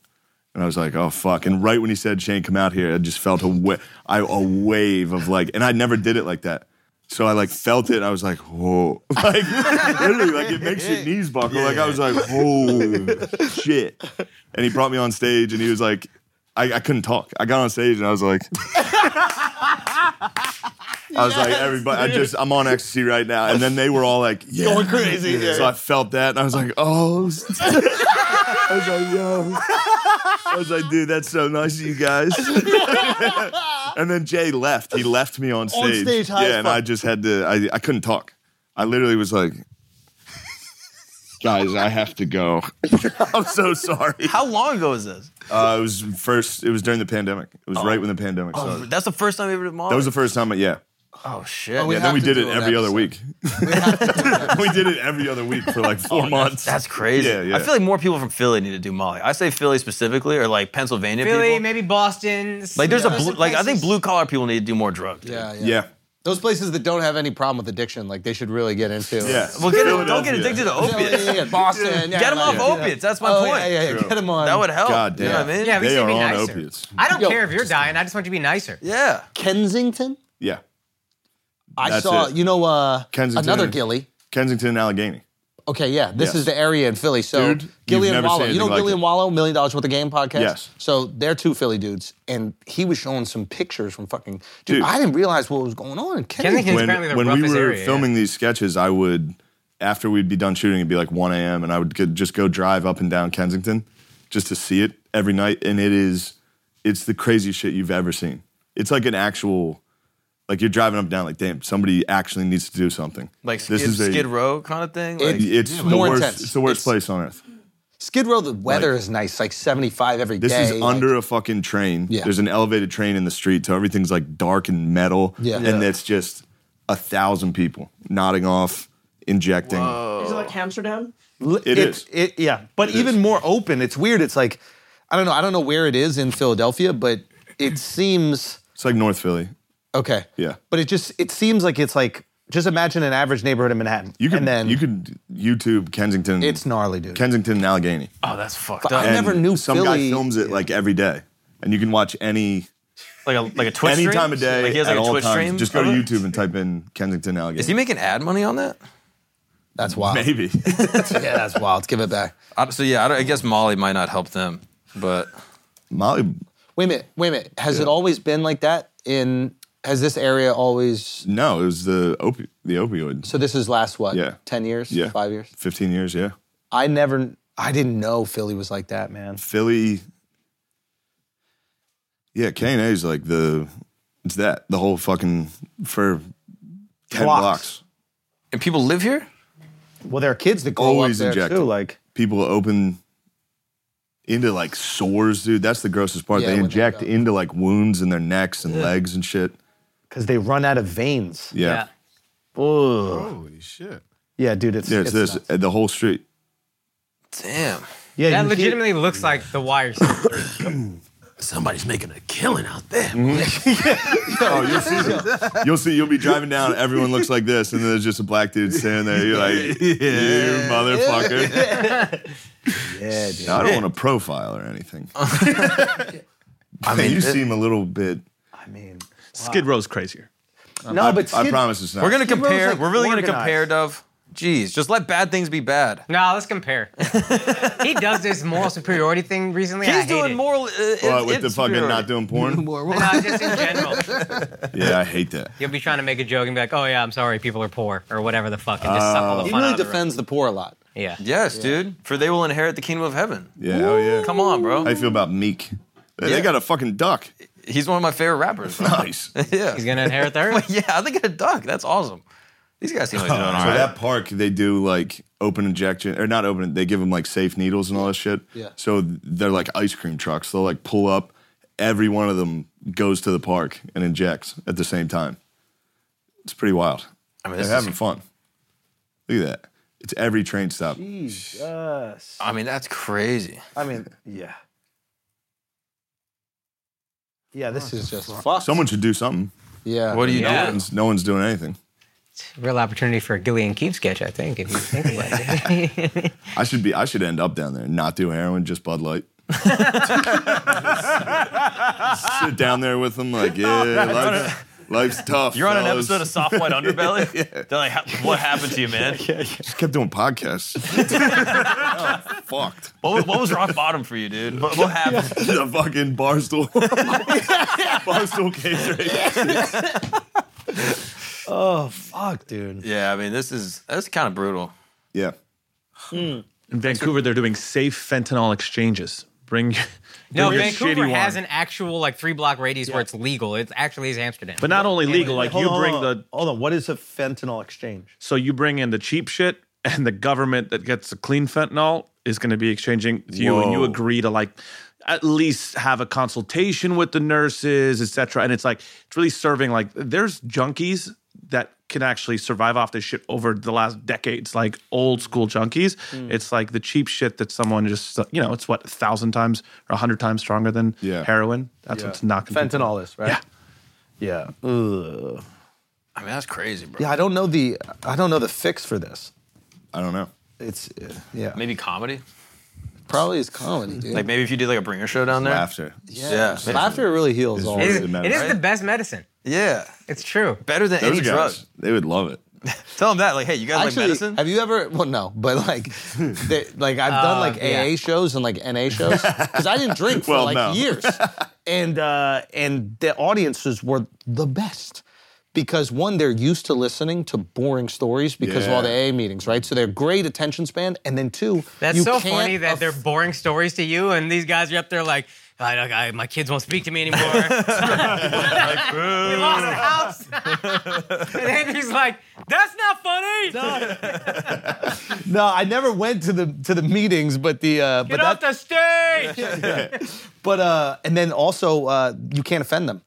[SPEAKER 3] And I was like, oh fuck. And right when he said, Shane, come out here, I just felt a, wa- I, a wave of like, and I never did it like that. So I like felt it and I was like, whoa. [laughs] Like literally, like it makes your knees buckle. Like I was like, oh shit. And he brought me on stage and he was like, I, I couldn't talk. I got on stage and I was like, I was like, everybody, I just, I'm on ecstasy right now. And then they were all like, yeah.
[SPEAKER 1] Going crazy, yeah.
[SPEAKER 3] So I felt that and I was like, oh. [laughs] I was like, yo. I was like, dude, that's so nice of you guys. [laughs] and then Jay left. He left me on stage.
[SPEAKER 1] stage, high as
[SPEAKER 3] yeah, and
[SPEAKER 1] fuck.
[SPEAKER 3] I just had to, I, I couldn't talk. I literally was like, guys, I have to go. [laughs] I'm so sorry.
[SPEAKER 4] How long ago was this?
[SPEAKER 3] Uh, it was first, it was during the pandemic. It was right when the pandemic started.
[SPEAKER 4] That's the first time you ever did Molly.
[SPEAKER 3] That was the first time, I- yeah.
[SPEAKER 4] oh shit.
[SPEAKER 3] yeah, then we did it every other week. [laughs] we did it every other week for like four months.
[SPEAKER 4] That's crazy.
[SPEAKER 3] Yeah, yeah.
[SPEAKER 4] I feel like more people from Philly need to do Molly. I say Philly specifically, or like Pennsylvania
[SPEAKER 6] Philly,
[SPEAKER 4] people.
[SPEAKER 6] maybe Boston.
[SPEAKER 4] Like there's a
[SPEAKER 6] those
[SPEAKER 4] blue, like I think
[SPEAKER 6] places.
[SPEAKER 4] blue collar people need to do more drugs. dude.
[SPEAKER 1] Yeah, yeah.
[SPEAKER 3] yeah.
[SPEAKER 1] Those places that don't have any problem with addiction, like they should really get into.
[SPEAKER 3] Yeah.
[SPEAKER 4] Well, get, don't
[SPEAKER 3] Philadelphia.
[SPEAKER 4] get addicted to
[SPEAKER 1] Yeah, yeah,
[SPEAKER 4] opiates.
[SPEAKER 1] yeah, yeah. Boston. yeah,
[SPEAKER 4] Get them off
[SPEAKER 1] like-
[SPEAKER 4] opiates. That's my
[SPEAKER 1] Oh,
[SPEAKER 4] point.
[SPEAKER 1] Yeah, yeah, yeah.
[SPEAKER 3] True.
[SPEAKER 1] Get them on.
[SPEAKER 4] That would help.
[SPEAKER 3] God
[SPEAKER 4] You know
[SPEAKER 3] damn.
[SPEAKER 4] what I mean?
[SPEAKER 6] Yeah, we
[SPEAKER 3] They
[SPEAKER 6] should
[SPEAKER 3] are
[SPEAKER 6] be
[SPEAKER 3] on
[SPEAKER 6] nicer.
[SPEAKER 3] opiates.
[SPEAKER 6] I don't
[SPEAKER 1] Yo,
[SPEAKER 6] care if you're dying. I just want you to be nicer.
[SPEAKER 4] Yeah.
[SPEAKER 1] Kensington.
[SPEAKER 3] Yeah.
[SPEAKER 1] I
[SPEAKER 3] That's
[SPEAKER 1] saw.
[SPEAKER 3] it.
[SPEAKER 1] You know, uh,
[SPEAKER 3] Kensington.
[SPEAKER 1] another Gilly.
[SPEAKER 3] Kensington and Allegheny.
[SPEAKER 1] Okay, yeah. This
[SPEAKER 3] Yes.
[SPEAKER 1] is the area in Philly. So
[SPEAKER 3] Dude,
[SPEAKER 1] Gillian
[SPEAKER 3] you've never
[SPEAKER 1] Wallow.
[SPEAKER 3] seen
[SPEAKER 1] You know
[SPEAKER 3] anything like
[SPEAKER 1] Gillian
[SPEAKER 3] it.
[SPEAKER 1] Wallow, Million Dollars Worth of Game podcast?
[SPEAKER 3] Yes.
[SPEAKER 1] So they're two Philly dudes. And he was showing some pictures from fucking dude,
[SPEAKER 3] Dude.
[SPEAKER 1] I didn't realize what was going on in Kensington.
[SPEAKER 6] Kensington's apparently the
[SPEAKER 3] when we
[SPEAKER 6] roughest
[SPEAKER 3] were
[SPEAKER 6] area, yeah.
[SPEAKER 3] filming these sketches, I would, after we'd be done shooting, it'd be like 1 a.m. and I would go- just go drive up and down Kensington just to see it every night. And it is, it's the craziest shit you've ever seen. It's like an actual, like you're driving up and down, like, damn, somebody actually needs to do something.
[SPEAKER 4] Like Skid, Skid Row kind of thing. Like,
[SPEAKER 3] It's the
[SPEAKER 1] more
[SPEAKER 3] worst.
[SPEAKER 1] intense.
[SPEAKER 3] It's the worst place on earth.
[SPEAKER 1] Skid Row, the weather is nice, like 75 every day.
[SPEAKER 3] This is
[SPEAKER 1] like-
[SPEAKER 3] under a fucking train.
[SPEAKER 1] Yeah.
[SPEAKER 3] There's an elevated train in the street, so everything's like dark and metal.
[SPEAKER 1] Yeah.
[SPEAKER 3] And it's just a thousand people nodding off, injecting.
[SPEAKER 14] Is it like Amsterdam?
[SPEAKER 3] It
[SPEAKER 1] It's-
[SPEAKER 3] is.
[SPEAKER 1] It, yeah, but even more open. It's weird. It's like I don't know. I don't know where it is in Philadelphia, but it seems
[SPEAKER 3] It's like North Philly.
[SPEAKER 1] okay.
[SPEAKER 3] Yeah.
[SPEAKER 1] But it just it seems like it's like just imagine an average neighborhood in Manhattan.
[SPEAKER 3] You could
[SPEAKER 1] and then
[SPEAKER 3] you could YouTube Kensington.
[SPEAKER 1] it's gnarly, dude.
[SPEAKER 3] Kensington and Allegheny.
[SPEAKER 4] oh, that's fucked
[SPEAKER 1] I
[SPEAKER 4] up.
[SPEAKER 3] And
[SPEAKER 1] never knew
[SPEAKER 3] some
[SPEAKER 1] Philly-
[SPEAKER 3] guy films it like every day, and you can watch any
[SPEAKER 4] Like a like a Twitch
[SPEAKER 3] any
[SPEAKER 4] stream?
[SPEAKER 3] time of day
[SPEAKER 4] Like he has like
[SPEAKER 3] at
[SPEAKER 4] a
[SPEAKER 3] all
[SPEAKER 4] Twitch
[SPEAKER 3] times.
[SPEAKER 4] stream.
[SPEAKER 3] Just go to
[SPEAKER 4] of it?
[SPEAKER 3] YouTube and type in Kensington Allegheny.
[SPEAKER 4] Is he making ad money on that?
[SPEAKER 1] That's wild. [laughs]
[SPEAKER 3] Maybe.
[SPEAKER 1] yeah, that's wild. Give it back.
[SPEAKER 4] I, so yeah, I, don't- I guess Molly might not help them, but
[SPEAKER 3] Molly,
[SPEAKER 1] Wait a minute. Wait a minute. Has it always been like that? In has this area always?
[SPEAKER 3] no, it was the opi- the opioid.
[SPEAKER 1] So this is last what?
[SPEAKER 3] Yeah.
[SPEAKER 1] Ten years?
[SPEAKER 3] Yeah.
[SPEAKER 1] Five years?
[SPEAKER 3] Fifteen years, yeah.
[SPEAKER 1] I never. I didn't know Philly was like that, man.
[SPEAKER 3] Philly. Yeah, K and A is like the it's that the whole fucking for ten
[SPEAKER 1] Blocks.
[SPEAKER 3] blocks.
[SPEAKER 4] and people live here.
[SPEAKER 1] Well, there are kids that grow
[SPEAKER 3] Always
[SPEAKER 1] up there
[SPEAKER 3] injected.
[SPEAKER 1] too. Like
[SPEAKER 3] People open into like sores, dude. That's the grossest part.
[SPEAKER 1] Yeah,
[SPEAKER 3] they
[SPEAKER 1] when they
[SPEAKER 3] inject
[SPEAKER 1] go.
[SPEAKER 3] into like wounds in their necks and legs and shit.
[SPEAKER 1] because they run out of veins.
[SPEAKER 3] Yeah, yeah.
[SPEAKER 6] Yeah.
[SPEAKER 14] Holy shit.
[SPEAKER 1] Yeah, dude. It's
[SPEAKER 3] it's, this
[SPEAKER 1] nuts.
[SPEAKER 3] the whole street.
[SPEAKER 4] Damn,
[SPEAKER 1] Yeah,
[SPEAKER 6] That
[SPEAKER 1] you see-
[SPEAKER 6] legitimately looks like the wire. [laughs]
[SPEAKER 2] Somebody's making a killing out there.
[SPEAKER 4] [laughs]
[SPEAKER 3] You'll Oh, see. You'll be driving down. Everyone looks like this, and then there's just a black dude standing there.
[SPEAKER 4] [laughs]
[SPEAKER 3] You're like, you motherfucker.
[SPEAKER 1] [laughs] Yeah, dude.
[SPEAKER 3] Now, I don't want to profile
[SPEAKER 4] [laughs]
[SPEAKER 3] or anything. I mean, you seem a little bit.
[SPEAKER 1] I mean,
[SPEAKER 14] Skid Row's crazier.
[SPEAKER 1] no, but
[SPEAKER 3] I
[SPEAKER 1] Skid-
[SPEAKER 3] promise it's not.
[SPEAKER 4] we're gonna
[SPEAKER 1] Skid Row's,
[SPEAKER 4] compare.
[SPEAKER 1] like,
[SPEAKER 4] we're really
[SPEAKER 1] organized.
[SPEAKER 4] gonna compare, Dove. Jeez, just let bad things be bad.
[SPEAKER 6] no, let's compare. he does this moral superiority thing recently. I
[SPEAKER 4] He's
[SPEAKER 6] hate
[SPEAKER 4] doing
[SPEAKER 6] it.
[SPEAKER 4] moral. Uh,
[SPEAKER 3] Well,
[SPEAKER 4] it's-
[SPEAKER 3] with the
[SPEAKER 4] it's
[SPEAKER 3] fucking
[SPEAKER 4] superiority.
[SPEAKER 3] not
[SPEAKER 4] [laughs]
[SPEAKER 3] doing porn.
[SPEAKER 6] No, just in general.
[SPEAKER 3] yeah, I hate that.
[SPEAKER 6] You'll be trying to make a joke and be like, "Oh yeah, I'm sorry, people are poor," or whatever the fuck, and just suck all the
[SPEAKER 1] He
[SPEAKER 6] fun
[SPEAKER 1] really
[SPEAKER 6] out of it.
[SPEAKER 1] defends the poor a lot.
[SPEAKER 6] Yeah.
[SPEAKER 4] Yes, dude. For they will inherit the kingdom of heaven.
[SPEAKER 3] Yeah, oh yeah.
[SPEAKER 4] Come on, bro.
[SPEAKER 3] How you feel about Meek? They- They
[SPEAKER 4] Yeah.
[SPEAKER 3] got a fucking duck.
[SPEAKER 4] He's one of my favorite rappers. bro.
[SPEAKER 3] Nice. so
[SPEAKER 4] yeah.
[SPEAKER 6] He's gonna inherit the
[SPEAKER 4] [laughs]
[SPEAKER 6] earth.
[SPEAKER 4] yeah, I think a duck. That's awesome. These guys seem like they're doing all right.
[SPEAKER 3] that park, they do like open injection or not open. They give them like safe needles and all that shit.
[SPEAKER 1] Yeah.
[SPEAKER 3] So they're like ice cream trucks. They'll like pull up. Every one of them goes to the park and injects at the same time. It's pretty wild.
[SPEAKER 4] I mean,
[SPEAKER 3] They're
[SPEAKER 4] this
[SPEAKER 3] having
[SPEAKER 4] is,
[SPEAKER 3] fun. Look at that. It's every train stop.
[SPEAKER 1] Jesus.
[SPEAKER 4] I mean, that's crazy.
[SPEAKER 1] I mean, yeah. Yeah, this is just fucked.
[SPEAKER 3] Someone should do something.
[SPEAKER 1] Yeah.
[SPEAKER 4] What do you
[SPEAKER 3] No
[SPEAKER 6] Yeah.
[SPEAKER 4] do?
[SPEAKER 3] one's, no one's doing anything.
[SPEAKER 6] Real opportunity for a Gillian Keefe sketch, I think, if you think about it.
[SPEAKER 3] I should be. I should end up down there and not do heroin, just Bud Light. Sit down there with them, like, yeah, life's, life's tough.
[SPEAKER 4] You're on an
[SPEAKER 3] fellas.
[SPEAKER 4] episode of Soft White Underbelly. They're like, "Ha- "What happened to you, man?
[SPEAKER 3] Just kept doing podcasts. [laughs] Fucked.
[SPEAKER 4] What was, what was rock bottom for you, dude? What, what happened?"
[SPEAKER 3] the fucking barstool. barstool case
[SPEAKER 1] Oh fuck, dude.
[SPEAKER 4] Yeah, I mean, this is that's kind of brutal.
[SPEAKER 3] Yeah.
[SPEAKER 14] In Vancouver, they're doing safe fentanyl exchanges. Bring
[SPEAKER 6] [laughs]
[SPEAKER 14] [laughs]
[SPEAKER 6] No,
[SPEAKER 14] bring your
[SPEAKER 6] Vancouver
[SPEAKER 14] shitty one.
[SPEAKER 6] has an actual like three block radius where it's legal. It actually is Amsterdam.
[SPEAKER 14] But not only legal, like
[SPEAKER 6] Wait,
[SPEAKER 14] you
[SPEAKER 6] hold on,
[SPEAKER 14] bring
[SPEAKER 6] hold
[SPEAKER 14] the
[SPEAKER 1] Hold on, what is a fentanyl exchange?
[SPEAKER 14] so you bring in the cheap shit, and the government that gets the clean fentanyl is going to be exchanging with you, and you
[SPEAKER 3] Whoa.
[SPEAKER 14] agree to like at least have a consultation with the nurses, etc. And it's like it's really serving like there's junkies that can actually survive off this shit over the last decades, like old school junkies.
[SPEAKER 3] Hmm.
[SPEAKER 14] It's like the cheap shit that someone just you know it's what a thousand times or a hundred times stronger than
[SPEAKER 3] Yeah.
[SPEAKER 14] heroin. That's what's knocking people
[SPEAKER 1] Fentanyl is, right? Yeah. Yeah. Ugh.
[SPEAKER 4] I mean, that's crazy, bro.
[SPEAKER 1] Yeah, I don't know the I don't know the fix for this.
[SPEAKER 3] I don't know.
[SPEAKER 1] It's uh, yeah.
[SPEAKER 4] Maybe comedy.
[SPEAKER 1] Probably is comedy, dude.
[SPEAKER 4] Like maybe if you did like a bringer show down there.
[SPEAKER 3] Laughter.
[SPEAKER 4] Yeah. Yeah.
[SPEAKER 1] Laughter really heals all.
[SPEAKER 6] It is,
[SPEAKER 3] It
[SPEAKER 6] it
[SPEAKER 3] matters,
[SPEAKER 6] is
[SPEAKER 3] right?
[SPEAKER 6] the best medicine. It's true.
[SPEAKER 4] Better than
[SPEAKER 3] Those
[SPEAKER 4] any drug.
[SPEAKER 3] guys, they would love it.
[SPEAKER 4] Tell them that. Like, hey, you guys like
[SPEAKER 1] Actually,
[SPEAKER 4] medicine?
[SPEAKER 1] have you ever? Well, no, but like, they, like I've done
[SPEAKER 6] Uh,
[SPEAKER 1] like
[SPEAKER 6] yeah.
[SPEAKER 1] AA shows and like NA shows because I didn't drink for
[SPEAKER 3] Well,
[SPEAKER 1] like
[SPEAKER 3] no.
[SPEAKER 1] years, and uh, and the audiences were the best because one they're used to listening to boring stories because of all the
[SPEAKER 3] Yeah.
[SPEAKER 1] AA meetings, right? So they're great attention span, and then two,
[SPEAKER 6] That's
[SPEAKER 1] you
[SPEAKER 6] so
[SPEAKER 1] can't
[SPEAKER 6] funny that they're
[SPEAKER 1] aff-
[SPEAKER 6] boring stories to you, and these guys are up there like, I, I, my kids won't speak to me anymore. we [laughs] lost the house. and Andrew's like, that's not funny.
[SPEAKER 1] no. I never went to the to the meetings, but the uh,
[SPEAKER 6] Get
[SPEAKER 1] but
[SPEAKER 6] off
[SPEAKER 1] that,
[SPEAKER 6] the stage.
[SPEAKER 1] But uh, and then also uh, you can't offend them.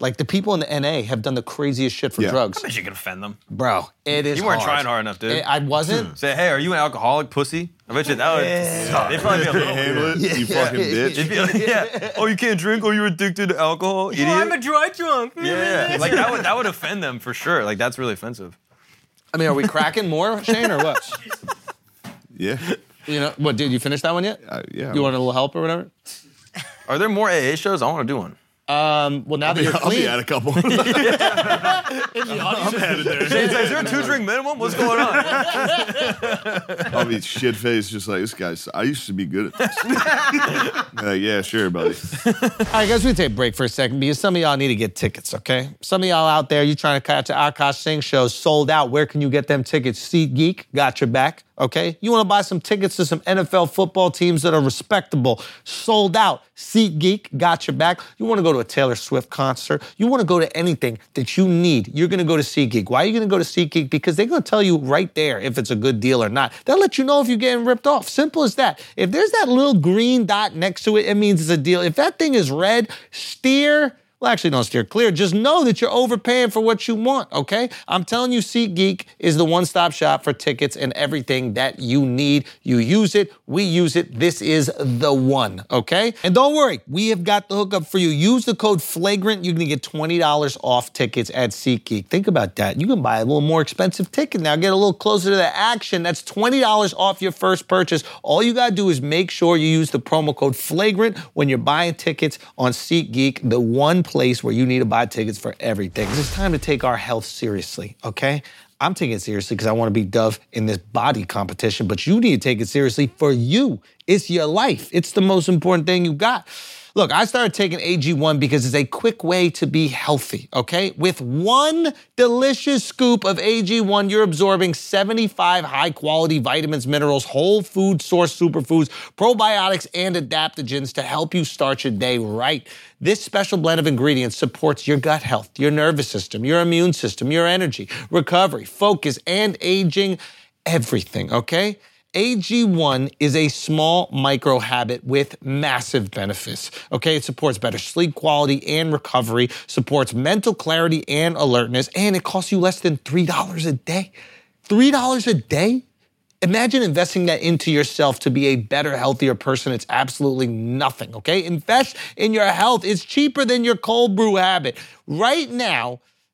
[SPEAKER 1] Like the people in the NA have done the craziest shit for
[SPEAKER 3] Yeah.
[SPEAKER 1] drugs,
[SPEAKER 4] you can offend them.
[SPEAKER 1] bro. It is.
[SPEAKER 4] You weren't
[SPEAKER 1] hard.
[SPEAKER 4] trying hard enough, dude.
[SPEAKER 1] I I wasn't.
[SPEAKER 3] Hmm.
[SPEAKER 4] Say, hey, are you an alcoholic pussy? I bet you that would. [laughs] They'd probably be a
[SPEAKER 3] [laughs]
[SPEAKER 4] little
[SPEAKER 3] Handle it, you fucking bitch.
[SPEAKER 4] It'd be like, yeah. Oh, you can't drink? Oh, you're addicted to alcohol, idiot.
[SPEAKER 6] Oh, I'm a dry drunk. [laughs]
[SPEAKER 4] yeah, like that would that would offend them for sure. Like that's really offensive.
[SPEAKER 1] I mean, are
[SPEAKER 3] [laughs]
[SPEAKER 1] we cracking more, Shane, or what?
[SPEAKER 3] Yeah.
[SPEAKER 1] You know, what? Did you finish that one yet?
[SPEAKER 3] Uh, yeah.
[SPEAKER 1] You want a little help or whatever?
[SPEAKER 4] Are there more AA shows? I want to do one.
[SPEAKER 1] Um, well, now that you're
[SPEAKER 3] [laughs] I'll be
[SPEAKER 1] clean,
[SPEAKER 3] at a couple. I'm headed there.
[SPEAKER 4] James, is there a two drink minimum? What's going on?
[SPEAKER 3] I'll be shit faced, just like this guy's. I used to be good at this. Be like, yeah, sure, buddy.
[SPEAKER 1] All right, guys, we take a break for a second because some of y'all need to get tickets, okay? Some of y'all out there, you're trying to catch the Akash Singh show sold out. Where can you get them tickets? Seat Geek got your back, okay? You want to buy some tickets to some NFL football teams that are respectable, sold out. Seat Geek got your back. You want to go to a Taylor Swift concert? You want to go to anything that you need? You're going to go to Seat Geek. Why are you going to go to Seat Geek? Because they're going to tell you right there if it's a good deal or not. They'll let you know if you're getting ripped off. Simple as that. If there's that little green dot next to it, it means it's a deal. If that thing is red, steer. Well, actually, don't steer clear. Just know that you're overpaying for what you want, okay? I'm telling you, SeatGeek is the one stop shop for tickets and everything that you need. You use it, we use it. This is the one, okay? And don't worry, we have got the hookup for you. Use the code FLAGRANT. You're gonna get $20 off tickets at SeatGeek. Think about that. You can buy a little more expensive ticket now, get a little closer to the action. That's $20 off your first purchase. All you gotta do is make sure you use the promo code FLAGRANT when you're buying tickets on SeatGeek, the one place where you need to buy tickets for everything. It's time to take our health seriously, okay? I'm taking it seriously because I want to be Dove in this body competition, but you need to take it seriously for you. It's your life, it's the most important thing you got. Look, I started taking AG1 because it's a quick way to be healthy, okay? With one delicious scoop of AG1, you're absorbing 75 high quality vitamins, minerals, whole food source superfoods, probiotics, and adaptogens to help you start your day right. This special blend of ingredients supports your gut health, your nervous system, your immune system, your energy, recovery, focus, and aging, everything, okay? AG1 is a small micro habit with massive benefits. Okay, it supports better sleep quality and recovery, supports mental clarity and alertness, and it costs you less than $3 a day. $3 a day? Imagine investing that into yourself to be a better, healthier person. It's absolutely nothing, okay? Invest in your health. It's cheaper than your cold brew habit. Right now,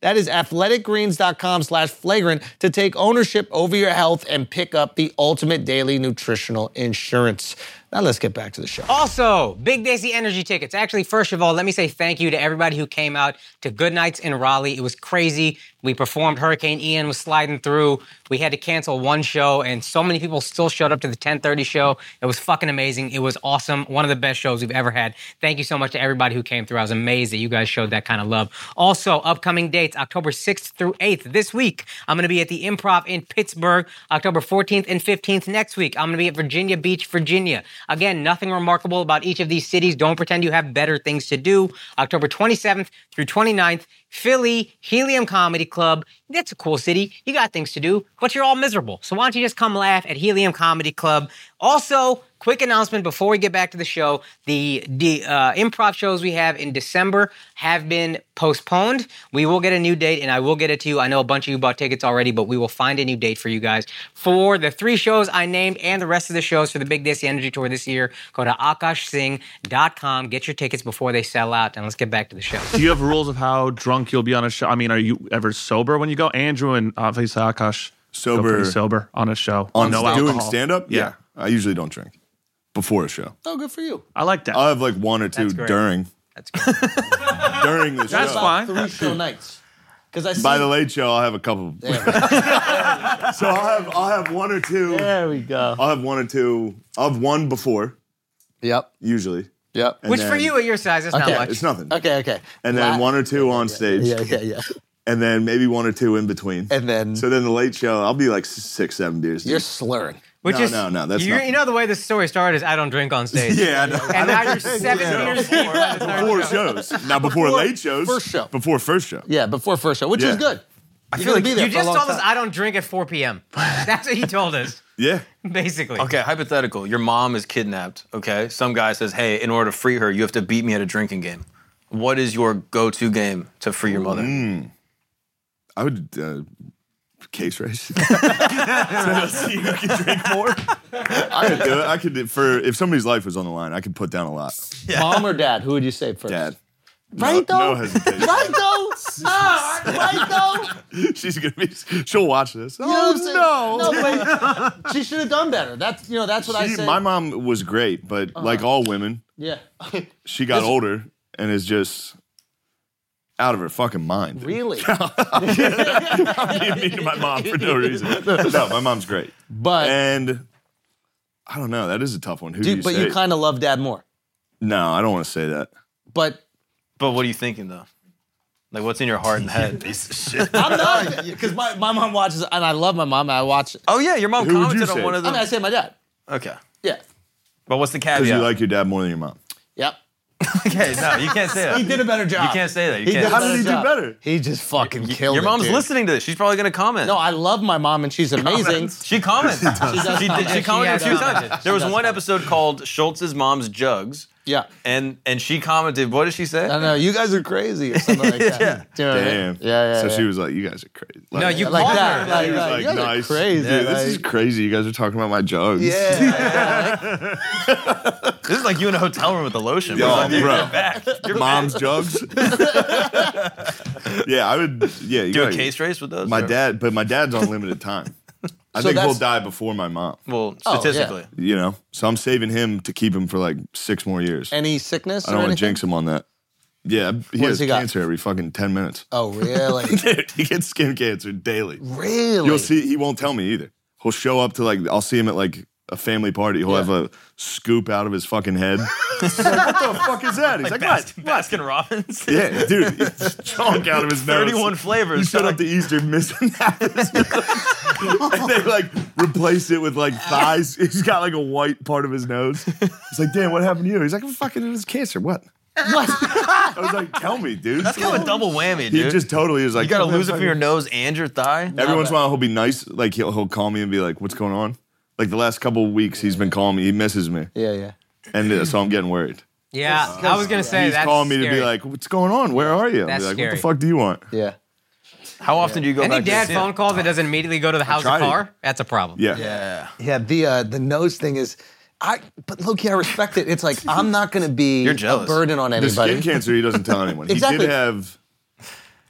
[SPEAKER 1] that is athleticgreens.com slash flagrant to take ownership over your health and pick up the ultimate daily nutritional insurance. Now let's get back to the show.
[SPEAKER 6] Also, Big Daisy Energy tickets. Actually, first of all, let me say thank you to everybody who came out to Good Nights in Raleigh. It was crazy. We performed. Hurricane Ian was sliding through. We had to cancel one show, and so many people still showed up to the 10:30 show. It was fucking amazing. It was awesome. One of the best shows we've ever had. Thank you so much to everybody who came through. I was amazed that you guys showed that kind of love. Also, upcoming dates: October 6th through 8th this week. I'm going to be at the Improv in Pittsburgh. October 14th and 15th next week. I'm going to be at Virginia Beach, Virginia. Again, nothing remarkable about each of these cities. Don't pretend you have better things to do. October 27th through 29th, Philly, Helium Comedy Club. That's a cool city. You got things to do, but you're all miserable. So why don't you just come laugh at Helium Comedy Club? Also, quick announcement before we get back to the show the, the uh, improv shows we have in December have been postponed. We will get a new date and I will get it to you. I know a bunch of you bought tickets already, but we will find a new date for you guys. For the three shows I named and the rest of the shows for the Big Dizzy Energy Tour this year, go to akashsing.com, get your tickets before they sell out, and let's get back to the show.
[SPEAKER 14] Do you have rules of how drunk you'll be on a show? I mean, are you ever sober when you go? Andrew and obviously Akash go
[SPEAKER 3] Sober.
[SPEAKER 14] pretty sober on a show
[SPEAKER 3] On
[SPEAKER 14] no
[SPEAKER 3] doing
[SPEAKER 14] alcohol.
[SPEAKER 3] stand up?
[SPEAKER 14] Yeah.
[SPEAKER 3] I usually don't drink before a show.
[SPEAKER 1] Oh, good for you.
[SPEAKER 14] I like that.
[SPEAKER 3] I'll have like one or two
[SPEAKER 6] great.
[SPEAKER 3] during.
[SPEAKER 6] That's
[SPEAKER 3] [laughs] during the
[SPEAKER 14] That's
[SPEAKER 3] show.
[SPEAKER 14] fine.
[SPEAKER 1] Three show nights. Because I see.
[SPEAKER 3] By the late show, I'll have a couple. [laughs] so I'll have I'll have one or two.
[SPEAKER 1] there we go.
[SPEAKER 3] I'll have one or two. I'll have one before
[SPEAKER 1] Yep.
[SPEAKER 3] usually.
[SPEAKER 1] Yep.
[SPEAKER 3] and
[SPEAKER 6] Which for
[SPEAKER 3] then-
[SPEAKER 6] you at your size is
[SPEAKER 1] Okay.
[SPEAKER 6] not much.
[SPEAKER 3] it's nothing.
[SPEAKER 1] Okay. Okay.
[SPEAKER 3] And then
[SPEAKER 1] La-
[SPEAKER 3] one or two on stage,
[SPEAKER 1] Yeah. Yeah. Yeah.
[SPEAKER 3] and then maybe one or two in between.
[SPEAKER 1] And then
[SPEAKER 3] so then the late show, I'll be like s- six, seven beers. deep.
[SPEAKER 1] you're slurring.
[SPEAKER 6] Which
[SPEAKER 3] No,
[SPEAKER 6] is
[SPEAKER 3] no, no, that's
[SPEAKER 6] you,
[SPEAKER 3] not-
[SPEAKER 6] you know the way this story started is I don't drink on
[SPEAKER 3] [laughs]
[SPEAKER 6] stage.
[SPEAKER 3] yeah, I know.
[SPEAKER 6] And
[SPEAKER 1] [laughs]
[SPEAKER 6] now you're
[SPEAKER 3] [laughs]
[SPEAKER 6] seven
[SPEAKER 3] Yeah.
[SPEAKER 6] years deep.
[SPEAKER 3] Before shows, now before, late shows,
[SPEAKER 1] first show.
[SPEAKER 3] before first show.
[SPEAKER 1] Yeah. Before first show, which
[SPEAKER 3] Yeah.
[SPEAKER 1] is good. I
[SPEAKER 6] You, just told us I don't drink at
[SPEAKER 1] [laughs]
[SPEAKER 6] 4 p.m. That's what you told us,
[SPEAKER 3] Yeah,
[SPEAKER 6] basically.
[SPEAKER 4] Okay, hypothetical. Your mom is kidnapped. Okay, some guy says, "Hey, in order to free her, you have to beat me at a drinking game." What is your go-to game to free your mother?
[SPEAKER 3] I would uh, case race. [laughs] so let's see who can drink more. I could do it. I could do- for if somebody's life was on the line, I could put down a lot.
[SPEAKER 1] Mom or dad? Who would you say first?
[SPEAKER 3] Dad,
[SPEAKER 1] Right
[SPEAKER 3] No-
[SPEAKER 1] though.
[SPEAKER 3] no hesitation.
[SPEAKER 1] [laughs] right though. Ah, right though.
[SPEAKER 3] she's gonna be. She'll watch this.
[SPEAKER 1] You know what I'm saying?
[SPEAKER 3] oh no.
[SPEAKER 1] No, but she should have done better. That's you know that's what I
[SPEAKER 3] She-
[SPEAKER 1] said. Uh-huh.
[SPEAKER 3] my mom was great, but like all women,
[SPEAKER 1] yeah.
[SPEAKER 3] she got older and is just out of her fucking mind. [laughs]
[SPEAKER 1] Really?
[SPEAKER 3] I'm being mean to my mom for no reason.
[SPEAKER 1] [laughs]
[SPEAKER 3] No, my mom's great.
[SPEAKER 1] But
[SPEAKER 3] And I don't know. That is a tough one. Who do,
[SPEAKER 1] do-
[SPEAKER 3] you
[SPEAKER 1] but
[SPEAKER 3] say?
[SPEAKER 1] you kind of love dad more.
[SPEAKER 3] no, I don't want to say that.
[SPEAKER 1] But
[SPEAKER 4] But what are you thinking though? Like, what's in your heart and head?
[SPEAKER 1] I'm not because my, my mom watches and I love my mom. And I watch.
[SPEAKER 4] oh yeah, your mom
[SPEAKER 3] Who would you
[SPEAKER 4] commented on
[SPEAKER 3] say?
[SPEAKER 4] one of
[SPEAKER 1] I
[SPEAKER 4] them.
[SPEAKER 1] mean, I say my dad.
[SPEAKER 4] okay,
[SPEAKER 1] Yeah.
[SPEAKER 4] but what's the
[SPEAKER 3] Because
[SPEAKER 4] caveat?
[SPEAKER 3] you like your dad more than your mom.
[SPEAKER 1] Yep.
[SPEAKER 4] [laughs] okay, no, you can't say that.
[SPEAKER 1] He did a better job.
[SPEAKER 4] You can't say that. You
[SPEAKER 1] He did
[SPEAKER 4] can't.
[SPEAKER 1] a
[SPEAKER 3] How did he do
[SPEAKER 1] job.
[SPEAKER 3] better?
[SPEAKER 1] He just fucking killed
[SPEAKER 4] Your
[SPEAKER 1] it,
[SPEAKER 4] mom's
[SPEAKER 1] dude.
[SPEAKER 4] listening to this. She's probably gonna comment.
[SPEAKER 1] No, I love my mom and she's amazing.
[SPEAKER 4] She comments. she,
[SPEAKER 1] does
[SPEAKER 4] did-
[SPEAKER 1] comment.
[SPEAKER 4] she commented
[SPEAKER 1] She
[SPEAKER 4] a few
[SPEAKER 1] has commented.
[SPEAKER 4] times. There
[SPEAKER 1] She
[SPEAKER 4] was
[SPEAKER 1] does
[SPEAKER 4] one
[SPEAKER 1] comment.
[SPEAKER 4] episode called Schultz's Mom's Jugs,
[SPEAKER 1] Yeah.
[SPEAKER 4] and and she commented. What did she say?
[SPEAKER 1] I don't know. You guys are crazy or something like that.
[SPEAKER 4] Yeah.
[SPEAKER 1] Do you know what I mean?
[SPEAKER 3] Damn.
[SPEAKER 1] Yeah, yeah.
[SPEAKER 3] So
[SPEAKER 1] yeah.
[SPEAKER 3] she was like, "You guys are crazy." Like,
[SPEAKER 6] No, you
[SPEAKER 1] like
[SPEAKER 6] called
[SPEAKER 1] that.
[SPEAKER 6] her.
[SPEAKER 1] Like,
[SPEAKER 3] She was
[SPEAKER 1] like,
[SPEAKER 3] like,
[SPEAKER 1] you guys
[SPEAKER 3] nice.
[SPEAKER 1] are crazy.
[SPEAKER 3] Dude,
[SPEAKER 1] like-
[SPEAKER 3] this is crazy. You guys are talking about my jugs.
[SPEAKER 1] [laughs] Yeah.
[SPEAKER 4] This is like you in a hotel room with the lotion.
[SPEAKER 3] Yo,
[SPEAKER 4] bro. You're
[SPEAKER 3] bro.
[SPEAKER 4] back. You're [laughs]
[SPEAKER 3] Mom's jugs. yeah, I would. Yeah, you
[SPEAKER 4] Do a
[SPEAKER 3] gotta-
[SPEAKER 4] case race with those?
[SPEAKER 3] My
[SPEAKER 4] or-
[SPEAKER 3] dad, but my dad's on limited
[SPEAKER 1] [laughs]
[SPEAKER 3] time. I think he'll
[SPEAKER 1] that's-
[SPEAKER 3] die before my mom.
[SPEAKER 4] Well,
[SPEAKER 1] Oh, yeah.
[SPEAKER 4] statistically.
[SPEAKER 3] You know, so I'm saving him to keep him for like six more years.
[SPEAKER 1] Any sickness?
[SPEAKER 3] I don't
[SPEAKER 1] or
[SPEAKER 3] want to
[SPEAKER 1] anything?
[SPEAKER 3] jinx him on that. Yeah, he
[SPEAKER 1] does
[SPEAKER 3] has
[SPEAKER 1] he got?
[SPEAKER 3] cancer every fucking ten minutes. [laughs]
[SPEAKER 1] Oh, really?
[SPEAKER 3] Dude, he gets skin cancer daily.
[SPEAKER 1] really?
[SPEAKER 3] You'll see. He won't tell me either. He'll show up to like. I'll see him at like a family party. He'll have a scoop out of his fucking
[SPEAKER 4] [laughs]
[SPEAKER 3] head. [laughs] It's like, what the fuck is that? He's like, what?
[SPEAKER 4] Baskin, [laughs] Baskin
[SPEAKER 3] [laughs]
[SPEAKER 4] Robbins.
[SPEAKER 3] Yeah, dude, it's [laughs] chunk out of his nose.
[SPEAKER 4] 31 flavors.
[SPEAKER 3] You showed up to Easter missing [laughs] that. and they like replaced it with like thighs. He's got like a white part of his nose. He's like, damn, what happened to you? He's like, I'm fucking it was cancer. What? I was like, tell me, dude.
[SPEAKER 4] That's kind of a double whammy,
[SPEAKER 3] He
[SPEAKER 4] dude.
[SPEAKER 3] just totally is like,
[SPEAKER 4] you gotta lose it from your nose and your thigh.
[SPEAKER 3] Every once in a while, he'll be nice. Like he'll he'll call me and be like, "What's going on?" Like the last couple of weeks, he's been calling me. He misses me,
[SPEAKER 1] Yeah, yeah.
[SPEAKER 3] and uh, so I'm getting worried.
[SPEAKER 6] Yeah, I was gonna say
[SPEAKER 3] he's
[SPEAKER 6] that's
[SPEAKER 3] calling me to
[SPEAKER 6] scary.
[SPEAKER 3] be like, "What's going on? Where are you?" I'll be
[SPEAKER 6] That's
[SPEAKER 3] like, "What
[SPEAKER 6] scary.
[SPEAKER 3] the fuck do you want?"
[SPEAKER 1] Yeah.
[SPEAKER 4] How often do you go
[SPEAKER 6] Any
[SPEAKER 4] back to
[SPEAKER 6] dad
[SPEAKER 4] see
[SPEAKER 6] phone
[SPEAKER 4] it?
[SPEAKER 6] call that doesn't immediately go to the house
[SPEAKER 3] tried
[SPEAKER 6] of
[SPEAKER 3] it.
[SPEAKER 6] car, that's a problem.
[SPEAKER 3] Yeah.
[SPEAKER 4] Yeah.
[SPEAKER 1] Yeah, the uh, the nose thing is, I but Loki, I respect it. It's like I'm not going to be
[SPEAKER 4] You're
[SPEAKER 1] a
[SPEAKER 4] jealous.
[SPEAKER 1] burden on
[SPEAKER 3] The
[SPEAKER 1] anybody.
[SPEAKER 3] skin cancer, he doesn't tell
[SPEAKER 1] [laughs]
[SPEAKER 3] anyone. He
[SPEAKER 1] Exactly.
[SPEAKER 3] did have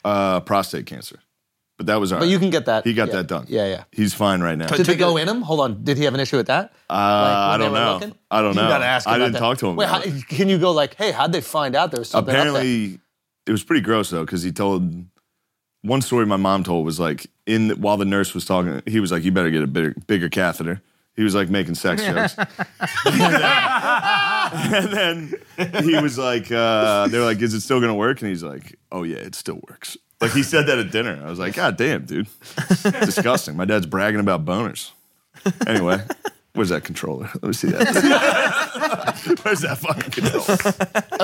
[SPEAKER 3] uh, prostate cancer, but that was all.
[SPEAKER 1] But you can get that.
[SPEAKER 3] He got
[SPEAKER 1] yeah.
[SPEAKER 3] that done.
[SPEAKER 1] Yeah, yeah.
[SPEAKER 3] He's fine right now.
[SPEAKER 1] Did they
[SPEAKER 4] Took
[SPEAKER 1] go
[SPEAKER 4] it-
[SPEAKER 1] in him? Hold on. Did he have an issue with that?
[SPEAKER 3] Uh, I
[SPEAKER 1] when
[SPEAKER 3] don't
[SPEAKER 1] they were
[SPEAKER 3] know.
[SPEAKER 1] looking?
[SPEAKER 3] I don't know.
[SPEAKER 1] You gotta ask.
[SPEAKER 3] I
[SPEAKER 1] about
[SPEAKER 3] didn't
[SPEAKER 1] that.
[SPEAKER 3] talk to him.
[SPEAKER 1] Wait,
[SPEAKER 3] about
[SPEAKER 1] how,
[SPEAKER 3] it.
[SPEAKER 1] can you go like, hey, how'd they find out there was something? up there?"
[SPEAKER 3] Apparently, it was pretty gross though, because he told one story my mom told was like in while the nurse was talking, he was like, "You better get a bigger, bigger catheter." He was like making sex jokes, and then [laughs] he was like, uh, "They're like, is it still gonna work?" And he's like, "Oh yeah, it still works." Like he said that at dinner. I was like, "God damn, dude, disgusting." My dad's bragging about boners. Anyway, where's that controller? Let me see that. where's that [laughs] fucking controller?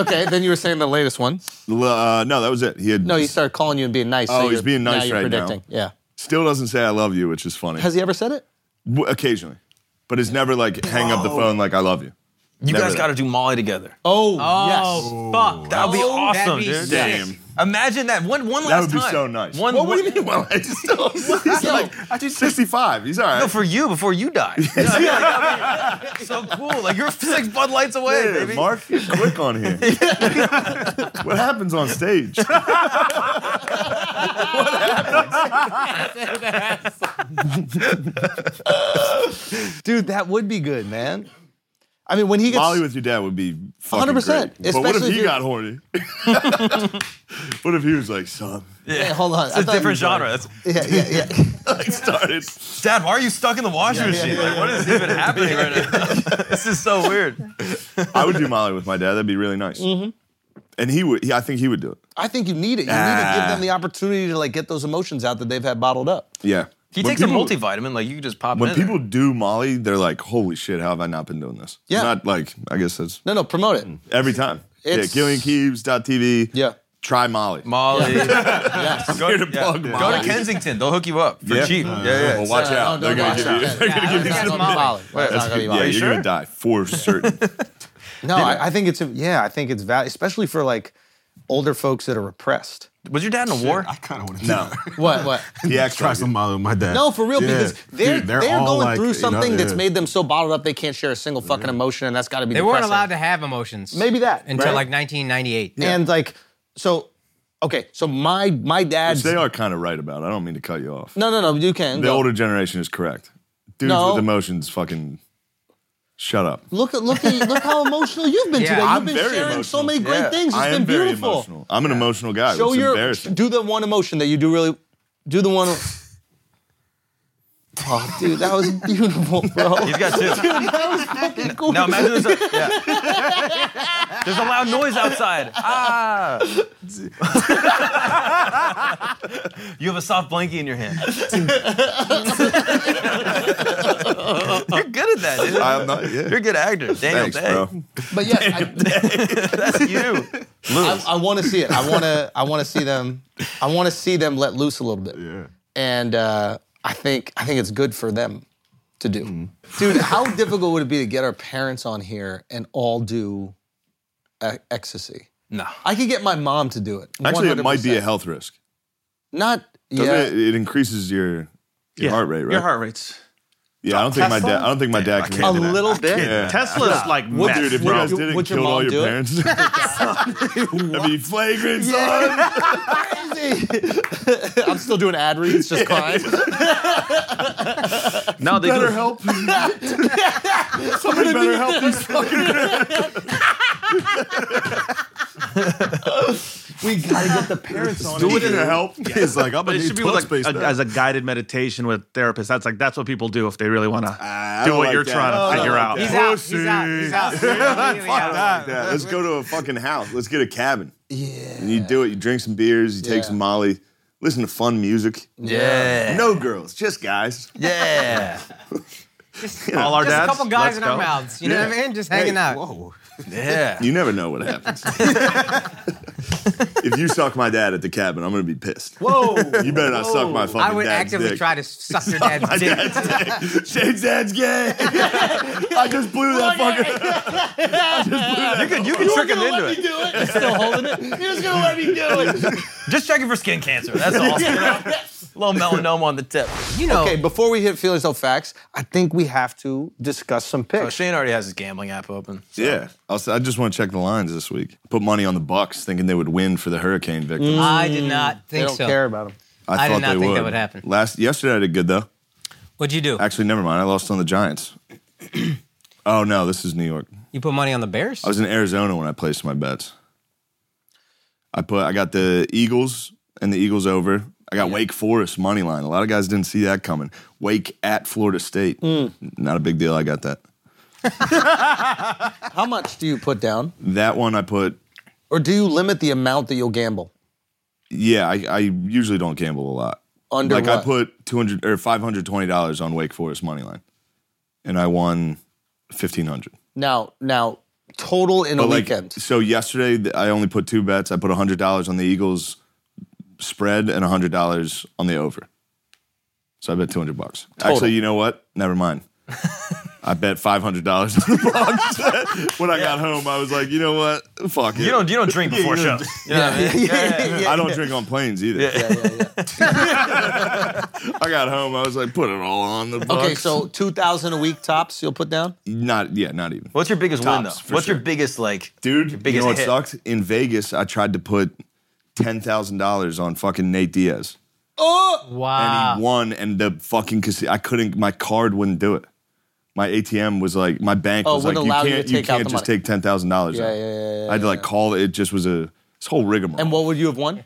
[SPEAKER 1] okay. Then you were saying the latest one.
[SPEAKER 3] L- Uh, no, that was it. He had
[SPEAKER 1] No, he started calling you and being nice. so
[SPEAKER 3] Oh, he's
[SPEAKER 1] you're-
[SPEAKER 3] being nice
[SPEAKER 1] now you're
[SPEAKER 3] right now.
[SPEAKER 1] predicting. Yeah.
[SPEAKER 3] still doesn't say I love you, which is funny.
[SPEAKER 1] Has he ever said it?
[SPEAKER 3] W- occasionally, but it's never like hang up the phone like I love you.
[SPEAKER 4] You
[SPEAKER 3] Never
[SPEAKER 4] guys
[SPEAKER 3] that.
[SPEAKER 4] got to do Molly together.
[SPEAKER 1] Oh, yes.
[SPEAKER 6] Oh, fuck.
[SPEAKER 4] That would be
[SPEAKER 6] Oh, that'd
[SPEAKER 4] awesome,
[SPEAKER 6] be
[SPEAKER 4] dude.
[SPEAKER 6] sick.
[SPEAKER 3] Damn.
[SPEAKER 4] Imagine that one one last
[SPEAKER 3] That would be
[SPEAKER 4] time.
[SPEAKER 3] so nice.
[SPEAKER 4] One, [laughs]
[SPEAKER 3] what,
[SPEAKER 4] one,
[SPEAKER 3] what do you mean? Well, I
[SPEAKER 4] [laughs]
[SPEAKER 3] just still, he's like, I just 65. He's all right.
[SPEAKER 4] No, for you before you
[SPEAKER 3] [laughs]
[SPEAKER 4] die. [laughs] You know, like, I mean, [laughs] so cool. Like you're six Bud Lights away,
[SPEAKER 3] Yeah,
[SPEAKER 4] baby.
[SPEAKER 3] Mark, you're quick on
[SPEAKER 4] [laughs]
[SPEAKER 3] here. what happens on stage?
[SPEAKER 1] Dude, that would be good, man. I mean, when he gets
[SPEAKER 3] Molly with your dad would be fucking
[SPEAKER 1] 100%,
[SPEAKER 3] Great. But what if
[SPEAKER 1] especially if
[SPEAKER 3] he
[SPEAKER 1] you-
[SPEAKER 3] got horny? [laughs] what if he was like, son,
[SPEAKER 1] Hey, hold on,
[SPEAKER 4] It's a different genre. That's,
[SPEAKER 1] Yeah, yeah, yeah.
[SPEAKER 3] like started?
[SPEAKER 4] Dad, why are you stuck in the washing machine? like, what is even happening right now? [laughs] this is so weird.
[SPEAKER 3] I would do Molly with my dad. That'd be really nice.
[SPEAKER 4] Mm-hmm.
[SPEAKER 3] And he would. He, I think he would do it.
[SPEAKER 1] I think you need it. You need to give them the opportunity to like get those emotions out that they've had bottled up.
[SPEAKER 3] Yeah.
[SPEAKER 4] He
[SPEAKER 3] When
[SPEAKER 4] takes a
[SPEAKER 3] people-
[SPEAKER 4] multivitamin. Like you can just pop it
[SPEAKER 3] When
[SPEAKER 4] in.
[SPEAKER 3] people do Molly, they're like, "Holy shit! How have I not been doing this?"
[SPEAKER 1] Yeah.
[SPEAKER 3] Not like I guess that's
[SPEAKER 1] No, no, promote it.
[SPEAKER 3] every time.
[SPEAKER 1] It's-
[SPEAKER 3] yeah, GillianKeeves.tv.
[SPEAKER 1] Yeah.
[SPEAKER 3] Try Molly. [laughs]
[SPEAKER 4] Molly. Go,
[SPEAKER 3] Here to plug
[SPEAKER 4] Go
[SPEAKER 3] Molly.
[SPEAKER 4] to Kensington. They'll hook you up for
[SPEAKER 3] Yeah.
[SPEAKER 4] cheap. Yeah, yeah.
[SPEAKER 3] Well, watch
[SPEAKER 1] No,
[SPEAKER 3] out. they're
[SPEAKER 1] no,
[SPEAKER 3] gonna
[SPEAKER 1] watch
[SPEAKER 3] give
[SPEAKER 1] out.
[SPEAKER 3] you. They're gonna give you
[SPEAKER 1] That's
[SPEAKER 3] some.
[SPEAKER 1] not Molly. That's not gonna be
[SPEAKER 3] Yeah,
[SPEAKER 1] Molly.
[SPEAKER 3] you're gonna
[SPEAKER 1] [laughs]
[SPEAKER 3] die for certain.
[SPEAKER 1] No, I, I think it's yeah. I think it's valid, especially for like older folks that are repressed.
[SPEAKER 4] Was your dad in a war?
[SPEAKER 7] I kind of want to
[SPEAKER 3] no,
[SPEAKER 1] What? What?
[SPEAKER 3] he acts
[SPEAKER 7] Try
[SPEAKER 3] like it.
[SPEAKER 7] some Molly with my dad.
[SPEAKER 1] No, for real,
[SPEAKER 7] Yeah.
[SPEAKER 1] because they're
[SPEAKER 7] Dude,
[SPEAKER 1] they're,
[SPEAKER 7] all
[SPEAKER 1] going
[SPEAKER 7] like,
[SPEAKER 1] through
[SPEAKER 7] you know,
[SPEAKER 1] something that's
[SPEAKER 3] [laughs]
[SPEAKER 7] yeah.
[SPEAKER 1] made them so bottled up they can't share a single fucking emotion, and that's got to be.
[SPEAKER 6] They weren't
[SPEAKER 1] depressing.
[SPEAKER 6] allowed to have emotions.
[SPEAKER 1] Maybe that,
[SPEAKER 6] Until
[SPEAKER 1] right?
[SPEAKER 6] like 1998.
[SPEAKER 1] And like, so okay, so my my dad's.
[SPEAKER 3] Which they are kind of right about. I don't mean to cut you off.
[SPEAKER 1] No, no, no. You can.
[SPEAKER 3] the
[SPEAKER 1] go.
[SPEAKER 3] older generation is correct. Dudes
[SPEAKER 1] No.
[SPEAKER 3] with emotions, fucking, shut up.
[SPEAKER 1] Look at look at look how emotional you've
[SPEAKER 3] [laughs]
[SPEAKER 1] been
[SPEAKER 6] Yeah.
[SPEAKER 1] today. You've
[SPEAKER 6] I'm
[SPEAKER 1] been
[SPEAKER 3] very
[SPEAKER 1] sharing so
[SPEAKER 3] emotional.
[SPEAKER 1] many great
[SPEAKER 4] Yeah.
[SPEAKER 1] things. It's
[SPEAKER 3] I am
[SPEAKER 1] been
[SPEAKER 3] very
[SPEAKER 1] beautiful.
[SPEAKER 3] emotional. I'm an emotional guy.
[SPEAKER 1] Show
[SPEAKER 3] it's
[SPEAKER 1] your
[SPEAKER 3] embarrassing.
[SPEAKER 1] do the one emotion that you do really do the
[SPEAKER 3] [laughs]
[SPEAKER 1] one. Oh, dude, that was beautiful, bro.
[SPEAKER 4] He's got two.
[SPEAKER 1] Cool.
[SPEAKER 4] Now imagine there's a,
[SPEAKER 3] [laughs]
[SPEAKER 4] yeah. there's a loud noise outside.
[SPEAKER 3] [laughs]
[SPEAKER 4] Ah. you have a soft blankie in your
[SPEAKER 3] [laughs]
[SPEAKER 4] hand. You're good at that, dude.
[SPEAKER 3] I'm not.
[SPEAKER 1] [laughs]
[SPEAKER 3] Yeah.
[SPEAKER 4] You're a good actor. Daniel
[SPEAKER 3] Thanks,
[SPEAKER 4] Day.
[SPEAKER 3] bro.
[SPEAKER 1] [laughs] But yes, I,
[SPEAKER 4] That's you. Lewis.
[SPEAKER 1] I, want to see it. I want to. I want to see them. I want to see them let loose a little bit.
[SPEAKER 7] Yeah.
[SPEAKER 1] And uh, I think I think it's good for them to do.
[SPEAKER 3] Mm.
[SPEAKER 1] Dude, how difficult would it be to get our parents on here and all do uh, ecstasy?
[SPEAKER 4] No.
[SPEAKER 1] I could get my mom to do it.
[SPEAKER 3] Actually, it might be a
[SPEAKER 1] 100%.
[SPEAKER 3] health risk.
[SPEAKER 1] Not yeah.
[SPEAKER 3] Doesn't it, it increases your your
[SPEAKER 14] Yeah,
[SPEAKER 3] heart rate, right?
[SPEAKER 14] Your heart rates.
[SPEAKER 3] Yeah, I don't think my
[SPEAKER 14] Tesla?
[SPEAKER 3] dad. I don't think my dad can.
[SPEAKER 1] a
[SPEAKER 3] handle that.
[SPEAKER 1] little bit.
[SPEAKER 3] Yeah.
[SPEAKER 14] Tesla's like meth,
[SPEAKER 3] Dude, if you
[SPEAKER 1] Would-
[SPEAKER 3] guys
[SPEAKER 1] would-
[SPEAKER 3] didn't
[SPEAKER 1] would your
[SPEAKER 3] kill all
[SPEAKER 1] mom do
[SPEAKER 3] your
[SPEAKER 1] it? [laughs]
[SPEAKER 3] parents, [laughs] that'd be flagrant, son.
[SPEAKER 1] [laughs] I'm still doing ad reads, just crying.
[SPEAKER 14] No, they do.
[SPEAKER 3] Better help.
[SPEAKER 1] [laughs]
[SPEAKER 3] Somebody better help these fucking.
[SPEAKER 1] we gotta get the parents on.
[SPEAKER 3] Do it in help. [laughs] It's like I'm
[SPEAKER 14] But
[SPEAKER 3] gonna
[SPEAKER 14] it
[SPEAKER 3] need
[SPEAKER 14] should be with,
[SPEAKER 3] toilet
[SPEAKER 14] like
[SPEAKER 3] space.
[SPEAKER 14] a,
[SPEAKER 3] now.
[SPEAKER 14] as a guided meditation with therapists. That's like that's what people do if they really want to
[SPEAKER 3] I
[SPEAKER 14] do
[SPEAKER 3] don't
[SPEAKER 14] what
[SPEAKER 3] like
[SPEAKER 14] you're
[SPEAKER 3] that.
[SPEAKER 14] trying to
[SPEAKER 3] Oh, I
[SPEAKER 14] figure
[SPEAKER 3] don't
[SPEAKER 14] out.
[SPEAKER 3] like
[SPEAKER 6] He's out. He's out.
[SPEAKER 3] [laughs]
[SPEAKER 6] He's out. He's immediately out.
[SPEAKER 3] Fuck
[SPEAKER 14] [laughs]
[SPEAKER 3] that. Let's go to a fucking house. Let's get a cabin.
[SPEAKER 1] Yeah.
[SPEAKER 3] And you do it. You drink some beers. You
[SPEAKER 1] Yeah.
[SPEAKER 3] take some Molly. Listen to fun music.
[SPEAKER 4] Yeah.
[SPEAKER 3] No girls, just guys.
[SPEAKER 4] Yeah.
[SPEAKER 14] All our
[SPEAKER 6] Just a
[SPEAKER 14] dads.
[SPEAKER 6] couple guys
[SPEAKER 14] let's
[SPEAKER 6] in our
[SPEAKER 14] go.
[SPEAKER 6] mouths. You know what I
[SPEAKER 3] Yeah.
[SPEAKER 6] mean? Just hanging
[SPEAKER 3] Hey,
[SPEAKER 6] out.
[SPEAKER 7] Whoa.
[SPEAKER 4] Yeah.
[SPEAKER 3] You never know what happens.
[SPEAKER 6] [laughs]
[SPEAKER 3] if you suck my dad at the cabin, I'm going to be pissed.
[SPEAKER 6] Whoa.
[SPEAKER 3] You better not suck my fucking
[SPEAKER 6] I would
[SPEAKER 3] dad's
[SPEAKER 6] actively
[SPEAKER 3] dick.
[SPEAKER 6] try to suck your dad's
[SPEAKER 3] [laughs] my
[SPEAKER 6] dick.
[SPEAKER 3] dad's [laughs] dick. Shane's dad's
[SPEAKER 6] [laughs]
[SPEAKER 3] gay. I just blew that fucker.
[SPEAKER 4] You could you could trick him into it.
[SPEAKER 15] You're still holding it. You're just gonna let me do it.
[SPEAKER 4] [laughs] Just checking for skin cancer. That's all. you know? Little melanoma on the tip.
[SPEAKER 6] You know,
[SPEAKER 1] Okay, before we hit feelings of facts, I think we have to discuss some
[SPEAKER 4] Oh,
[SPEAKER 1] picks.
[SPEAKER 4] Shane already has his gambling app open. so-
[SPEAKER 3] Yeah. I'll s- I just want to check the lines this week. Put money on the Bucks, thinking they would win for the hurricane victims.
[SPEAKER 6] I did not
[SPEAKER 1] they
[SPEAKER 6] think
[SPEAKER 1] don't
[SPEAKER 6] so.
[SPEAKER 1] care about them.
[SPEAKER 6] Mm. I did not think that would happen.
[SPEAKER 3] Last yesterday I did good though.
[SPEAKER 6] What'd you do?
[SPEAKER 3] Actually, never mind. I lost on the Giants. [clears throat] oh no, this is New York.
[SPEAKER 6] You put money on the Bears?
[SPEAKER 3] I was in Arizona when I placed my bets. I put I got the Eagles and the Eagles over. I got Wake Forest money line. A lot of guys didn't see that coming. Wake at Florida State.
[SPEAKER 1] Hmm.
[SPEAKER 3] Not a big deal. I got that.
[SPEAKER 1] How much do you put down?
[SPEAKER 3] That one I put.
[SPEAKER 1] Or do you limit the amount that you'll gamble?
[SPEAKER 3] Yeah, I, I usually don't gamble a lot.
[SPEAKER 1] Under
[SPEAKER 3] like I
[SPEAKER 1] what?
[SPEAKER 3] put two hundred or five hundred twenty dollars on Wake Forest money line, and I won fifteen hundred.
[SPEAKER 1] Now, now, total in a
[SPEAKER 3] But, like,
[SPEAKER 1] weekend.
[SPEAKER 3] So yesterday, th- I only put two bets. I put hundred dollars on the Eagles spread and hundred dollars on the over. So I bet two hundred bucks. Actually, you know what?
[SPEAKER 1] [laughs]
[SPEAKER 3] Never mind. I bet five hundred dollars on the Bucks. when I got home, I was like, you know what? Fuck it.
[SPEAKER 4] You don't you don't drink before
[SPEAKER 3] you
[SPEAKER 4] shows. You know what I mean?
[SPEAKER 3] I don't drink on planes either. [laughs] I got home. I was like, put it all on the
[SPEAKER 1] [laughs]
[SPEAKER 3] Bucks.
[SPEAKER 1] Okay, so 2000 a week tops you'll put down?
[SPEAKER 3] not yeah, not even.
[SPEAKER 4] What's your biggest win
[SPEAKER 3] Tops,
[SPEAKER 4] though?
[SPEAKER 3] for
[SPEAKER 4] What's
[SPEAKER 3] sure.
[SPEAKER 4] your biggest like?
[SPEAKER 3] Dude,
[SPEAKER 4] your
[SPEAKER 3] you
[SPEAKER 4] biggest
[SPEAKER 3] know what
[SPEAKER 4] hit?
[SPEAKER 3] sucks? In Vegas, I tried to put ten thousand dollars on fucking Nate Diaz, and
[SPEAKER 6] Wow.
[SPEAKER 1] Ah.
[SPEAKER 3] he won. And the fucking casino, I couldn't. My card wouldn't do it. My ATM was like, my bank
[SPEAKER 1] Oh,
[SPEAKER 3] was like,
[SPEAKER 1] wouldn't
[SPEAKER 3] you
[SPEAKER 1] allow you
[SPEAKER 3] can't,
[SPEAKER 1] to
[SPEAKER 3] you,
[SPEAKER 1] take out
[SPEAKER 3] can't
[SPEAKER 1] the
[SPEAKER 3] just
[SPEAKER 1] money.
[SPEAKER 3] take ten thousand dollars.
[SPEAKER 1] Yeah, yeah, yeah, yeah,
[SPEAKER 3] I had to like call. It just was a this whole rigmarole.
[SPEAKER 1] And what would you have won?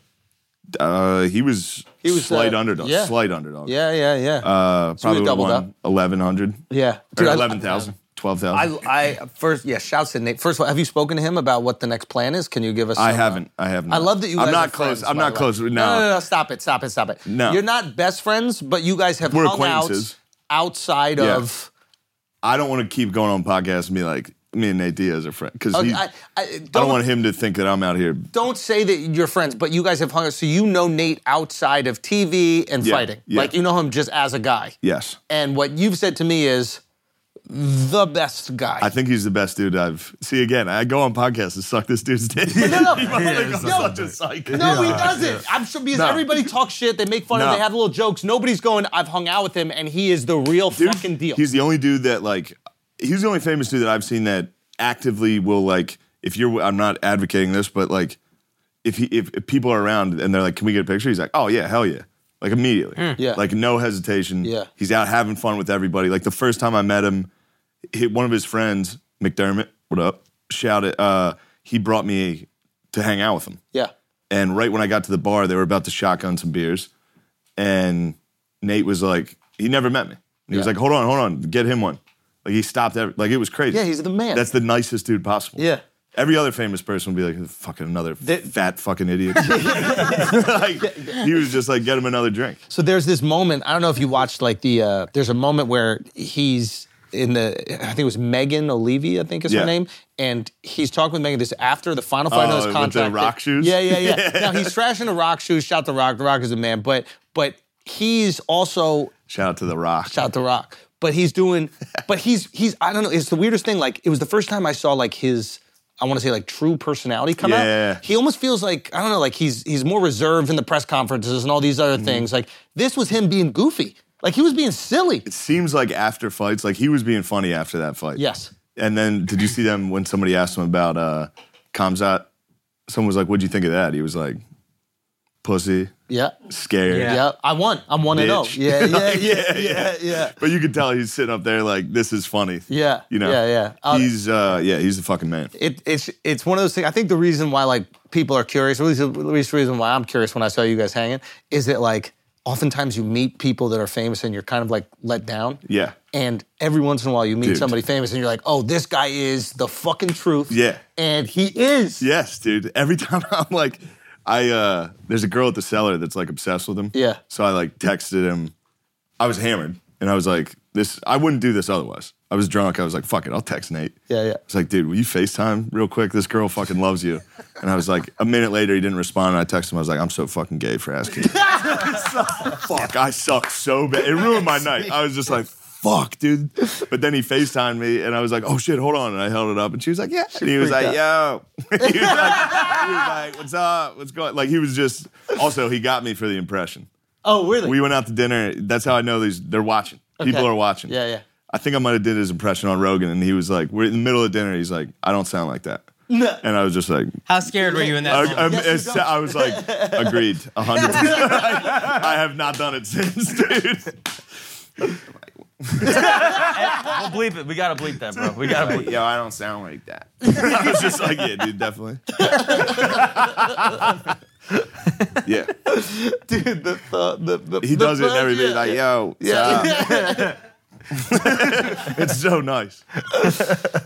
[SPEAKER 3] uh, he was he
[SPEAKER 1] was,
[SPEAKER 3] was slight
[SPEAKER 1] uh,
[SPEAKER 3] underdog.
[SPEAKER 1] yeah.
[SPEAKER 3] Slight underdog.
[SPEAKER 1] Yeah, yeah, yeah.
[SPEAKER 3] uh, probably
[SPEAKER 1] doubled up.
[SPEAKER 3] won eleven hundred.
[SPEAKER 1] yeah.
[SPEAKER 3] or
[SPEAKER 1] I-
[SPEAKER 3] eleven thousand. Twelve thousand.
[SPEAKER 1] I, I first, yeah, shouts to Nate. First of all, have you spoken to him about what the next plan is? Can you give us?
[SPEAKER 3] I
[SPEAKER 1] some, uh,
[SPEAKER 3] haven't. I haven't.
[SPEAKER 1] I love that you.
[SPEAKER 3] I'm
[SPEAKER 1] guys
[SPEAKER 3] not
[SPEAKER 1] are
[SPEAKER 3] close.
[SPEAKER 1] friends,
[SPEAKER 3] I'm
[SPEAKER 1] by
[SPEAKER 3] not
[SPEAKER 1] the way.
[SPEAKER 3] close. No.
[SPEAKER 1] No, no, no, Stop it! Stop it! Stop it!
[SPEAKER 3] No.
[SPEAKER 1] you're not best friends, but you guys have
[SPEAKER 3] We're
[SPEAKER 1] hung out
[SPEAKER 3] acquaintances.
[SPEAKER 1] outside
[SPEAKER 3] Yeah.
[SPEAKER 1] of.
[SPEAKER 3] I don't want to keep going on podcasts and be like, me and Nate Diaz are friends. Because
[SPEAKER 1] Okay,
[SPEAKER 3] I,
[SPEAKER 1] I, I, don't,
[SPEAKER 3] don't want him to think that I'm out here.
[SPEAKER 1] don't say that you're friends, but you guys have hung out, so you know Nate outside of TV and
[SPEAKER 3] Yeah,
[SPEAKER 1] fighting.
[SPEAKER 3] yeah.
[SPEAKER 1] Like you know him just as a guy.
[SPEAKER 3] Yes.
[SPEAKER 1] And what you've said to me is the best guy.
[SPEAKER 3] I think he's the best dude I've. See, again, I go on podcasts and suck this dude's dick.
[SPEAKER 1] no, [laughs] no, no,
[SPEAKER 3] such a psycho.
[SPEAKER 1] No, he doesn't. I'm sure because
[SPEAKER 3] No.
[SPEAKER 1] everybody talks shit. They make fun of
[SPEAKER 3] No.
[SPEAKER 1] him. They have little jokes. Nobody's going, I've hung out with him, and he is the real
[SPEAKER 3] Dude,
[SPEAKER 1] fucking deal.
[SPEAKER 3] He's the only dude that, like, he's the only famous dude that I've seen that actively will, like, if you're, I'm not advocating this, but, like, if, he, if, if people are around and they're like, can we get a picture? He's like, oh, yeah, hell yeah. Like, immediately.
[SPEAKER 1] Yeah.
[SPEAKER 3] Like, no hesitation.
[SPEAKER 1] Yeah.
[SPEAKER 3] He's out having fun with everybody. Like, the first time I met him, he, one of his friends, McDermott, what up, shouted, uh, he brought me to hang out with him.
[SPEAKER 1] yeah.
[SPEAKER 3] And right when I got to the bar, they were about to shotgun some beers. And Nate was like, he never met me. He was
[SPEAKER 1] Yeah.
[SPEAKER 3] like, hold on, hold on, get him one. Like he stopped every, like it was crazy.
[SPEAKER 1] Yeah, he's the man.
[SPEAKER 3] That's the nicest dude possible.
[SPEAKER 1] Yeah.
[SPEAKER 3] Every other famous person would be like, fucking another fat
[SPEAKER 1] [laughs]
[SPEAKER 3] fucking idiot. [laughs] like, he was just like, get him another drink.
[SPEAKER 1] So there's this moment. I don't know if you watched like the. Uh, there's a moment where he's in the. I think it was Megan O'Leary. I think is
[SPEAKER 3] Yeah.
[SPEAKER 1] her name, and he's talking with Megan. This after the final fight of
[SPEAKER 3] Oh, with
[SPEAKER 1] his
[SPEAKER 3] the
[SPEAKER 1] contract.
[SPEAKER 3] rock shoes?
[SPEAKER 1] Yeah, yeah,
[SPEAKER 3] [laughs]
[SPEAKER 1] yeah. now he's trashing the rock shoes. Shout the rock. The rock is a man, but but he's also
[SPEAKER 3] Shout out to The Rock.
[SPEAKER 1] shout the rock. But he's
[SPEAKER 3] [laughs]
[SPEAKER 1] doing. But he's he's. I don't know. It's the weirdest thing. Like it was the first time I saw like his. I want to say like true personality come
[SPEAKER 3] Yeah.
[SPEAKER 1] out. He almost feels like I don't know, like he's he's more reserved in the press conferences and all these
[SPEAKER 3] Mm-hmm.
[SPEAKER 1] other things. Like this was him being goofy. Like he was being silly.
[SPEAKER 3] Seems like after fights, like he was being funny after that fight.
[SPEAKER 1] Yes.
[SPEAKER 3] And then did you see them when somebody asked him about uh Kamzat? Someone was like, What'd you think of that? He was like, Pussy,
[SPEAKER 1] Yeah.
[SPEAKER 3] scared.
[SPEAKER 1] Yeah. I won. I'm one and oh.
[SPEAKER 3] Bitch. [laughs]
[SPEAKER 1] Yeah, yeah,
[SPEAKER 3] Like,
[SPEAKER 1] yeah,
[SPEAKER 3] yeah,
[SPEAKER 1] yeah, yeah.
[SPEAKER 3] But you could tell he's sitting up there like, This is funny.
[SPEAKER 1] Yeah.
[SPEAKER 3] You know?
[SPEAKER 1] Yeah, yeah. Uh,
[SPEAKER 3] he's uh yeah, he's the fucking man.
[SPEAKER 1] It, it's it's one of those things. I think the reason why like people are curious, or at least, at least the reason why I'm curious when I saw you guys hanging, is that like oftentimes you meet people that are famous and you're kind of like let down.
[SPEAKER 3] Yeah.
[SPEAKER 1] And every once in a while you meet
[SPEAKER 3] Dude.
[SPEAKER 1] somebody famous and you're like, oh, this guy is the fucking truth.
[SPEAKER 3] Yeah.
[SPEAKER 1] And he is.
[SPEAKER 3] Yes, dude. Every [laughs] time I'm like, I uh there's a girl at the cellar that's like obsessed with him.
[SPEAKER 1] Yeah.
[SPEAKER 3] So I like texted him. I was hammered and I was like, this I wouldn't do this otherwise. I was drunk. I was like, fuck it, I'll text Nate.
[SPEAKER 5] Yeah, yeah.
[SPEAKER 3] It's like, dude, will you FaceTime real quick? This girl fucking loves you. And I was like, a minute later, he didn't respond. And I texted him. I was like, I'm so fucking gay for asking. you." fuck, I suck so bad. It
[SPEAKER 1] [laughs]
[SPEAKER 3] ruined my night. I was just like, fuck, dude. But then he FaceTimed me and I was like, oh shit, hold on. And I held it up and she was like, yeah. And he was like,
[SPEAKER 5] freaked
[SPEAKER 3] yo. [laughs] he, was like, he was like, what's up? What's going Like, he was just, also, he got me for the impression.
[SPEAKER 1] Oh, really?
[SPEAKER 3] We went out to dinner. That's how I know these, they're watching. People
[SPEAKER 1] Okay.
[SPEAKER 3] are watching.
[SPEAKER 1] yeah, yeah.
[SPEAKER 3] I think I might have did his impression on Rogan, and he was like, "We're in the middle of dinner." He's like, "I don't sound like that,"
[SPEAKER 1] No.
[SPEAKER 3] and I was just like,
[SPEAKER 6] How scared were you in that?
[SPEAKER 3] I,
[SPEAKER 6] moment?
[SPEAKER 3] I'm- it's- I was like, "Agreed, a
[SPEAKER 5] [laughs]
[SPEAKER 3] hundred percent." I have not done it [laughs] since, dude.
[SPEAKER 4] We'll bleep it. We gotta bleep that, bro. We gotta bleep.
[SPEAKER 3] Yo, I don't sound like [laughs] that. I was just like, "Yeah, dude, definitely." [laughs] yeah,
[SPEAKER 5] Dude, the, the, the,
[SPEAKER 3] he
[SPEAKER 5] the
[SPEAKER 3] does it and
[SPEAKER 5] fuck,
[SPEAKER 3] everything.
[SPEAKER 5] yeah.
[SPEAKER 3] Like, yo, yeah. [laughs] it's so nice.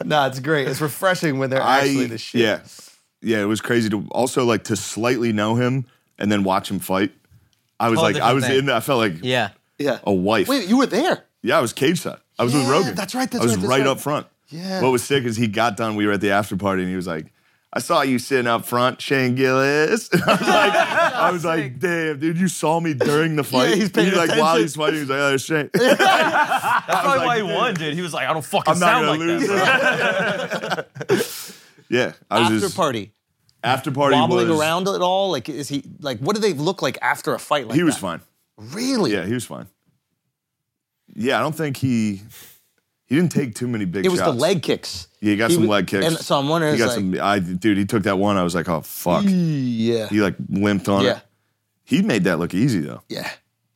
[SPEAKER 5] Nah, it's great. It's refreshing when they're actually the shit.
[SPEAKER 3] Yeah. Yeah, it was crazy to also like to slightly know him and then watch him fight. I was
[SPEAKER 6] Whole
[SPEAKER 3] like, I
[SPEAKER 6] different
[SPEAKER 3] was
[SPEAKER 6] thing.
[SPEAKER 3] in that. I felt like
[SPEAKER 6] yeah.
[SPEAKER 5] Yeah.
[SPEAKER 3] a wife.
[SPEAKER 5] Wait, you were there.
[SPEAKER 3] Yeah, I was cage side. I was with
[SPEAKER 5] Yeah,
[SPEAKER 3] Rogan.
[SPEAKER 5] that's right, that's
[SPEAKER 3] I was
[SPEAKER 5] right, that's
[SPEAKER 3] right,
[SPEAKER 5] right.
[SPEAKER 3] up front.
[SPEAKER 5] Yeah.
[SPEAKER 3] What was sick is he got done. We were at the after party and he was like, I saw you sitting up front, Shane Gillis. [laughs] I was like, I was like, damn, dude, you saw me during the fight.
[SPEAKER 5] Yeah, he's paying
[SPEAKER 3] And like while
[SPEAKER 5] attention.
[SPEAKER 3] he's fighting, he's like, oh, there's Shane.
[SPEAKER 4] That's probably
[SPEAKER 3] like,
[SPEAKER 4] why he won, dude. He was like, I don't fucking
[SPEAKER 3] I'm not
[SPEAKER 4] sound
[SPEAKER 3] gonna
[SPEAKER 4] like
[SPEAKER 3] lose.
[SPEAKER 4] that. bro.
[SPEAKER 3] [laughs] yeah. I was
[SPEAKER 1] After
[SPEAKER 3] just,
[SPEAKER 1] party,
[SPEAKER 3] after party
[SPEAKER 1] wobbling
[SPEAKER 3] was-
[SPEAKER 1] around at all? Like, is he like? What do they look like after a fight? Like
[SPEAKER 3] He was
[SPEAKER 1] that?
[SPEAKER 3] fine.
[SPEAKER 1] Really?
[SPEAKER 3] Yeah, he was fine. Yeah, I don't think he he didn't take too many big.
[SPEAKER 1] It was
[SPEAKER 3] shots.
[SPEAKER 1] the leg kicks.
[SPEAKER 3] Yeah, he got
[SPEAKER 1] He
[SPEAKER 3] some
[SPEAKER 1] wa-
[SPEAKER 3] leg kicks.
[SPEAKER 1] and so I'm wondering,
[SPEAKER 3] He got
[SPEAKER 1] it's
[SPEAKER 3] some. I dude, he took that one. I was like, oh fuck.
[SPEAKER 1] Yeah.
[SPEAKER 3] He like limped on
[SPEAKER 1] Yeah.
[SPEAKER 3] it. He made that look easy though.
[SPEAKER 1] Yeah.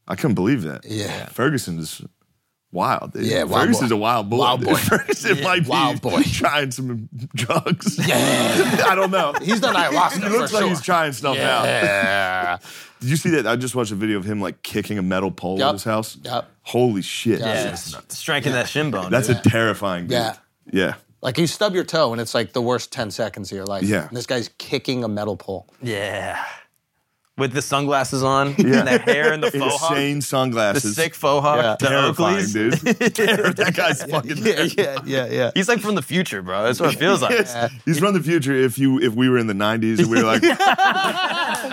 [SPEAKER 3] I couldn't believe that.
[SPEAKER 1] Yeah.
[SPEAKER 3] Ferguson is wild. Dude.
[SPEAKER 1] Yeah, wild
[SPEAKER 3] Ferguson's
[SPEAKER 1] boy.
[SPEAKER 3] a wild boy.
[SPEAKER 1] Wild
[SPEAKER 3] dude.
[SPEAKER 1] boy.
[SPEAKER 3] [laughs] Ferguson might be
[SPEAKER 1] wild boy.
[SPEAKER 3] [laughs] trying some drugs. Yeah, [laughs] I
[SPEAKER 1] [laughs]
[SPEAKER 3] don't know.
[SPEAKER 1] He's done ayahuasca.
[SPEAKER 3] [laughs] He looks
[SPEAKER 1] for
[SPEAKER 3] like
[SPEAKER 1] sure.
[SPEAKER 3] he's trying stuff out. [laughs]
[SPEAKER 1] Yeah.
[SPEAKER 3] Did you see that? I just watched a video of him like kicking a metal pole
[SPEAKER 1] Yup.
[SPEAKER 3] at his house.
[SPEAKER 1] Yup.
[SPEAKER 3] Holy shit.
[SPEAKER 4] Yeah, Strengthening that shin bone.
[SPEAKER 3] That's
[SPEAKER 4] dude.
[SPEAKER 3] a terrifying. Dude.
[SPEAKER 1] Yeah.
[SPEAKER 3] Yeah.
[SPEAKER 1] Like you stub your toe and it's like the worst 10 seconds of your life.
[SPEAKER 3] Yeah.
[SPEAKER 1] And this guy's kicking a metal
[SPEAKER 3] [laughs]
[SPEAKER 1] pole.
[SPEAKER 4] yeah. With the sunglasses on
[SPEAKER 3] Yeah.
[SPEAKER 4] and the hair and the faux hawk.
[SPEAKER 3] Insane
[SPEAKER 4] The
[SPEAKER 3] sunglasses.
[SPEAKER 4] sick faux hawk.
[SPEAKER 1] Yeah.
[SPEAKER 4] The
[SPEAKER 3] terrifying,
[SPEAKER 4] Oakleys.
[SPEAKER 3] dude. Terror- that guy's fucking.
[SPEAKER 5] Yeah, yeah, yeah,
[SPEAKER 3] [laughs]
[SPEAKER 5] yeah.
[SPEAKER 4] He's like from the future, bro. That's what it feels like.
[SPEAKER 3] It's- He's from the future. If you, if we were in the '90s and we were like,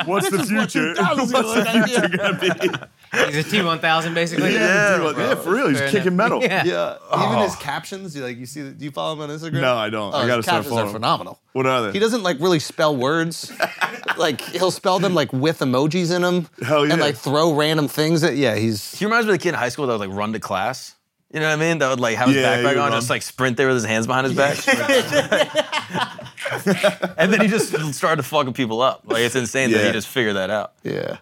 [SPEAKER 3] "What's the future? [laughs] What's the future gonna be?"
[SPEAKER 6] He's a T1000 basically.
[SPEAKER 3] Yeah, dude, yeah, for real. He's
[SPEAKER 6] Fair
[SPEAKER 3] kicking metal.
[SPEAKER 6] enough. Yeah.
[SPEAKER 5] Yeah. Even his captions, you like you see that do you follow him on Instagram?
[SPEAKER 3] Oh. No, I don't.
[SPEAKER 1] Oh,
[SPEAKER 3] I
[SPEAKER 1] his
[SPEAKER 3] gotta start
[SPEAKER 1] captions are
[SPEAKER 3] following. him.
[SPEAKER 1] phenomenal.
[SPEAKER 3] What are they?
[SPEAKER 1] He doesn't like really spell words.
[SPEAKER 3] [laughs]
[SPEAKER 1] like he'll spell them like with emojis in them.
[SPEAKER 3] Hell yeah.
[SPEAKER 1] And like throw random things at yeah, he's
[SPEAKER 4] He reminds me of the kid in high school that would like run to class. You know what I mean? That would like have his
[SPEAKER 3] Yeah, he
[SPEAKER 4] backpack
[SPEAKER 3] would
[SPEAKER 4] on,
[SPEAKER 3] run.
[SPEAKER 4] just like sprint there with his hands behind his back. [laughs] and then he just started fucking people up. Like it's insane that
[SPEAKER 3] Yeah.
[SPEAKER 4] he just figured that out.
[SPEAKER 5] Yeah.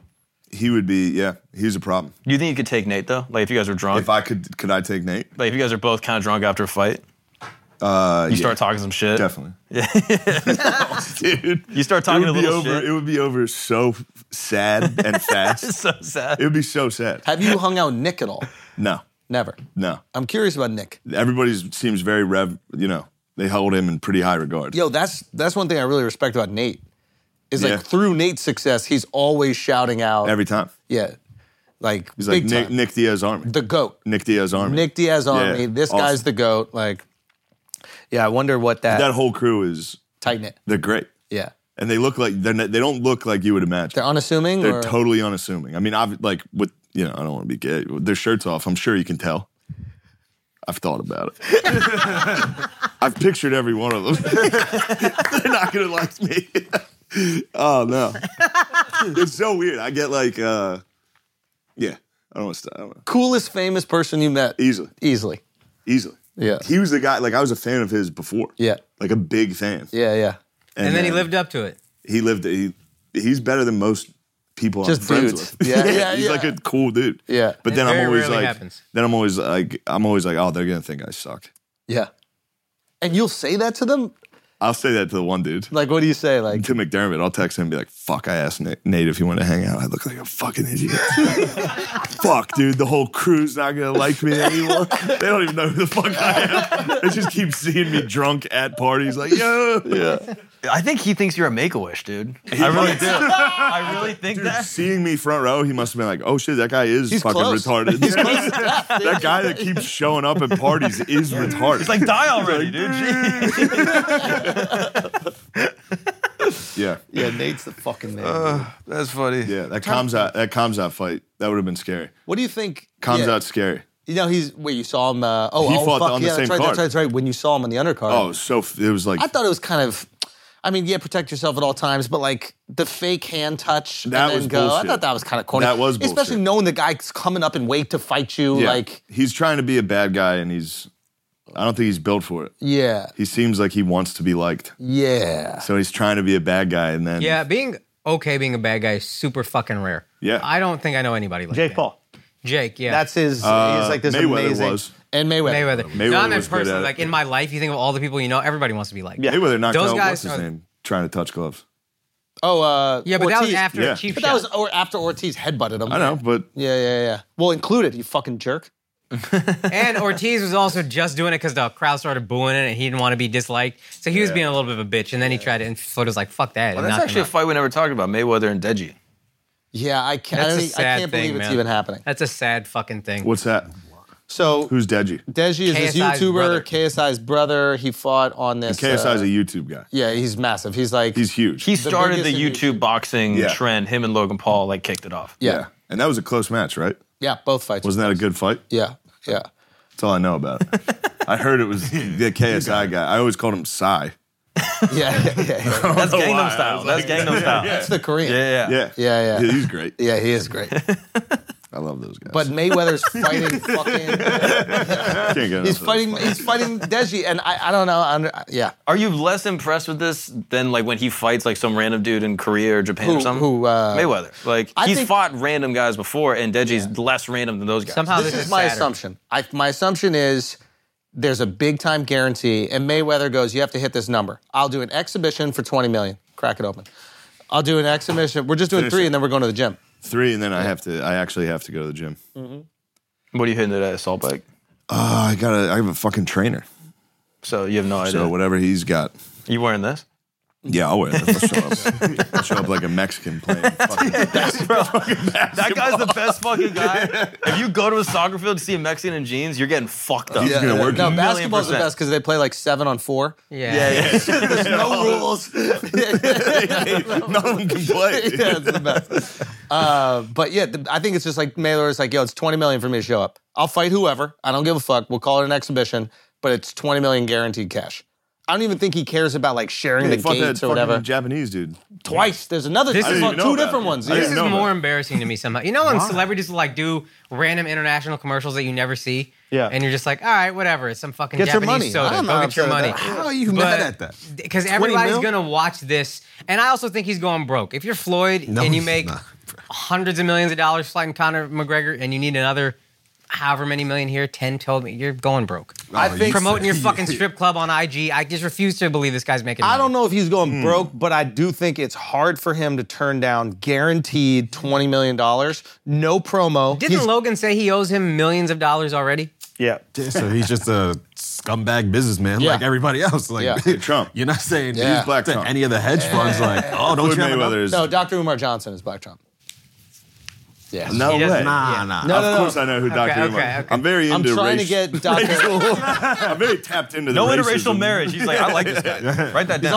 [SPEAKER 3] He would be. Yeah, he's a problem.
[SPEAKER 4] Do you think you could take Nate though? Like if you guys were drunk,
[SPEAKER 3] If I could, could I take Nate?
[SPEAKER 4] like if you guys are both kind of drunk after a fight,
[SPEAKER 3] Uh,
[SPEAKER 4] you start talking some shit.
[SPEAKER 3] Definitely. [laughs]
[SPEAKER 4] dude. You start
[SPEAKER 3] It
[SPEAKER 4] talking a
[SPEAKER 3] would be
[SPEAKER 4] little
[SPEAKER 3] over.
[SPEAKER 4] shit. [laughs]
[SPEAKER 3] It would be over so f- sad and
[SPEAKER 4] It's
[SPEAKER 3] fast.
[SPEAKER 4] so sad.
[SPEAKER 3] it would be so sad.
[SPEAKER 1] have you hung out with Nick at
[SPEAKER 3] [laughs]
[SPEAKER 1] all?
[SPEAKER 3] No,
[SPEAKER 1] Never.
[SPEAKER 3] no.
[SPEAKER 1] I'm curious about Nick.
[SPEAKER 3] Everybody seems very rev. You know, they hold him in pretty high regard.
[SPEAKER 1] Yo, that's that's one thing I really respect about Nate. Is
[SPEAKER 3] Yeah.
[SPEAKER 1] like through Nate's success, he's always shouting out
[SPEAKER 3] Every time.
[SPEAKER 1] Yeah. Like
[SPEAKER 3] He's
[SPEAKER 1] big
[SPEAKER 3] like Nick,
[SPEAKER 1] time.
[SPEAKER 3] Nick Diaz Army.
[SPEAKER 1] the GOAT.
[SPEAKER 3] Nick Diaz Army.
[SPEAKER 1] Nick Diaz Army.
[SPEAKER 3] Yeah,
[SPEAKER 1] This
[SPEAKER 3] awesome.
[SPEAKER 1] guy's the GOAT. Like Yeah, I wonder what that,
[SPEAKER 3] That whole crew is
[SPEAKER 1] tighten it.
[SPEAKER 3] they're great,
[SPEAKER 1] Yeah.
[SPEAKER 3] and they look like they're not, they don't look like you would imagine.
[SPEAKER 1] They're unassuming
[SPEAKER 3] They're
[SPEAKER 1] or
[SPEAKER 3] totally unassuming. I mean, I've like with you know I don't want to be gay. With their shirts off, I'm sure you can tell. I've thought about
[SPEAKER 1] [laughs]
[SPEAKER 3] it. I've pictured every one of them. [laughs] they're not gonna like me. [laughs] oh
[SPEAKER 1] [laughs]
[SPEAKER 3] no, it's so weird. I get like, uh yeah, I don't want to. I don't know.
[SPEAKER 1] coolest famous person you met
[SPEAKER 3] Easily,
[SPEAKER 1] easily.
[SPEAKER 3] easily.
[SPEAKER 1] Yeah.
[SPEAKER 3] He was the guy. Like I was a fan of his before.
[SPEAKER 1] Yeah.
[SPEAKER 3] Like a big fan.
[SPEAKER 1] Yeah, yeah.
[SPEAKER 6] And then he lived up to it.
[SPEAKER 3] he lived he he's better than most people
[SPEAKER 1] Just
[SPEAKER 3] I'm friends
[SPEAKER 1] dudes.
[SPEAKER 3] with. [laughs]
[SPEAKER 1] Yeah, yeah,
[SPEAKER 3] he's
[SPEAKER 1] yeah.
[SPEAKER 3] like a cool dude.
[SPEAKER 1] Yeah.
[SPEAKER 3] But then
[SPEAKER 6] It very
[SPEAKER 3] I'm always
[SPEAKER 6] rarely
[SPEAKER 3] like
[SPEAKER 6] happens.
[SPEAKER 3] then I'm always like I'm always like, oh, they're gonna think I suck.
[SPEAKER 1] Yeah. And you'll say that to them?
[SPEAKER 3] I'll say that to the one dude.
[SPEAKER 1] Like what do you say?
[SPEAKER 3] [laughs]
[SPEAKER 1] Like
[SPEAKER 3] To McDermott, I'll text him and be like, fuck, I asked Nate, Nate if he wanted to hang out. I look like a fucking
[SPEAKER 1] [laughs]
[SPEAKER 3] idiot. fuck, dude, the whole crew's not gonna like me anymore. they don't even know who the fuck I am. They just keep seeing me drunk at parties, like, yo. Yeah.
[SPEAKER 4] I think he thinks you're a Make a Wish, dude. I really do.
[SPEAKER 3] [laughs]
[SPEAKER 4] I really think
[SPEAKER 3] Dude,
[SPEAKER 4] that.
[SPEAKER 3] seeing me front row, he must have been like, "Oh shit, that guy is fucking
[SPEAKER 4] close.
[SPEAKER 3] retarded."
[SPEAKER 4] He's close to
[SPEAKER 3] [laughs] that, guy that keeps showing up at parties is retarded.
[SPEAKER 4] He's like, die already, dude.
[SPEAKER 3] yeah,
[SPEAKER 1] yeah. Nate's the fucking man.
[SPEAKER 3] Uh,
[SPEAKER 4] that's funny.
[SPEAKER 3] Yeah, that comes out. That comes out fight. That would have been scary.
[SPEAKER 1] What do you think?
[SPEAKER 3] Comes
[SPEAKER 1] yeah,
[SPEAKER 3] out scary.
[SPEAKER 1] You know, he's wait. You saw him. Uh, oh,
[SPEAKER 3] He
[SPEAKER 1] oh,
[SPEAKER 3] fought
[SPEAKER 1] fuck,
[SPEAKER 3] on the
[SPEAKER 1] yeah,
[SPEAKER 3] same
[SPEAKER 1] that's right,
[SPEAKER 3] card.
[SPEAKER 1] That's right, that's right. When you saw him on the undercard.
[SPEAKER 3] Oh, so f- it was like
[SPEAKER 1] I thought it was kind of. I mean, yeah, protect yourself at all times, but like the fake hand touch
[SPEAKER 3] That
[SPEAKER 1] and then
[SPEAKER 3] was
[SPEAKER 1] go.
[SPEAKER 3] bullshit.
[SPEAKER 1] I thought that was kind of corny.
[SPEAKER 3] That was
[SPEAKER 1] especially
[SPEAKER 3] bullshit.
[SPEAKER 1] knowing the guy's coming up in weight to fight you.
[SPEAKER 3] yeah,
[SPEAKER 1] Like,
[SPEAKER 3] he's trying to be a bad guy, and he's. I don't think he's built for it.
[SPEAKER 1] yeah,
[SPEAKER 3] He seems like he wants to be liked,
[SPEAKER 1] yeah.
[SPEAKER 3] so he's trying to be a bad guy, and then
[SPEAKER 6] Yeah, being okay, being a bad guy is super fucking rare.
[SPEAKER 3] Yeah.
[SPEAKER 6] I don't think I know anybody like
[SPEAKER 1] Jake
[SPEAKER 6] that.
[SPEAKER 1] Paul.
[SPEAKER 6] Jake, yeah.
[SPEAKER 1] That's his.
[SPEAKER 3] Uh,
[SPEAKER 1] he's like this
[SPEAKER 3] Mayweather
[SPEAKER 1] amazing.
[SPEAKER 3] was.
[SPEAKER 1] And Mayweather.
[SPEAKER 6] Mayweather.
[SPEAKER 3] Mayweather
[SPEAKER 6] no, I meant
[SPEAKER 3] was good at
[SPEAKER 6] personally,
[SPEAKER 3] it.
[SPEAKER 6] like in my life, you think of all the people you know, everybody wants to be like.
[SPEAKER 3] Yeah. Mayweather knocked
[SPEAKER 6] Those
[SPEAKER 3] out
[SPEAKER 6] guys
[SPEAKER 3] what's his
[SPEAKER 6] are-
[SPEAKER 3] name trying to touch gloves.
[SPEAKER 1] Oh, uh,
[SPEAKER 6] Yeah, but that was
[SPEAKER 1] Ortiz.
[SPEAKER 6] after
[SPEAKER 3] Yeah.
[SPEAKER 6] a cheap
[SPEAKER 1] But
[SPEAKER 6] shot.
[SPEAKER 1] that was or after Ortiz headbutted him.
[SPEAKER 3] I know, but
[SPEAKER 1] Yeah, yeah, yeah. Well, included, you fucking jerk.
[SPEAKER 6] and Ortiz was also just doing it because the crowd started booing it and he didn't want to be disliked. So he was being a little bit of a bitch. And then he tried to, and Floyd was like, fuck that.
[SPEAKER 4] Well,
[SPEAKER 6] and
[SPEAKER 4] that's
[SPEAKER 6] knocked him
[SPEAKER 4] actually a
[SPEAKER 6] out.
[SPEAKER 4] fight we never talked about Mayweather and Deji.
[SPEAKER 1] Yeah, I can't. I,
[SPEAKER 6] That's a
[SPEAKER 1] don't e- I
[SPEAKER 6] sad
[SPEAKER 1] can't
[SPEAKER 6] thing,
[SPEAKER 1] believe it's
[SPEAKER 6] man.
[SPEAKER 1] even happening.
[SPEAKER 6] That's a sad fucking thing.
[SPEAKER 3] what's that?
[SPEAKER 1] So
[SPEAKER 3] Who's Deji?
[SPEAKER 1] Deji is this
[SPEAKER 6] KSI's
[SPEAKER 1] YouTuber,
[SPEAKER 6] brother.
[SPEAKER 1] KSI's brother. He fought on this.
[SPEAKER 3] KSI is
[SPEAKER 1] uh,
[SPEAKER 3] a YouTube guy.
[SPEAKER 1] yeah, he's massive. He's like
[SPEAKER 3] He's huge.
[SPEAKER 4] He started the,
[SPEAKER 1] biggest in
[SPEAKER 4] YouTube boxing
[SPEAKER 3] Yeah.
[SPEAKER 4] trend. Him and Logan Paul like kicked it off.
[SPEAKER 1] yeah, yeah,
[SPEAKER 3] And that was a close match, right?
[SPEAKER 1] both fights.
[SPEAKER 3] Wasn't that a good fight?
[SPEAKER 1] yeah, yeah. [laughs]
[SPEAKER 3] That's all I know about it. I heard it
[SPEAKER 7] [laughs]
[SPEAKER 3] was the KSI guy. I always called him Psy.
[SPEAKER 1] Yeah, yeah, yeah, yeah.
[SPEAKER 4] [laughs] That's Gangnam Style. That's Gangnam Style.
[SPEAKER 1] That's the Korean.
[SPEAKER 4] Yeah, yeah.
[SPEAKER 3] Yeah.
[SPEAKER 1] Yeah, yeah.
[SPEAKER 3] He's great.
[SPEAKER 1] Yeah, he is great.
[SPEAKER 3] I love those guys. [laughs]
[SPEAKER 1] But Mayweather's fighting fucking.
[SPEAKER 3] Can't get enough
[SPEAKER 1] He's
[SPEAKER 3] of those
[SPEAKER 1] fighting.
[SPEAKER 3] fights.
[SPEAKER 1] He's fighting Deji, and I, I don't know. I'm, yeah,
[SPEAKER 4] Are you less impressed with this than like when he fights like some random dude in Korea or Japan
[SPEAKER 1] Who-
[SPEAKER 4] or something?
[SPEAKER 1] who, uh,
[SPEAKER 4] Mayweather. Like
[SPEAKER 1] I
[SPEAKER 4] he's
[SPEAKER 1] think-
[SPEAKER 4] fought random guys before, and Deji's less random than those guys.
[SPEAKER 6] Somehow this,
[SPEAKER 1] this is my
[SPEAKER 6] sadder.
[SPEAKER 1] assumption. I, my assumption is there's a big time guarantee, and Mayweather goes, "You have to hit this number. I'll do an exhibition for 20 million. Crack it open. I'll do an exhibition. We're just doing
[SPEAKER 3] Finish
[SPEAKER 1] three,
[SPEAKER 3] it.
[SPEAKER 1] and then we're going to the gym.
[SPEAKER 3] Three, and then I have to. I actually have to go to the gym. Oh,
[SPEAKER 4] What are you hitting today? Assault bike.
[SPEAKER 3] Ah, I gotta. I have a fucking trainer.
[SPEAKER 4] So you have no idea.
[SPEAKER 3] So whatever he's got.
[SPEAKER 4] you wearing this?
[SPEAKER 3] Yeah, I'll wear
[SPEAKER 1] [laughs]
[SPEAKER 3] that. I'll show up. I'll show up like a Mexican playing. fucking- [laughs]
[SPEAKER 4] That guy's the best fucking guy. If you go to a soccer field to see a Mexican in jeans, you're getting fucked up.
[SPEAKER 3] He's gonna work.
[SPEAKER 1] No,
[SPEAKER 3] you.
[SPEAKER 1] basketball's the
[SPEAKER 4] percent.
[SPEAKER 1] best because they play like seven on four.
[SPEAKER 6] Yeah.
[SPEAKER 4] Yeah, yeah.
[SPEAKER 1] There's no rules.
[SPEAKER 3] None of them can play.
[SPEAKER 1] [laughs] yeah, it's the best. Uh, but yeah, the, I think it's just like Mailer is like, yo, it's 20 million for me to show up. I'll fight whoever. I don't give a fuck. We'll call it an exhibition, but it's 20 million guaranteed cash. I don't even think he cares about like sharing
[SPEAKER 3] He
[SPEAKER 1] the
[SPEAKER 3] fought that
[SPEAKER 1] gates or whatever.
[SPEAKER 3] fucking Japanese dude.
[SPEAKER 1] Twice. There's another.
[SPEAKER 6] This
[SPEAKER 1] This
[SPEAKER 6] I
[SPEAKER 1] is
[SPEAKER 6] didn't
[SPEAKER 1] on
[SPEAKER 3] even know
[SPEAKER 1] two
[SPEAKER 3] about
[SPEAKER 1] different
[SPEAKER 3] it.
[SPEAKER 1] ones.
[SPEAKER 3] I
[SPEAKER 6] This
[SPEAKER 3] didn't
[SPEAKER 1] Yeah.
[SPEAKER 6] is
[SPEAKER 3] know
[SPEAKER 6] more
[SPEAKER 3] that.
[SPEAKER 6] embarrassing to me somehow. You know when celebrities will like do random international commercials that you never see?
[SPEAKER 7] Yeah.
[SPEAKER 6] And you're just like, all right, whatever. It's some fucking
[SPEAKER 1] Get your
[SPEAKER 6] Japanese
[SPEAKER 1] money.
[SPEAKER 6] soda.
[SPEAKER 1] I'm
[SPEAKER 6] Go
[SPEAKER 1] not
[SPEAKER 6] get
[SPEAKER 1] upset
[SPEAKER 6] your
[SPEAKER 1] at
[SPEAKER 6] money.
[SPEAKER 1] that.
[SPEAKER 6] [laughs]
[SPEAKER 7] How are you
[SPEAKER 6] But-
[SPEAKER 7] mad at that?
[SPEAKER 6] Because everybody's
[SPEAKER 7] mil?
[SPEAKER 6] going to watch this. And I also think he's going broke. If you're Floyd and you
[SPEAKER 7] he's
[SPEAKER 6] make
[SPEAKER 7] not,
[SPEAKER 6] hundreds of millions of dollars fighting Conor McGregor and you need another however many million here, 10 told me, you're going broke.
[SPEAKER 1] Oh, I think
[SPEAKER 6] Promoting
[SPEAKER 1] [laughs]
[SPEAKER 6] your fucking strip club on IG. I just refuse to believe this guy's making
[SPEAKER 1] I
[SPEAKER 6] money.
[SPEAKER 1] don't know if he's going
[SPEAKER 3] Hmm.
[SPEAKER 1] broke, but I do think it's hard for him to turn down guaranteed $20 million, no promo.
[SPEAKER 6] Didn't
[SPEAKER 1] He's-
[SPEAKER 6] Logan say he owes him millions of dollars already?
[SPEAKER 9] Yeah.
[SPEAKER 7] So he's just a scumbag businessman
[SPEAKER 1] Yeah.
[SPEAKER 7] like everybody else. Like
[SPEAKER 1] Yeah.
[SPEAKER 3] Trump.
[SPEAKER 7] You're not saying
[SPEAKER 1] Yeah.
[SPEAKER 3] He's Black
[SPEAKER 7] that
[SPEAKER 3] Trump.
[SPEAKER 7] any of the hedge funds like, oh, don't
[SPEAKER 3] Floyd
[SPEAKER 7] you have enough?
[SPEAKER 3] Mayweather is
[SPEAKER 1] No, Dr. Umar Johnson is Black Trump. Yeah.
[SPEAKER 3] no
[SPEAKER 6] He
[SPEAKER 3] way.
[SPEAKER 6] doesn't-
[SPEAKER 7] Nah,
[SPEAKER 6] Yeah.
[SPEAKER 7] nah.
[SPEAKER 1] No, no,
[SPEAKER 3] Of
[SPEAKER 1] no.
[SPEAKER 3] course, I know who Dr. Umar.
[SPEAKER 6] okay, okay.
[SPEAKER 3] I'm very
[SPEAKER 1] I'm
[SPEAKER 3] into.
[SPEAKER 1] trying to
[SPEAKER 3] raci-
[SPEAKER 1] get Dr.
[SPEAKER 3] [laughs] I'm very tapped into the
[SPEAKER 4] No
[SPEAKER 3] racism.
[SPEAKER 4] interracial marriage. He's like, I like
[SPEAKER 3] [laughs]
[SPEAKER 4] this guy. Write that down.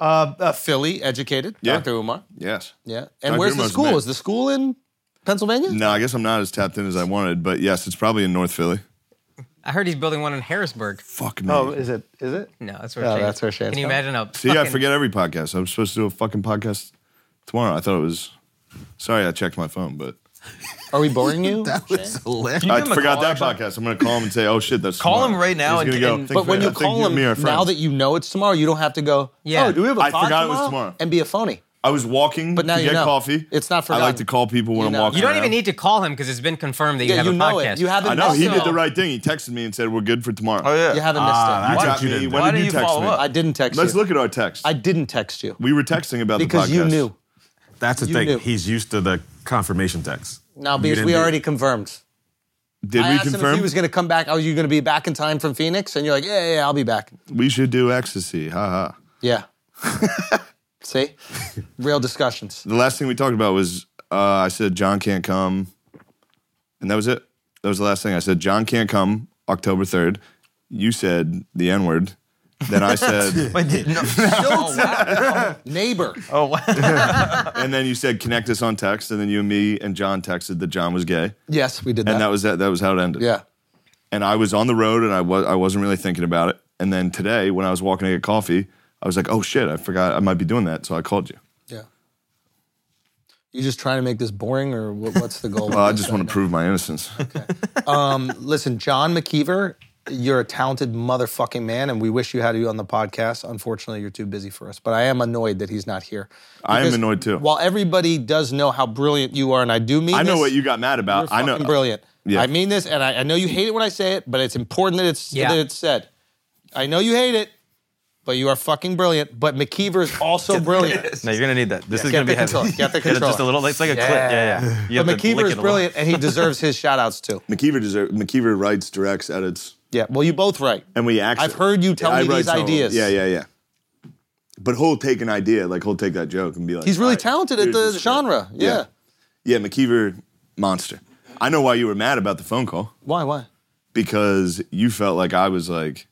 [SPEAKER 1] uh, Philly, educated.
[SPEAKER 3] Yeah.
[SPEAKER 1] Dr. Umar.
[SPEAKER 3] Yes.
[SPEAKER 1] Yeah. And
[SPEAKER 3] Dr.
[SPEAKER 1] where's the
[SPEAKER 3] Umar's
[SPEAKER 1] school?
[SPEAKER 3] amazing.
[SPEAKER 1] Is the school in Pennsylvania?
[SPEAKER 3] No, I guess I'm not as tapped in as I wanted, but yes, it's probably in North Philly.
[SPEAKER 6] I heard he's building one in Harrisburg.
[SPEAKER 3] Fuck me.
[SPEAKER 1] Oh, is it? Is it?
[SPEAKER 6] No, that's where.
[SPEAKER 1] Oh,
[SPEAKER 6] Shane-
[SPEAKER 1] that's where Shane's
[SPEAKER 6] Can you
[SPEAKER 1] from.
[SPEAKER 6] imagine a?
[SPEAKER 3] See, I
[SPEAKER 6] fucking-
[SPEAKER 3] forget every podcast. I'm supposed to do a fucking podcast tomorrow. I thought it was. Sorry, I checked my phone, but
[SPEAKER 1] Are we boring [laughs] you?
[SPEAKER 7] It's hilarious.
[SPEAKER 3] I
[SPEAKER 4] give him a
[SPEAKER 3] forgot
[SPEAKER 4] call,
[SPEAKER 3] that
[SPEAKER 4] actually.
[SPEAKER 3] podcast. I'm gonna call him and say, "Oh shit, that's
[SPEAKER 4] Call him
[SPEAKER 3] tomorrow."
[SPEAKER 4] right now
[SPEAKER 3] He's
[SPEAKER 4] and-
[SPEAKER 3] gonna go,
[SPEAKER 4] and-
[SPEAKER 3] "Thank
[SPEAKER 1] But when
[SPEAKER 3] you
[SPEAKER 1] you
[SPEAKER 3] I think
[SPEAKER 1] call him
[SPEAKER 3] you and me are
[SPEAKER 1] now
[SPEAKER 3] friends."
[SPEAKER 1] that you know it's tomorrow, you don't have to go.
[SPEAKER 6] Yeah.
[SPEAKER 1] Oh, do we have a
[SPEAKER 3] I
[SPEAKER 1] pod
[SPEAKER 3] forgot it was tomorrow.
[SPEAKER 1] And be a phony.
[SPEAKER 3] I was walking
[SPEAKER 1] But now
[SPEAKER 3] to
[SPEAKER 1] you
[SPEAKER 3] get
[SPEAKER 1] know.
[SPEAKER 3] coffee.
[SPEAKER 1] It's not
[SPEAKER 3] I
[SPEAKER 1] forgotten.
[SPEAKER 3] like to call people when
[SPEAKER 1] You
[SPEAKER 3] I'm
[SPEAKER 1] know.
[SPEAKER 3] walking.
[SPEAKER 6] You don't
[SPEAKER 3] around.
[SPEAKER 6] even need to call him because it's been confirmed that you
[SPEAKER 1] Yeah,
[SPEAKER 6] have
[SPEAKER 1] you
[SPEAKER 6] a
[SPEAKER 1] know
[SPEAKER 6] podcast.
[SPEAKER 1] it. You haven't.
[SPEAKER 3] I know he
[SPEAKER 1] missed
[SPEAKER 3] did
[SPEAKER 1] it.
[SPEAKER 3] the right thing. He texted me and said we're good for tomorrow.
[SPEAKER 4] [laughs] Oh yeah.
[SPEAKER 1] You haven't
[SPEAKER 7] Ah,
[SPEAKER 1] missed
[SPEAKER 7] that's
[SPEAKER 1] it.
[SPEAKER 3] You got
[SPEAKER 7] what you
[SPEAKER 3] me.
[SPEAKER 7] didn't
[SPEAKER 3] When
[SPEAKER 4] Why
[SPEAKER 3] did
[SPEAKER 4] didn't
[SPEAKER 3] you
[SPEAKER 4] you
[SPEAKER 3] text
[SPEAKER 4] follow
[SPEAKER 3] me?
[SPEAKER 4] up?
[SPEAKER 1] I didn't text
[SPEAKER 3] Let's
[SPEAKER 1] you.
[SPEAKER 3] look at our text.
[SPEAKER 1] I didn't text you
[SPEAKER 3] we were texting about
[SPEAKER 1] because
[SPEAKER 3] the podcast.
[SPEAKER 1] you knew.
[SPEAKER 7] That's the
[SPEAKER 1] You
[SPEAKER 7] thing.
[SPEAKER 1] knew.
[SPEAKER 7] He's used to the confirmation text.
[SPEAKER 1] Now
[SPEAKER 7] You
[SPEAKER 1] because
[SPEAKER 7] didn't
[SPEAKER 1] we
[SPEAKER 7] do-
[SPEAKER 1] already confirmed.
[SPEAKER 3] Did
[SPEAKER 1] I
[SPEAKER 3] we
[SPEAKER 1] asked him if
[SPEAKER 3] confirm?
[SPEAKER 1] he was going to come back. Oh, you going to be back in time from Phoenix? And you're like, yeah, yeah, yeah, I'll be back.
[SPEAKER 3] we should do ecstasy. Ha ha.
[SPEAKER 1] Yeah. [laughs] See? Real discussions.
[SPEAKER 3] The last thing we talked about was uh, I said John can't come, and that was it. That was the last thing I said. John can't come October third. You said the N word.
[SPEAKER 1] [laughs]
[SPEAKER 3] Then I said,
[SPEAKER 4] Wait, did- no. oh, wow.
[SPEAKER 1] Neighbor.
[SPEAKER 4] Oh, wow.
[SPEAKER 3] and then you said connect us on text, and then you and me and John texted that John was gay,
[SPEAKER 1] Yes, we did that.
[SPEAKER 3] and that was that. That was how it ended.
[SPEAKER 1] yeah.
[SPEAKER 3] and I was on the road and I was I wasn't really thinking about it. And then today, when I was walking to get coffee, I was like, "Oh shit, I forgot I might be doing that." So I called you.
[SPEAKER 1] Yeah. You just trying to make this boring, or what, what's the goal?
[SPEAKER 3] [laughs] Well, I just want to prove my innocence.
[SPEAKER 1] Um, listen, John McKeever, you're a talented motherfucking man, and we wish you had you on the podcast. Unfortunately, you're too busy for us, but I am annoyed that he's not here.
[SPEAKER 3] I am
[SPEAKER 1] Because
[SPEAKER 3] annoyed too.
[SPEAKER 1] While everybody does know how brilliant you are, and I do mean
[SPEAKER 3] I know
[SPEAKER 1] this,
[SPEAKER 3] what you got mad
[SPEAKER 1] You're
[SPEAKER 3] about. I
[SPEAKER 1] fucking
[SPEAKER 3] know.
[SPEAKER 1] brilliant.
[SPEAKER 3] Yeah.
[SPEAKER 1] I mean this, and I, I know you hate it when I say it, but it's important that it's
[SPEAKER 6] Yeah.
[SPEAKER 1] that it's said. I know you hate it, but you are fucking brilliant. But McKeever is
[SPEAKER 4] [laughs]
[SPEAKER 1] also brilliant.
[SPEAKER 4] no, you're gonna need that. This is
[SPEAKER 1] Get
[SPEAKER 4] gonna
[SPEAKER 1] the
[SPEAKER 4] be
[SPEAKER 1] controller.
[SPEAKER 4] heavy.
[SPEAKER 1] Get the
[SPEAKER 4] Get it [laughs] Just a
[SPEAKER 1] controller.
[SPEAKER 4] little. It's like a clip.
[SPEAKER 1] Yeah.
[SPEAKER 4] Yeah, yeah. You
[SPEAKER 1] but
[SPEAKER 4] have
[SPEAKER 1] McKeever
[SPEAKER 4] to lick it
[SPEAKER 1] is
[SPEAKER 4] a little.
[SPEAKER 1] brilliant, and he deserves his shout outs
[SPEAKER 3] [laughs]
[SPEAKER 1] too.
[SPEAKER 3] McKeever deserve, McKeever writes, directs, edits,
[SPEAKER 1] Yeah, well, you both right.
[SPEAKER 3] and we actually.
[SPEAKER 1] I've heard you tell
[SPEAKER 3] I
[SPEAKER 1] me
[SPEAKER 3] write
[SPEAKER 1] these
[SPEAKER 3] some of them.
[SPEAKER 1] ideas.
[SPEAKER 3] Yeah, yeah, yeah. But he'll take an idea, like he'll take that joke and be like,
[SPEAKER 1] He's really
[SPEAKER 3] "All right,
[SPEAKER 1] talented at
[SPEAKER 3] here's
[SPEAKER 1] the
[SPEAKER 3] script."
[SPEAKER 1] genre. Yeah.
[SPEAKER 3] yeah, McKeever monster. I know why you were mad about the phone call.
[SPEAKER 1] Why? Why?
[SPEAKER 3] because you felt like I was like,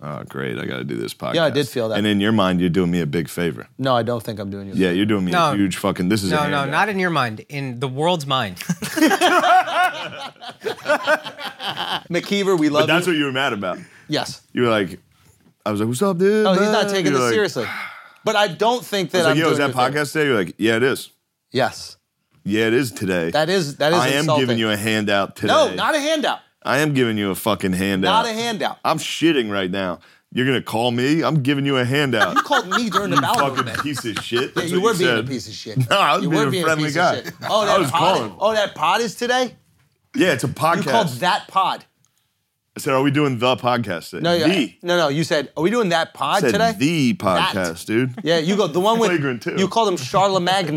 [SPEAKER 3] oh, great, I got to do this podcast.
[SPEAKER 1] Yeah, I did feel that.
[SPEAKER 3] And in your mind, you're doing me a big favor.
[SPEAKER 1] No, I don't think I'm doing you.
[SPEAKER 3] Yeah, you're doing me
[SPEAKER 6] No.
[SPEAKER 3] a huge fucking. This is a
[SPEAKER 6] No, no,
[SPEAKER 3] handout.
[SPEAKER 6] not in your mind. In the
[SPEAKER 3] [laughs]
[SPEAKER 6] world's mind.
[SPEAKER 1] McKeever, we
[SPEAKER 3] But
[SPEAKER 1] love
[SPEAKER 3] that's
[SPEAKER 1] you.
[SPEAKER 3] what you were mad about.
[SPEAKER 1] yes.
[SPEAKER 3] You were like, I was like, what's up, dude?
[SPEAKER 1] No, Oh, he's not
[SPEAKER 3] man?"
[SPEAKER 1] taking
[SPEAKER 3] You're
[SPEAKER 1] this
[SPEAKER 3] like-
[SPEAKER 1] seriously. But I don't think
[SPEAKER 3] I
[SPEAKER 1] that
[SPEAKER 3] was like,
[SPEAKER 1] I'm
[SPEAKER 3] yo, is
[SPEAKER 1] doing
[SPEAKER 3] that
[SPEAKER 1] you a favor.
[SPEAKER 3] podcast today? You're like, yeah, it is.
[SPEAKER 1] Yes,
[SPEAKER 3] Yeah, it is today.
[SPEAKER 1] that is that is.
[SPEAKER 3] I am
[SPEAKER 1] insulting.
[SPEAKER 3] giving you a handout today.
[SPEAKER 1] no, not a handout.
[SPEAKER 3] I am giving you a fucking handout.
[SPEAKER 1] Not a handout.
[SPEAKER 3] I'm shitting right now. You're gonna call me? I'm giving you a handout.
[SPEAKER 1] [laughs] You called me during the bowel
[SPEAKER 3] fucking
[SPEAKER 1] movement.
[SPEAKER 3] piece of shit.
[SPEAKER 1] Yeah,
[SPEAKER 3] That's
[SPEAKER 1] you
[SPEAKER 3] what
[SPEAKER 1] were being a
[SPEAKER 3] said.
[SPEAKER 1] piece of shit.
[SPEAKER 3] No, I was
[SPEAKER 1] you
[SPEAKER 3] being
[SPEAKER 1] were
[SPEAKER 3] a
[SPEAKER 1] being
[SPEAKER 3] friendly
[SPEAKER 1] a piece
[SPEAKER 3] guy.
[SPEAKER 1] Of shit. Oh,
[SPEAKER 3] I
[SPEAKER 1] that
[SPEAKER 3] was
[SPEAKER 1] pod,
[SPEAKER 3] calling.
[SPEAKER 1] Oh, that pod is today.
[SPEAKER 3] Yeah, it's a podcast.
[SPEAKER 1] You called that pod.
[SPEAKER 3] I said, "Are we doing the podcast today?"
[SPEAKER 1] No, yeah,
[SPEAKER 3] the
[SPEAKER 1] no, no. You said, "Are we doing that
[SPEAKER 3] I
[SPEAKER 1] pod
[SPEAKER 3] said
[SPEAKER 1] today?"
[SPEAKER 3] the podcast, dude.
[SPEAKER 1] Yeah, you go the one with
[SPEAKER 3] Flagrant, too.
[SPEAKER 1] you called him Charlemagne.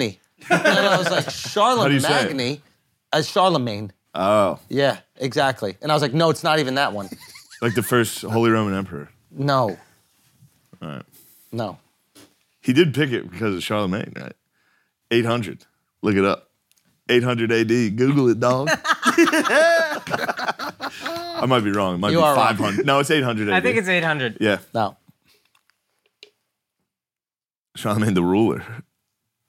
[SPEAKER 3] [laughs]
[SPEAKER 1] and I was like
[SPEAKER 3] do you say
[SPEAKER 1] Charlemagne
[SPEAKER 3] it?
[SPEAKER 1] as Charlemagne.
[SPEAKER 3] Oh,
[SPEAKER 1] Yeah, exactly. And I was like, no, it's not even that one.
[SPEAKER 3] like the first Holy Roman Emperor.
[SPEAKER 1] No,
[SPEAKER 3] All right,
[SPEAKER 1] no.
[SPEAKER 3] he did pick it because of Charlemagne, right? Eight hundred. Look it up. Eight hundred A.D. Google it,
[SPEAKER 6] [laughs]
[SPEAKER 3] dog. I might be wrong. It might
[SPEAKER 1] You
[SPEAKER 3] be
[SPEAKER 1] are wrong.
[SPEAKER 3] five hundred. No, it's eight hundred.
[SPEAKER 6] I think it's 800.
[SPEAKER 3] yeah.
[SPEAKER 1] No.
[SPEAKER 3] Charlemagne the ruler.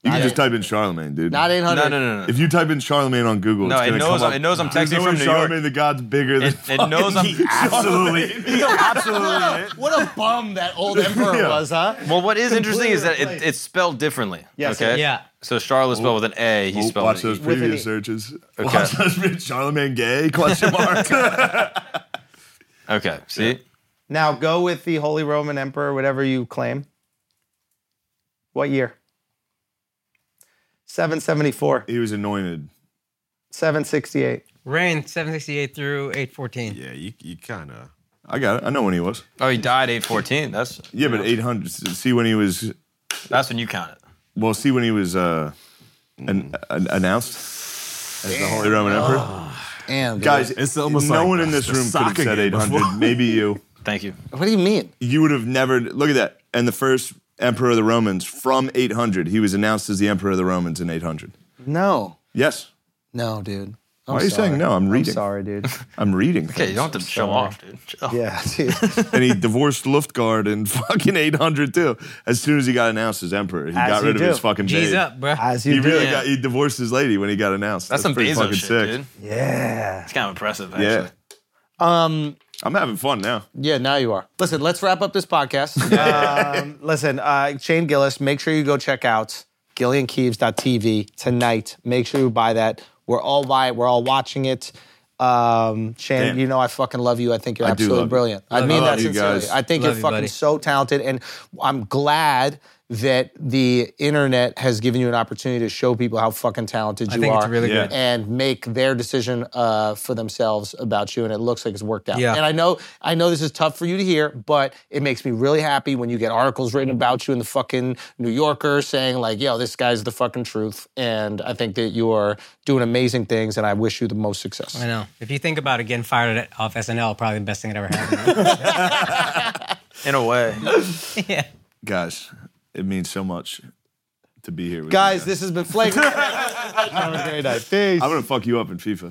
[SPEAKER 3] You can just type in Charlemagne, dude.
[SPEAKER 1] Not 800.
[SPEAKER 4] No, no, no, no.
[SPEAKER 3] If you type in Charlemagne on Google,
[SPEAKER 4] No,
[SPEAKER 3] it's
[SPEAKER 4] it
[SPEAKER 3] gonna
[SPEAKER 4] knows
[SPEAKER 3] come
[SPEAKER 4] I'm-
[SPEAKER 3] up.
[SPEAKER 4] it knows I'm
[SPEAKER 3] There's
[SPEAKER 4] texting
[SPEAKER 3] no
[SPEAKER 4] from
[SPEAKER 3] way
[SPEAKER 4] New York.
[SPEAKER 3] Charlemagne the God's bigger than.
[SPEAKER 4] It,
[SPEAKER 3] [laughs]
[SPEAKER 4] it knows I'm.
[SPEAKER 3] absolutely. absolutely.
[SPEAKER 1] What a bum that old emperor
[SPEAKER 3] Yeah.
[SPEAKER 1] was, huh?
[SPEAKER 4] [laughs] Well, what is interesting is that it, it's spelled differently.
[SPEAKER 1] Yes,
[SPEAKER 4] okay.
[SPEAKER 6] yeah.
[SPEAKER 4] So Charlotte spelled with an A. He
[SPEAKER 3] Oh,
[SPEAKER 4] spelled
[SPEAKER 3] watch
[SPEAKER 4] with an
[SPEAKER 3] those
[SPEAKER 4] E.
[SPEAKER 1] an
[SPEAKER 3] previous
[SPEAKER 1] E.
[SPEAKER 3] searches.
[SPEAKER 4] Okay.
[SPEAKER 3] Watch those previous Charlemagne gay
[SPEAKER 4] [laughs]
[SPEAKER 3] question mark.
[SPEAKER 4] Okay. See.
[SPEAKER 1] Now go with the Holy Roman Emperor, whatever you claim. What year? 774,
[SPEAKER 3] he was anointed.
[SPEAKER 1] 768.
[SPEAKER 6] Reign 768 through 814.
[SPEAKER 7] Yeah, you, you kind of.
[SPEAKER 3] I got it. I know when he was.
[SPEAKER 4] Oh, he died eight fourteen. That's
[SPEAKER 3] Yeah, but 800. See when he was.
[SPEAKER 4] that's when you count it.
[SPEAKER 3] Well, see when he was uh, an, an, announced as the Holy Roman Emperor.
[SPEAKER 1] And
[SPEAKER 3] Guys,
[SPEAKER 7] It's almost
[SPEAKER 3] no
[SPEAKER 7] like
[SPEAKER 3] one in
[SPEAKER 7] the-
[SPEAKER 3] this
[SPEAKER 7] the
[SPEAKER 3] room could have
[SPEAKER 7] soccer
[SPEAKER 3] said
[SPEAKER 7] game
[SPEAKER 3] 800.
[SPEAKER 7] before.
[SPEAKER 3] [laughs] Maybe you.
[SPEAKER 4] Thank you.
[SPEAKER 1] what do you mean?
[SPEAKER 3] You would have never. Look at that. And the first Emperor of the Romans from 800. He was announced as the Emperor of the Romans in 800.
[SPEAKER 1] No.
[SPEAKER 3] Yes.
[SPEAKER 1] No, dude. I'm
[SPEAKER 3] Why are you
[SPEAKER 1] sorry.
[SPEAKER 3] saying no? I'm reading.
[SPEAKER 1] I'm sorry, dude.
[SPEAKER 3] I'm reading.
[SPEAKER 4] Okay, you don't have to show off, dude. Chill.
[SPEAKER 1] [laughs] Yeah, dude.
[SPEAKER 3] and he divorced Luftguard in [laughs] fucking 800 too. As soon as he got announced as emperor, he
[SPEAKER 1] As
[SPEAKER 3] got
[SPEAKER 1] you
[SPEAKER 3] rid
[SPEAKER 1] do.
[SPEAKER 3] of his fucking
[SPEAKER 6] G's
[SPEAKER 3] babe.
[SPEAKER 6] up, bro.
[SPEAKER 1] [laughs] As you
[SPEAKER 3] He really
[SPEAKER 4] Yeah.
[SPEAKER 3] got he divorced his lady when he got announced.
[SPEAKER 4] That's, some
[SPEAKER 3] pretty
[SPEAKER 4] Bezos
[SPEAKER 3] fucking
[SPEAKER 4] shit, dude.
[SPEAKER 1] Yeah.
[SPEAKER 4] It's kind of impressive, actually.
[SPEAKER 3] Yeah,
[SPEAKER 1] Um,
[SPEAKER 3] I'm having fun now.
[SPEAKER 1] yeah, now you are. Listen, let's wrap up this podcast. [laughs] um, listen, uh, Shane Gillis, make sure you go check out GillianKeeves.tv tonight. Make sure you buy that. We're all by it. We're all watching it. Um, Shane,
[SPEAKER 3] Damn.
[SPEAKER 1] you know I fucking love you. I think you're
[SPEAKER 3] I do
[SPEAKER 1] absolutely
[SPEAKER 3] love you.
[SPEAKER 1] brilliant. I
[SPEAKER 3] Love
[SPEAKER 1] mean
[SPEAKER 3] you.
[SPEAKER 1] that
[SPEAKER 3] Love you
[SPEAKER 1] sincerely.
[SPEAKER 3] guys.
[SPEAKER 1] I think
[SPEAKER 6] Love
[SPEAKER 1] you're
[SPEAKER 6] you,
[SPEAKER 1] fucking
[SPEAKER 6] buddy.
[SPEAKER 1] so talented, and I'm glad that the internet has given you an opportunity to show people how fucking talented you
[SPEAKER 6] I think
[SPEAKER 1] are
[SPEAKER 6] it's really
[SPEAKER 3] Yeah.
[SPEAKER 6] good.
[SPEAKER 1] and make their decision uh, for themselves about you. And it looks like it's worked out.
[SPEAKER 6] Yeah.
[SPEAKER 1] And I know, I know this is tough for you to hear, but it makes me really happy when you get articles written about you in the fucking New Yorker saying like, "Yo, this guy's the fucking truth." And I think that you are doing amazing things, and I wish you the most success.
[SPEAKER 6] I know. If you think about it, getting fired at-
[SPEAKER 1] [laughs]
[SPEAKER 6] off SNL, probably the best thing that ever happened.
[SPEAKER 4] In a way.
[SPEAKER 6] yeah.
[SPEAKER 3] guys, it means so much to be here with you
[SPEAKER 6] [laughs]
[SPEAKER 1] Guys, this has been Flagrant.
[SPEAKER 3] Have a great night. Peace. I'm gonna fuck you up in FIFA.